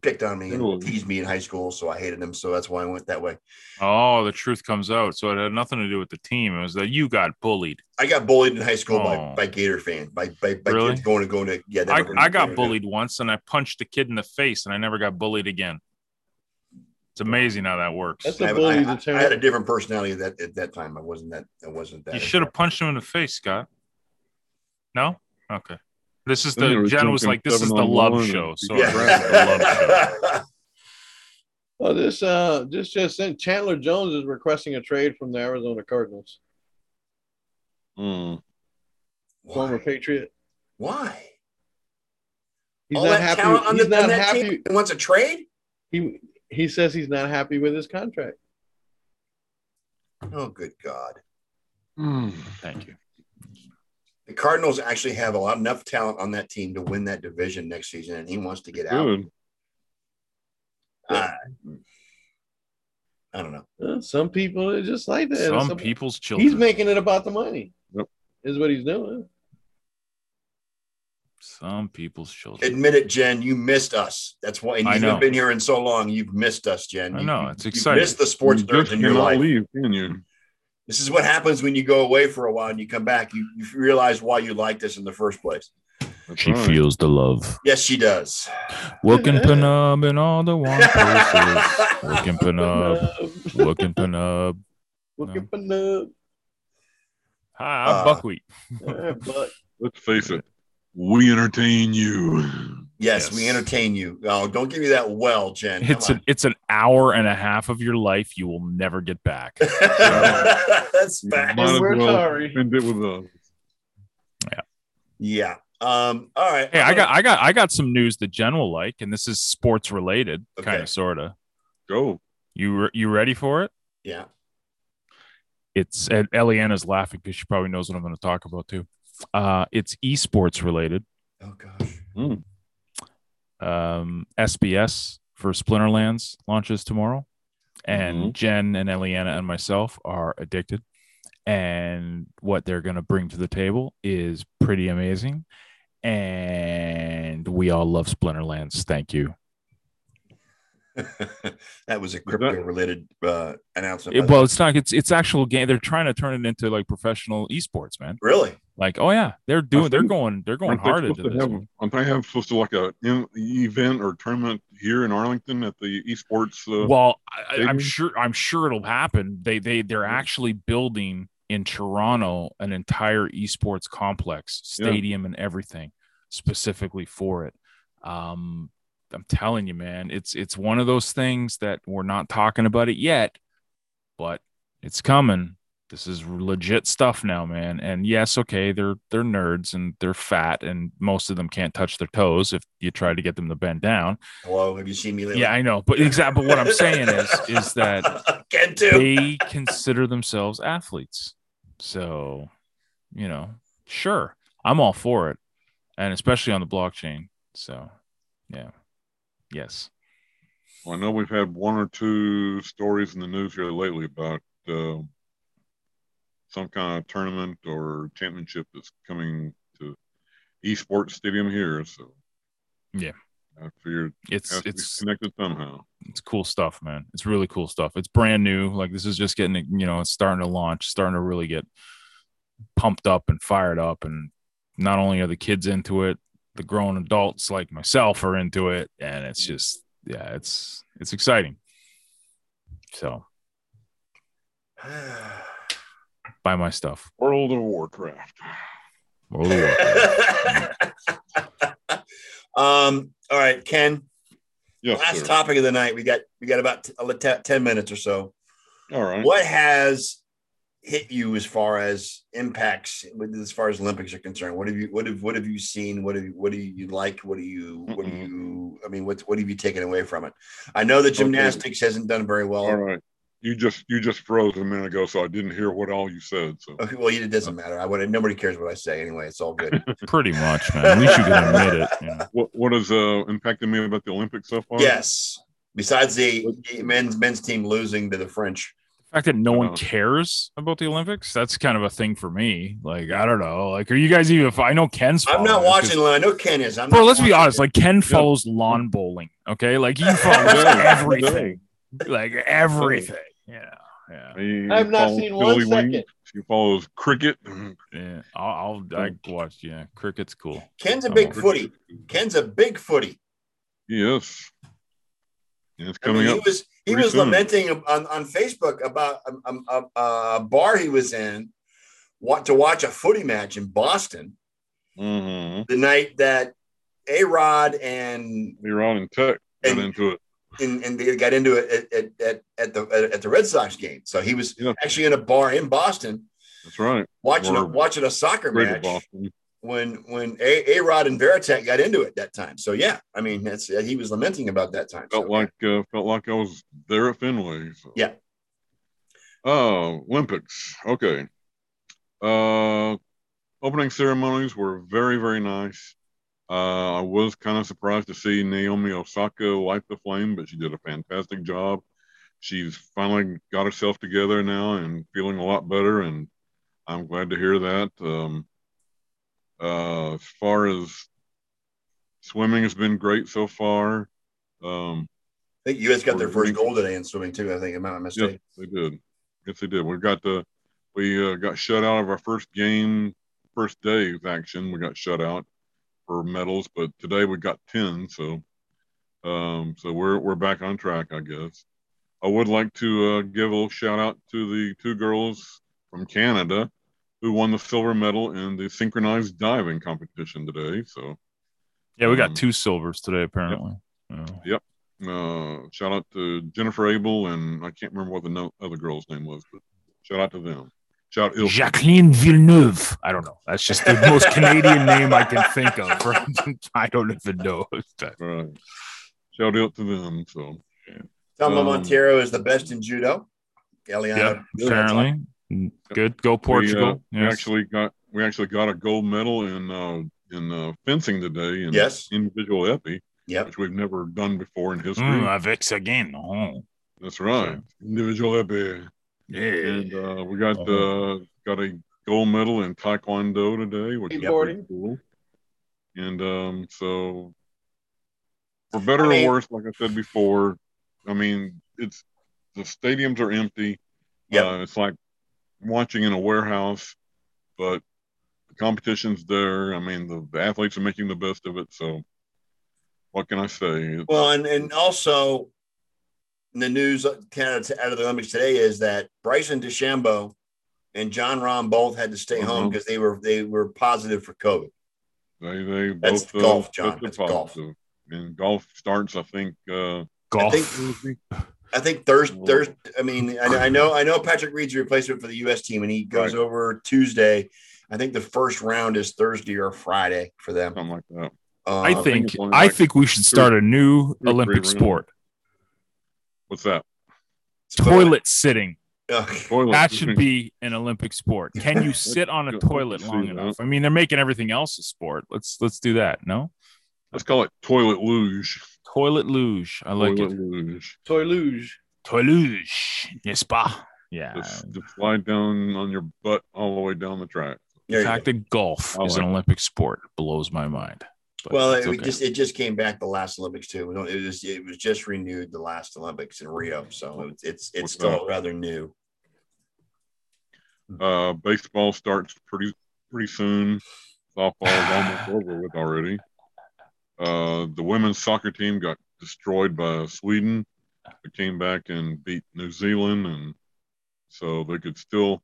Speaker 2: picked on me
Speaker 4: Ooh.
Speaker 2: and teased me in high school, so I hated them. So that's why I went that way.
Speaker 3: Oh, the truth comes out. So it had nothing to do with the team. It was that you got bullied.
Speaker 2: I got bullied in high school by,
Speaker 3: Oh.
Speaker 2: by Gator fans, by by, by
Speaker 3: Really?
Speaker 2: kids going to going to yeah. they
Speaker 3: I,
Speaker 2: were going to
Speaker 3: I got
Speaker 2: Gator.
Speaker 3: bullied once and I punched a kid in the face and I never got bullied again. It's amazing how that works.
Speaker 5: That's
Speaker 2: I,
Speaker 5: a bully.
Speaker 2: I- I- I had a different personality at that at that time. I wasn't that. I wasn't that.
Speaker 3: You should have punched him in the face, Scott. No? Okay. This is
Speaker 4: Then there
Speaker 3: the
Speaker 4: was
Speaker 3: Jen was
Speaker 4: something
Speaker 3: like, this is the
Speaker 4: seven on
Speaker 3: love
Speaker 4: one and-
Speaker 3: show. So
Speaker 2: Yeah.
Speaker 3: it ran the love
Speaker 2: [LAUGHS]
Speaker 3: show.
Speaker 5: oh, this uh, this just in. Chandler Jones is requesting a trade from the Arizona Cardinals.
Speaker 4: Mm.
Speaker 5: Former
Speaker 2: [LAUGHS] Why?
Speaker 5: Patriot.
Speaker 2: Why?
Speaker 5: He's
Speaker 2: All
Speaker 5: not
Speaker 2: that talent
Speaker 5: happy.
Speaker 2: on,
Speaker 5: He's
Speaker 2: the, on
Speaker 5: not
Speaker 2: that
Speaker 5: happy.
Speaker 2: team and wants a trade?
Speaker 5: He he says he's not happy with his contract.
Speaker 2: Oh, good God!
Speaker 3: Hmm.
Speaker 4: Mm.
Speaker 3: Thank you.
Speaker 2: The Cardinals actually have a lot enough talent on that team to win that division next season, and he wants to get out.
Speaker 4: Good.
Speaker 2: Uh, I don't know.
Speaker 5: Uh, some people are just like that.
Speaker 3: Some
Speaker 5: Some-
Speaker 3: people's children.
Speaker 5: he's making it about the money.
Speaker 4: Yep.
Speaker 5: Is what he's doing.
Speaker 3: Some people's children.
Speaker 2: Admit it, Jen. You missed us. That's why and
Speaker 3: I
Speaker 2: you've
Speaker 3: know.
Speaker 2: been here in so long. You've missed us, Jen.
Speaker 3: I
Speaker 2: You-
Speaker 3: know,
Speaker 2: you-
Speaker 3: it's
Speaker 2: you've
Speaker 3: exciting.
Speaker 2: missed the sports
Speaker 4: You
Speaker 2: nerds
Speaker 4: just
Speaker 2: in your
Speaker 4: cannot
Speaker 2: life.
Speaker 4: leave, can you?
Speaker 2: This is what happens when you go away for a while and you come back. You, you realize why you liked this in the first place.
Speaker 4: That's
Speaker 3: She
Speaker 4: right.
Speaker 3: feels the love.
Speaker 2: Yes, she does. [LAUGHS]
Speaker 3: Working Penub in all the wrong places.
Speaker 2: [LAUGHS]
Speaker 3: Working Penub. Working Penub.
Speaker 5: Looking for nub.
Speaker 3: Hi, I'm
Speaker 2: Uh,
Speaker 3: Buckwheat.
Speaker 5: All right, Buck.
Speaker 4: Let's face it, we entertain you.
Speaker 2: Yes,
Speaker 3: Yes.
Speaker 2: we entertain you. Oh, don't give me that well, Jen. Come
Speaker 3: It's
Speaker 2: on. [LAUGHS]
Speaker 3: an it's an hour and a half of your life you will never get
Speaker 2: [LAUGHS]
Speaker 3: back.
Speaker 2: That's
Speaker 4: You
Speaker 2: bad.
Speaker 4: Might as
Speaker 5: We're
Speaker 4: well
Speaker 5: sorry.
Speaker 4: spend it with us.
Speaker 2: Yeah. Um, all right.
Speaker 3: Hey, I got I got I got some news that Jen will like, and this is sports related, kind
Speaker 2: Okay.
Speaker 3: of sorta.
Speaker 4: Go.
Speaker 3: You re- you ready for it?
Speaker 2: Yeah.
Speaker 3: It's and Eliana's laughing because she probably knows what I'm going to talk about too. Uh, it's esports related.
Speaker 2: Oh gosh. [LAUGHS]
Speaker 4: Mm.
Speaker 3: Um, SBS for Splinterlands launches tomorrow, and
Speaker 4: Mm-hmm.
Speaker 3: Jen and Eliana and myself are addicted. And what they're going to bring to the table is pretty amazing. And we all love Splinterlands. Thank you.
Speaker 2: that was a crypto related uh, announcement. by
Speaker 3: It-
Speaker 2: the-
Speaker 3: well, it's not. It's it's actual game. They're trying to turn it into like professional esports, man.
Speaker 2: really?
Speaker 3: Like, oh yeah, they're doing. They're
Speaker 4: think-
Speaker 3: going. They're going
Speaker 4: Aren't they
Speaker 3: hard into
Speaker 4: supposed to
Speaker 3: this.
Speaker 4: have-
Speaker 3: one.
Speaker 4: Aren't they have supposed to like a in- event or tournament here in Arlington at the esports? Uh,
Speaker 3: Well, I,
Speaker 4: Big
Speaker 3: I'm
Speaker 4: one?
Speaker 3: sure. I'm sure it'll happen. They they they're actually building in Toronto an entire esports complex,
Speaker 4: Yeah.
Speaker 3: stadium, and everything specifically for it. Um, I'm telling you, man, it's it's one of those things that we're not talking about it yet, but it's coming. This is legit stuff now, man. And yes, okay, they're they're nerds and they're fat, and most of them can't touch their toes if you try to get them to bend down.
Speaker 2: Hello. Have you seen me lately?
Speaker 3: Yeah, I know. But exactly what I'm saying is
Speaker 2: [LAUGHS]
Speaker 3: is that
Speaker 2: can do.
Speaker 3: they consider themselves athletes. So, you know, sure. I'm all for it. And especially on the blockchain. So yeah. Yes.
Speaker 4: Well, I know we've had one or two stories in the news here lately about uh, some kind of tournament or championship that's coming to esports stadium here. So
Speaker 3: Yeah.
Speaker 4: I figured it
Speaker 3: It's
Speaker 4: has
Speaker 3: it's
Speaker 4: to be connected somehow.
Speaker 3: it's cool stuff, man. It's really cool stuff. It's brand new. Like this is just getting you know, it's starting to launch, starting to really get pumped up and fired up. And not only are the kids into it, the grown adults like myself are into it. And it's
Speaker 2: Mm-hmm.
Speaker 3: just yeah, it's it's exciting. So buy my stuff. Oh,
Speaker 4: World of Warcraft.
Speaker 3: World of Warcraft.
Speaker 2: [LAUGHS] um. All right, Ken.
Speaker 4: Yes,
Speaker 2: last
Speaker 4: sir.
Speaker 2: topic of
Speaker 3: Mm-hmm.
Speaker 2: the night. We got we got about t- a li- te- ten minutes or so.
Speaker 4: All right.
Speaker 2: What has hit you as far as impacts with- as far as Olympics are concerned? What have you what have what have you seen? What have you what do you like? What do you what do
Speaker 4: Mm-mm.
Speaker 2: you I mean what what have you taken away from it? I know that
Speaker 4: Okay.
Speaker 2: gymnastics hasn't done very well.
Speaker 4: All right. You just you just froze a minute ago, so I didn't hear what all you said. So
Speaker 2: Okay, well it
Speaker 3: Oh.
Speaker 2: doesn't matter. I would nobody cares what I say anyway. It's all
Speaker 3: [LAUGHS]
Speaker 2: good.
Speaker 3: [LAUGHS] Pretty much, man. At least you can admit it. you know.
Speaker 4: what what has uh, impacted me about the Olympics so far?
Speaker 2: yes. Besides the the men's men's team losing to the French.
Speaker 3: The fact that no one
Speaker 4: Uh-huh.
Speaker 3: cares about the Olympics, that's kind of a thing for me. Like, I don't know. Like, are you guys even? I know Ken's.
Speaker 2: I'm not
Speaker 3: following this 'cause-
Speaker 2: watching I know Ken is. I'm
Speaker 3: Bro,
Speaker 2: not
Speaker 3: let's be
Speaker 2: watching
Speaker 3: honest.
Speaker 2: it.
Speaker 3: Like Ken follows lawn bowling. Okay, like he follows
Speaker 4: Yeah.
Speaker 3: everything, like everything. Yeah, yeah,
Speaker 4: He
Speaker 5: I've not
Speaker 4: follows
Speaker 5: seen one
Speaker 4: Philly Wings.
Speaker 5: second.
Speaker 4: She follows cricket.
Speaker 3: yeah. I'll, I'll I watch. Yeah, cricket's cool.
Speaker 2: Ken's a
Speaker 3: I'm
Speaker 2: big
Speaker 3: over-
Speaker 2: footy. Ken's a big footy.
Speaker 4: Yes. And it's
Speaker 2: I mean,
Speaker 4: coming
Speaker 2: he
Speaker 4: up.
Speaker 2: was he
Speaker 4: pretty
Speaker 2: was
Speaker 4: soon.
Speaker 2: lamenting on, on Facebook about um, um, a, a bar he was in, want to watch a footy match in Boston
Speaker 4: Mm-hmm.
Speaker 2: the night that A Rod and,
Speaker 4: You're on in tech. Got
Speaker 2: And-
Speaker 4: into it.
Speaker 2: and and they got into it at, at, at, at the at, the Red Sox game. So he was
Speaker 4: Yeah.
Speaker 2: actually in a bar in Boston
Speaker 4: That's right.
Speaker 2: watching a,
Speaker 4: Or-
Speaker 2: watching a soccer
Speaker 4: Greater
Speaker 2: match
Speaker 4: Boston.
Speaker 2: when when A Rod and Veritek got into it that time. So yeah, I mean that's he was lamenting about that time.
Speaker 4: Felt
Speaker 2: So-
Speaker 4: like uh, felt like I was there at Fenway. so.
Speaker 2: Yeah.
Speaker 4: Oh, Olympics. Okay. Uh, opening ceremonies were very very nice. Uh, I was kind of surprised to see Naomi Osaka light the flame, but she did a fantastic job. She's finally got herself together now and feeling a lot better, and I'm glad to hear that. Um, uh, as far as swimming has been great so far. Um,
Speaker 2: I think U.S. got their
Speaker 4: Or-
Speaker 2: first goal today in swimming too. I think am I not mistaken?
Speaker 4: yes, they did. Yes, they did. We got the we uh, got shut out of our first game, first day of action. We got shut out for medals, but today we got ten. So, um, so we're we're back on track, I guess. I would like to uh, give a little shout out to the two girls from Canada who won the silver medal in the synchronized diving competition today. So,
Speaker 3: Yeah, we got
Speaker 4: Um,
Speaker 3: two silvers today apparently. Yeah.
Speaker 4: uh, shout out to Jennifer Abel and I can't remember what the no- other girl's name was, but shout out to them. Shout out Il-
Speaker 3: Jacqueline Villeneuve. I don't know. That's just the most Canadian name I can think of. right? [LAUGHS] I don't even know.
Speaker 4: Right. Uh, Shout out to them. So
Speaker 2: Thelma
Speaker 4: Um,
Speaker 2: Montero is the best in judo. Eliana,
Speaker 3: Yeah, apparently. Good. Go Portugal.
Speaker 4: we, uh, we
Speaker 3: Yes.
Speaker 4: actually got we actually got a gold medal in uh, in uh, fencing today in
Speaker 2: Yes.
Speaker 4: individual epi,
Speaker 2: Yep.
Speaker 4: which we've never done before in history.
Speaker 3: Mm, avec again. Oh,
Speaker 4: That's right, individual epi. And
Speaker 3: yeah.
Speaker 4: uh, we got uh, got a gold medal in Taekwondo today, which is pretty
Speaker 5: Skateboarding.
Speaker 4: cool. And um, so, for better
Speaker 2: I mean-
Speaker 4: or worse, like I said before, I mean, it's the stadiums are empty.
Speaker 2: Yep.
Speaker 4: Uh, it's like watching in a warehouse, but the competition's there. I mean, the, the athletes are making the best of it. So, what can I say?
Speaker 2: Well, and, and also in the news kind of out of the Olympics today is that Bryson DeChambeau and John Rahm both had to stay home
Speaker 3: Mm-hmm.
Speaker 4: Mhm.
Speaker 2: because they were they were positive for COVID.
Speaker 4: They they
Speaker 2: That's
Speaker 4: both uh,
Speaker 2: golf,
Speaker 4: both
Speaker 2: John.
Speaker 4: are
Speaker 2: That's golf.
Speaker 4: positive. And golf starts, I think. Uh,
Speaker 3: Golf.
Speaker 2: I think I think Thursday.
Speaker 3: Mm-hmm.
Speaker 4: Whoa.
Speaker 2: Thursday. I mean, I know, I know I know Patrick Reed's a replacement for the U.S. team, and he goes
Speaker 4: Right.
Speaker 2: over Tuesday. I think the first round is Thursday or Friday for them.
Speaker 4: something like that.
Speaker 2: Um,
Speaker 3: I
Speaker 4: think
Speaker 3: think
Speaker 4: it's only
Speaker 3: I
Speaker 4: like
Speaker 3: think we should start a new
Speaker 4: three
Speaker 3: Olympic
Speaker 4: rounds.
Speaker 3: sport.
Speaker 4: What's that?
Speaker 3: Toilet
Speaker 4: [LAUGHS]
Speaker 3: sitting.
Speaker 2: Okay.
Speaker 4: Toilet.
Speaker 3: That should be an Olympic sport. Can
Speaker 4: [LAUGHS]
Speaker 3: you sit on a
Speaker 4: Let's
Speaker 3: toilet
Speaker 4: see
Speaker 3: long
Speaker 4: that.
Speaker 3: enough? I mean, they're making everything else a sport. Let's let's do that. No?
Speaker 4: Let's call it toilet luge.
Speaker 3: Toilet luge. I like
Speaker 4: toilet
Speaker 3: it.
Speaker 4: luge.
Speaker 5: Toy luge.
Speaker 3: Toilet luge. N'est-ce pas? Yeah.
Speaker 4: Just, just slide down on your butt all the way down the track.
Speaker 2: There
Speaker 3: the
Speaker 2: you go.
Speaker 3: fact that golf
Speaker 4: I
Speaker 3: is
Speaker 4: like
Speaker 3: an Olympic sport blows my mind. But
Speaker 2: Well, it
Speaker 3: that's okay.
Speaker 2: just it just came back the last Olympics too. We don't- It was it was just renewed the last Olympics in Rio, so it's it's, it's
Speaker 4: What's
Speaker 2: still
Speaker 4: that?
Speaker 2: rather
Speaker 3: [LAUGHS]
Speaker 2: new.
Speaker 4: Uh, baseball starts pretty pretty soon. Softball is
Speaker 3: [SIGHS]
Speaker 4: almost over with already. Uh, the women's soccer team got destroyed by Sweden. They came back and beat New Zealand, and so they could still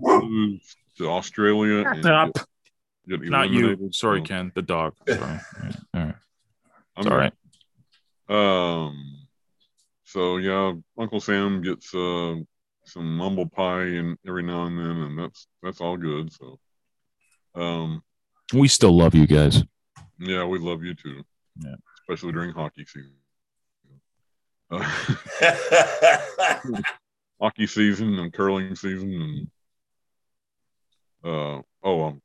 Speaker 4: lose to Australia. and
Speaker 3: Stop.
Speaker 4: get- get
Speaker 3: Not you.
Speaker 4: eliminated.
Speaker 3: Sorry,
Speaker 4: So,
Speaker 3: Ken. The dog.
Speaker 4: [LAUGHS]
Speaker 3: Sorry. Yeah, All right.
Speaker 4: I'm
Speaker 3: It's all right.
Speaker 4: Um. So yeah, Uncle Sam gets uh some mumble pie and every now and then, and that's that's all good. So, um,
Speaker 3: We still love you guys.
Speaker 4: yeah, we love you too.
Speaker 3: Yeah.
Speaker 4: especially during hockey season. [LAUGHS] Uh, hockey season and curling season and uh oh um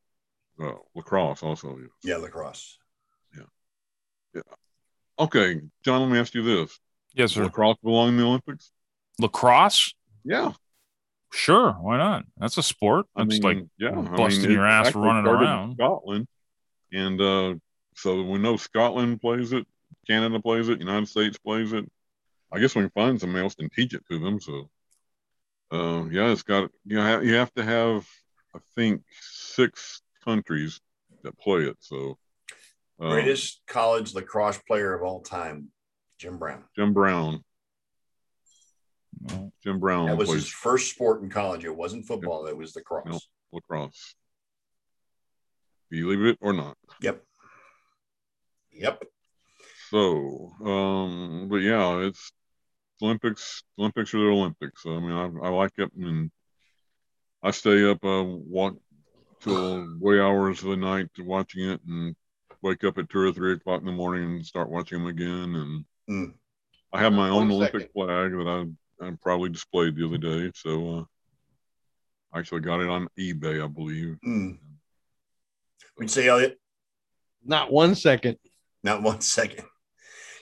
Speaker 4: uh, lacrosse also. yeah.
Speaker 2: yeah, lacrosse.
Speaker 4: Okay, John, let me ask you this:
Speaker 3: Yes,
Speaker 4: Does lacrosse belong in the Olympics?
Speaker 3: Lacrosse?
Speaker 4: Yeah,
Speaker 3: Sure, why not? That's a sport.
Speaker 4: I
Speaker 3: That's
Speaker 4: mean,
Speaker 3: like
Speaker 4: yeah,
Speaker 3: busting your
Speaker 4: it
Speaker 3: ass
Speaker 4: actually
Speaker 3: running
Speaker 4: started in
Speaker 3: around.
Speaker 4: Scotland, and uh, so we know Scotland plays it, Canada plays it, United States plays it. I guess we can find somebody else and teach it to them. So, uh, yeah, it's got you know ha- you have to have I think six countries that play it. So, um,
Speaker 3: Oh.
Speaker 2: Greatest college lacrosse player of all time, Jim Brown.
Speaker 4: Jim Brown,
Speaker 3: Well,
Speaker 4: Jim Brown
Speaker 2: That was
Speaker 4: plays
Speaker 2: his first sport in college. It wasn't football. It was lacrosse.
Speaker 4: Nope. lacrosse. Believe it or not.
Speaker 2: Yep. Yep.
Speaker 4: So, um, but yeah, it's Olympics. Olympics are the Olympics. I mean, I, I like it, and I stay up, uh, walk till way hours of the night to watching it, and wake up at two or three o'clock in the morning and start watching them again. And
Speaker 2: Mm.
Speaker 4: I have my own
Speaker 5: One
Speaker 4: Olympic flag that I, I probably displayed the other day. So, uh, I actually got it on eBay, I believe.
Speaker 2: Mm. We'd say Elliot.
Speaker 5: Not one second.
Speaker 2: Not one [LAUGHS] second.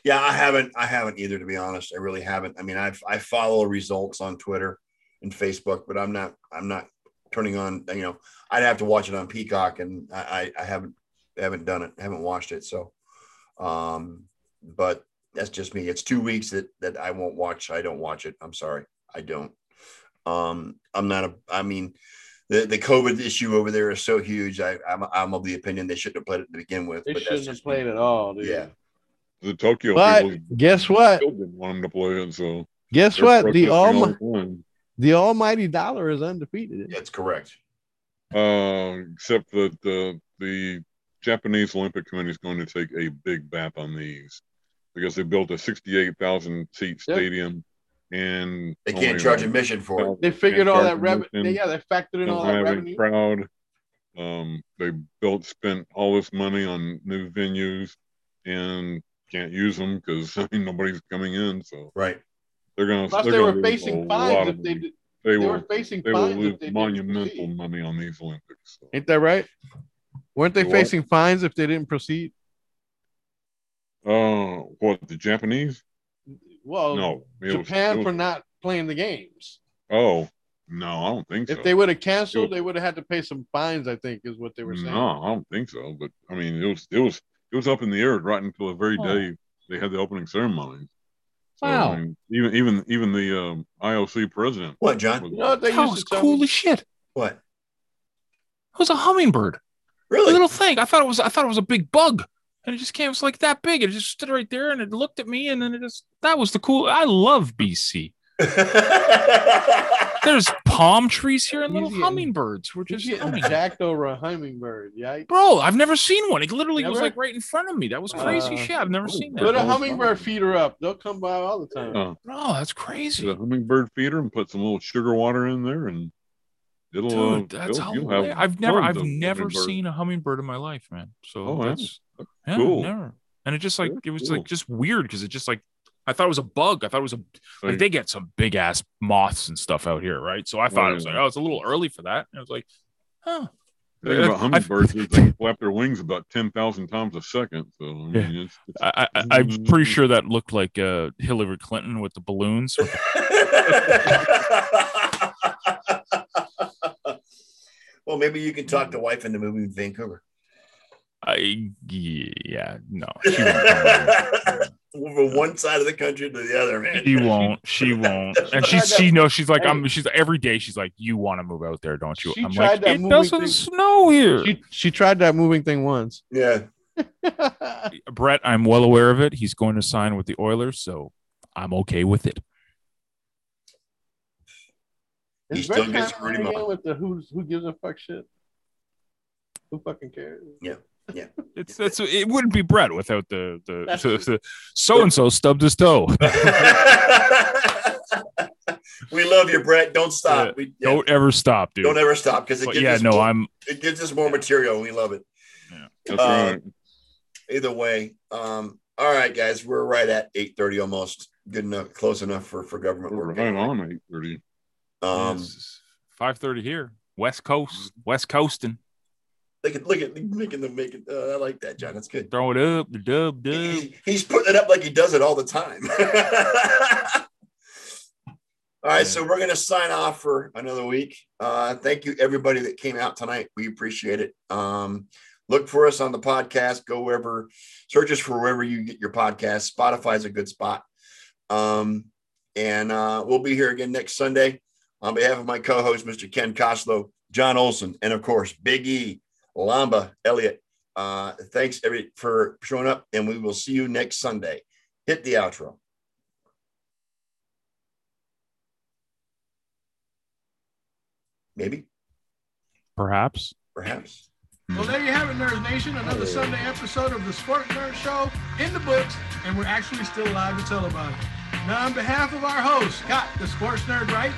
Speaker 2: Yeah, I haven't. I haven't either, to be honest. I really haven't. I mean, I I follow results on Twitter and Facebook, but I'm not. I'm not turning on. You know, I'd have to watch it on Peacock, and I I, I haven't haven't done it. Haven't watched it. So, um, but that's just me. It's two weeks that that I won't watch. I don't watch it. I'm sorry. I don't. Um, I'm not a. I mean, the the COVID issue over there is so huge. I I'm, I'm of the opinion they shouldn't have played it to begin with.
Speaker 5: They
Speaker 2: but that's
Speaker 5: shouldn't have
Speaker 2: just me.
Speaker 5: played at all, dude.
Speaker 2: Yeah.
Speaker 4: The Tokyo
Speaker 5: But
Speaker 4: people
Speaker 5: guess what?
Speaker 4: still didn't want them to play it, so
Speaker 5: Guess
Speaker 4: they're
Speaker 5: what? The
Speaker 4: protesting all
Speaker 5: almighty,
Speaker 4: time.
Speaker 5: the almighty dollar is undefeated.
Speaker 2: That's correct.
Speaker 4: Uh, except that the the Japanese Olympic Committee is going to take a big bap on these because they built a 68,000 seat
Speaker 5: Yeah.
Speaker 4: stadium and
Speaker 2: They
Speaker 3: Oh
Speaker 2: can't
Speaker 4: only
Speaker 2: charge
Speaker 4: like
Speaker 2: admission for it.
Speaker 5: They figured all that revenue.
Speaker 4: Charging them.
Speaker 5: Yeah, they factored in all
Speaker 4: don't
Speaker 5: that
Speaker 4: have a
Speaker 5: revenue.
Speaker 4: crowd. Um, they built, spent all this money on new venues and can't use them because [LAUGHS] nobody's coming in. So
Speaker 2: Right.
Speaker 4: they're going
Speaker 5: Plus,
Speaker 4: to.
Speaker 5: they were facing fines if they did.
Speaker 4: They,
Speaker 5: They
Speaker 4: will.
Speaker 5: were facing
Speaker 4: They will
Speaker 5: fines
Speaker 4: lose
Speaker 5: if they didn't
Speaker 4: monumental
Speaker 5: proceed.
Speaker 4: money on these Olympics. So.
Speaker 5: Ain't that right? Weren't they
Speaker 4: They what?
Speaker 5: facing fines if they didn't proceed?
Speaker 4: Uh, what the Japanese?
Speaker 3: Oh,
Speaker 5: Well,
Speaker 4: no, it was-
Speaker 5: Japan
Speaker 4: it was-
Speaker 5: for not playing the games.
Speaker 4: Oh no, I don't think so.
Speaker 5: If they would have
Speaker 4: It
Speaker 5: canceled,
Speaker 4: was-
Speaker 5: they would have had to pay some fines. I think is what they were saying.
Speaker 4: no, I don't think so. But I mean, it was it was it was up in the air right until the very
Speaker 3: Oh.
Speaker 4: day they had the opening ceremony. So, I
Speaker 5: Wow.
Speaker 4: mean, even even even the um, IOC president.
Speaker 2: What, John?
Speaker 5: You know what they
Speaker 3: That
Speaker 5: used
Speaker 3: was
Speaker 5: to tell
Speaker 3: cool
Speaker 5: me?
Speaker 3: as shit. It
Speaker 2: What?
Speaker 3: was a hummingbird. a
Speaker 2: Really?
Speaker 3: little thing. I thought it was I thought it was a big bug. And it just came, it was like that big. It just stood right there and it looked at me and then it just that was the cool I love BC. There's palm trees here and little
Speaker 5: Easy and-
Speaker 3: hummingbirds. We're
Speaker 5: Just
Speaker 3: just
Speaker 5: getting
Speaker 3: humming.
Speaker 5: jacked over a hummingbird. Yeah.
Speaker 3: Bro, I've never seen one. It literally was
Speaker 5: Never?
Speaker 3: like right in front of me. That was crazy
Speaker 5: Uh,
Speaker 3: shit. I've never seen
Speaker 5: Put
Speaker 3: that.
Speaker 5: a
Speaker 4: always
Speaker 5: hummingbird
Speaker 4: fun.
Speaker 5: feeder up. They'll come by all the time.
Speaker 4: Uh,
Speaker 3: No, that's
Speaker 4: the
Speaker 3: crazy.
Speaker 4: hummingbird feeder and put some little sugar water in there, and it'll. uh,
Speaker 3: Dude, that's
Speaker 4: it'll- you'll
Speaker 3: hilarious.
Speaker 4: have
Speaker 3: I've never
Speaker 4: tons
Speaker 3: I've
Speaker 4: of
Speaker 3: never
Speaker 4: hummingbird.
Speaker 3: seen a hummingbird in my life, man. So
Speaker 4: Oh, yeah.
Speaker 3: that's yeah,
Speaker 4: cool.
Speaker 3: never. And it just like
Speaker 4: That's
Speaker 3: it was
Speaker 4: cool.
Speaker 3: like just weird because it just like I thought it was a bug. I thought it was a
Speaker 4: Like,
Speaker 3: Like they get some big ass moths and stuff out here, right? So I thought it was
Speaker 4: yeah.
Speaker 3: like, oh, it's a little early for that. And I was like, huh.
Speaker 4: the thing
Speaker 3: [LAUGHS]
Speaker 4: about
Speaker 3: I've-
Speaker 4: hummingbirds is they flap their wings about ten thousand times a second. So I mean,
Speaker 3: Yeah.
Speaker 4: it's, it's
Speaker 3: I, I, I'm pretty sure that looked like uh, Hillary Clinton with the balloons.
Speaker 2: [LAUGHS]
Speaker 3: [LAUGHS]
Speaker 2: well, maybe you can talk to wife in the movie Vancouver.
Speaker 3: I, yeah, no, she won't. come
Speaker 2: [LAUGHS] From one side of the country to the other,
Speaker 3: over.
Speaker 2: man.
Speaker 3: She won't.
Speaker 5: [LAUGHS]
Speaker 3: She won't. And she, she knows. She's like, I'm. She's every day. She's like, you want to move out there, don't you?
Speaker 5: She
Speaker 3: I'm
Speaker 5: tried
Speaker 3: like,
Speaker 5: that
Speaker 3: it
Speaker 5: moving
Speaker 3: doesn't
Speaker 5: thing.
Speaker 3: snow here.
Speaker 5: She, she tried that moving thing once. [LAUGHS]
Speaker 3: [LAUGHS]
Speaker 2: Yeah.
Speaker 3: Brett, I'm well aware of it. He's going to sign with the Oilers, so I'm okay with it.
Speaker 5: Is
Speaker 2: He still
Speaker 5: Brett
Speaker 2: gets
Speaker 5: Kavanaugh
Speaker 2: pretty much-
Speaker 5: again with the who's who gives a fuck shit? Who fucking cares?
Speaker 3: It's that's it wouldn't be Brett without the the
Speaker 5: That's
Speaker 3: the- [LAUGHS] the so and so stubbed his toe.
Speaker 2: we love you, Brett. Don't stop.
Speaker 3: Yeah.
Speaker 2: We, yeah,
Speaker 3: Don't ever stop, dude.
Speaker 2: don't ever stop because it
Speaker 3: But
Speaker 2: gives
Speaker 3: yeah,
Speaker 2: us
Speaker 3: no,
Speaker 2: more,
Speaker 3: I'm
Speaker 2: it gives us more material. and We love it.
Speaker 4: That's
Speaker 2: Uh,
Speaker 4: right.
Speaker 2: Either way, um, all right, guys, we're right at eight thirty almost. Good enough, close enough for for government
Speaker 4: We're
Speaker 2: work.
Speaker 4: right on eight thirty.
Speaker 2: Um,
Speaker 3: five thirty here, West Coast, West Coasting.
Speaker 2: Look at look at making the making. Uh, I like that, John. That's good.
Speaker 3: Throw it up, the dub, dub.
Speaker 2: He- He's putting it up like he does it all the time. [LAUGHS] all right, so we're gonna sign off for another week. Uh, thank you everybody that came out tonight. We appreciate it. Um, look for us on the podcast. Go wherever, search us for wherever you get your podcast. Spotify's a good spot. Um, and uh, we'll be here again next Sunday. On behalf of my co-host, Mr. Ken Koslow, John Olson, and of course Big E, Lamba, Elliot. Uh, thanks every for showing up, and we will see you next Sunday. Hit the outro. Maybe,
Speaker 3: Perhaps.
Speaker 2: perhaps.
Speaker 1: Well, there you have it, Nerds Nation. Another Sunday episode of the Sports Nerd Show in the books, and we're actually still alive to tell about it. Now, on behalf of our host, Scott, the Sports Nerd, right?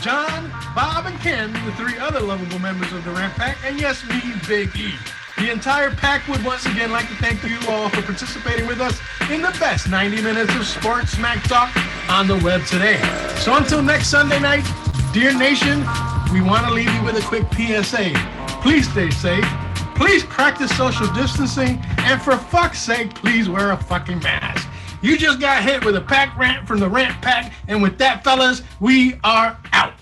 Speaker 1: John, Bob, and Ken, the three other lovable members of the Ramp Pack, and yes, me, Big E. The entire pack would once again like to thank you all for participating with us in the best 90 minutes of sports smack talk on the web today. So until next Sunday night, dear nation, we want to leave you with a quick PSA. Please stay safe. Please practice social distancing, and for fuck's sake, please wear a fucking mask. You just got hit with a pack rant from the Rant Pack, and with that, fellas, we are out.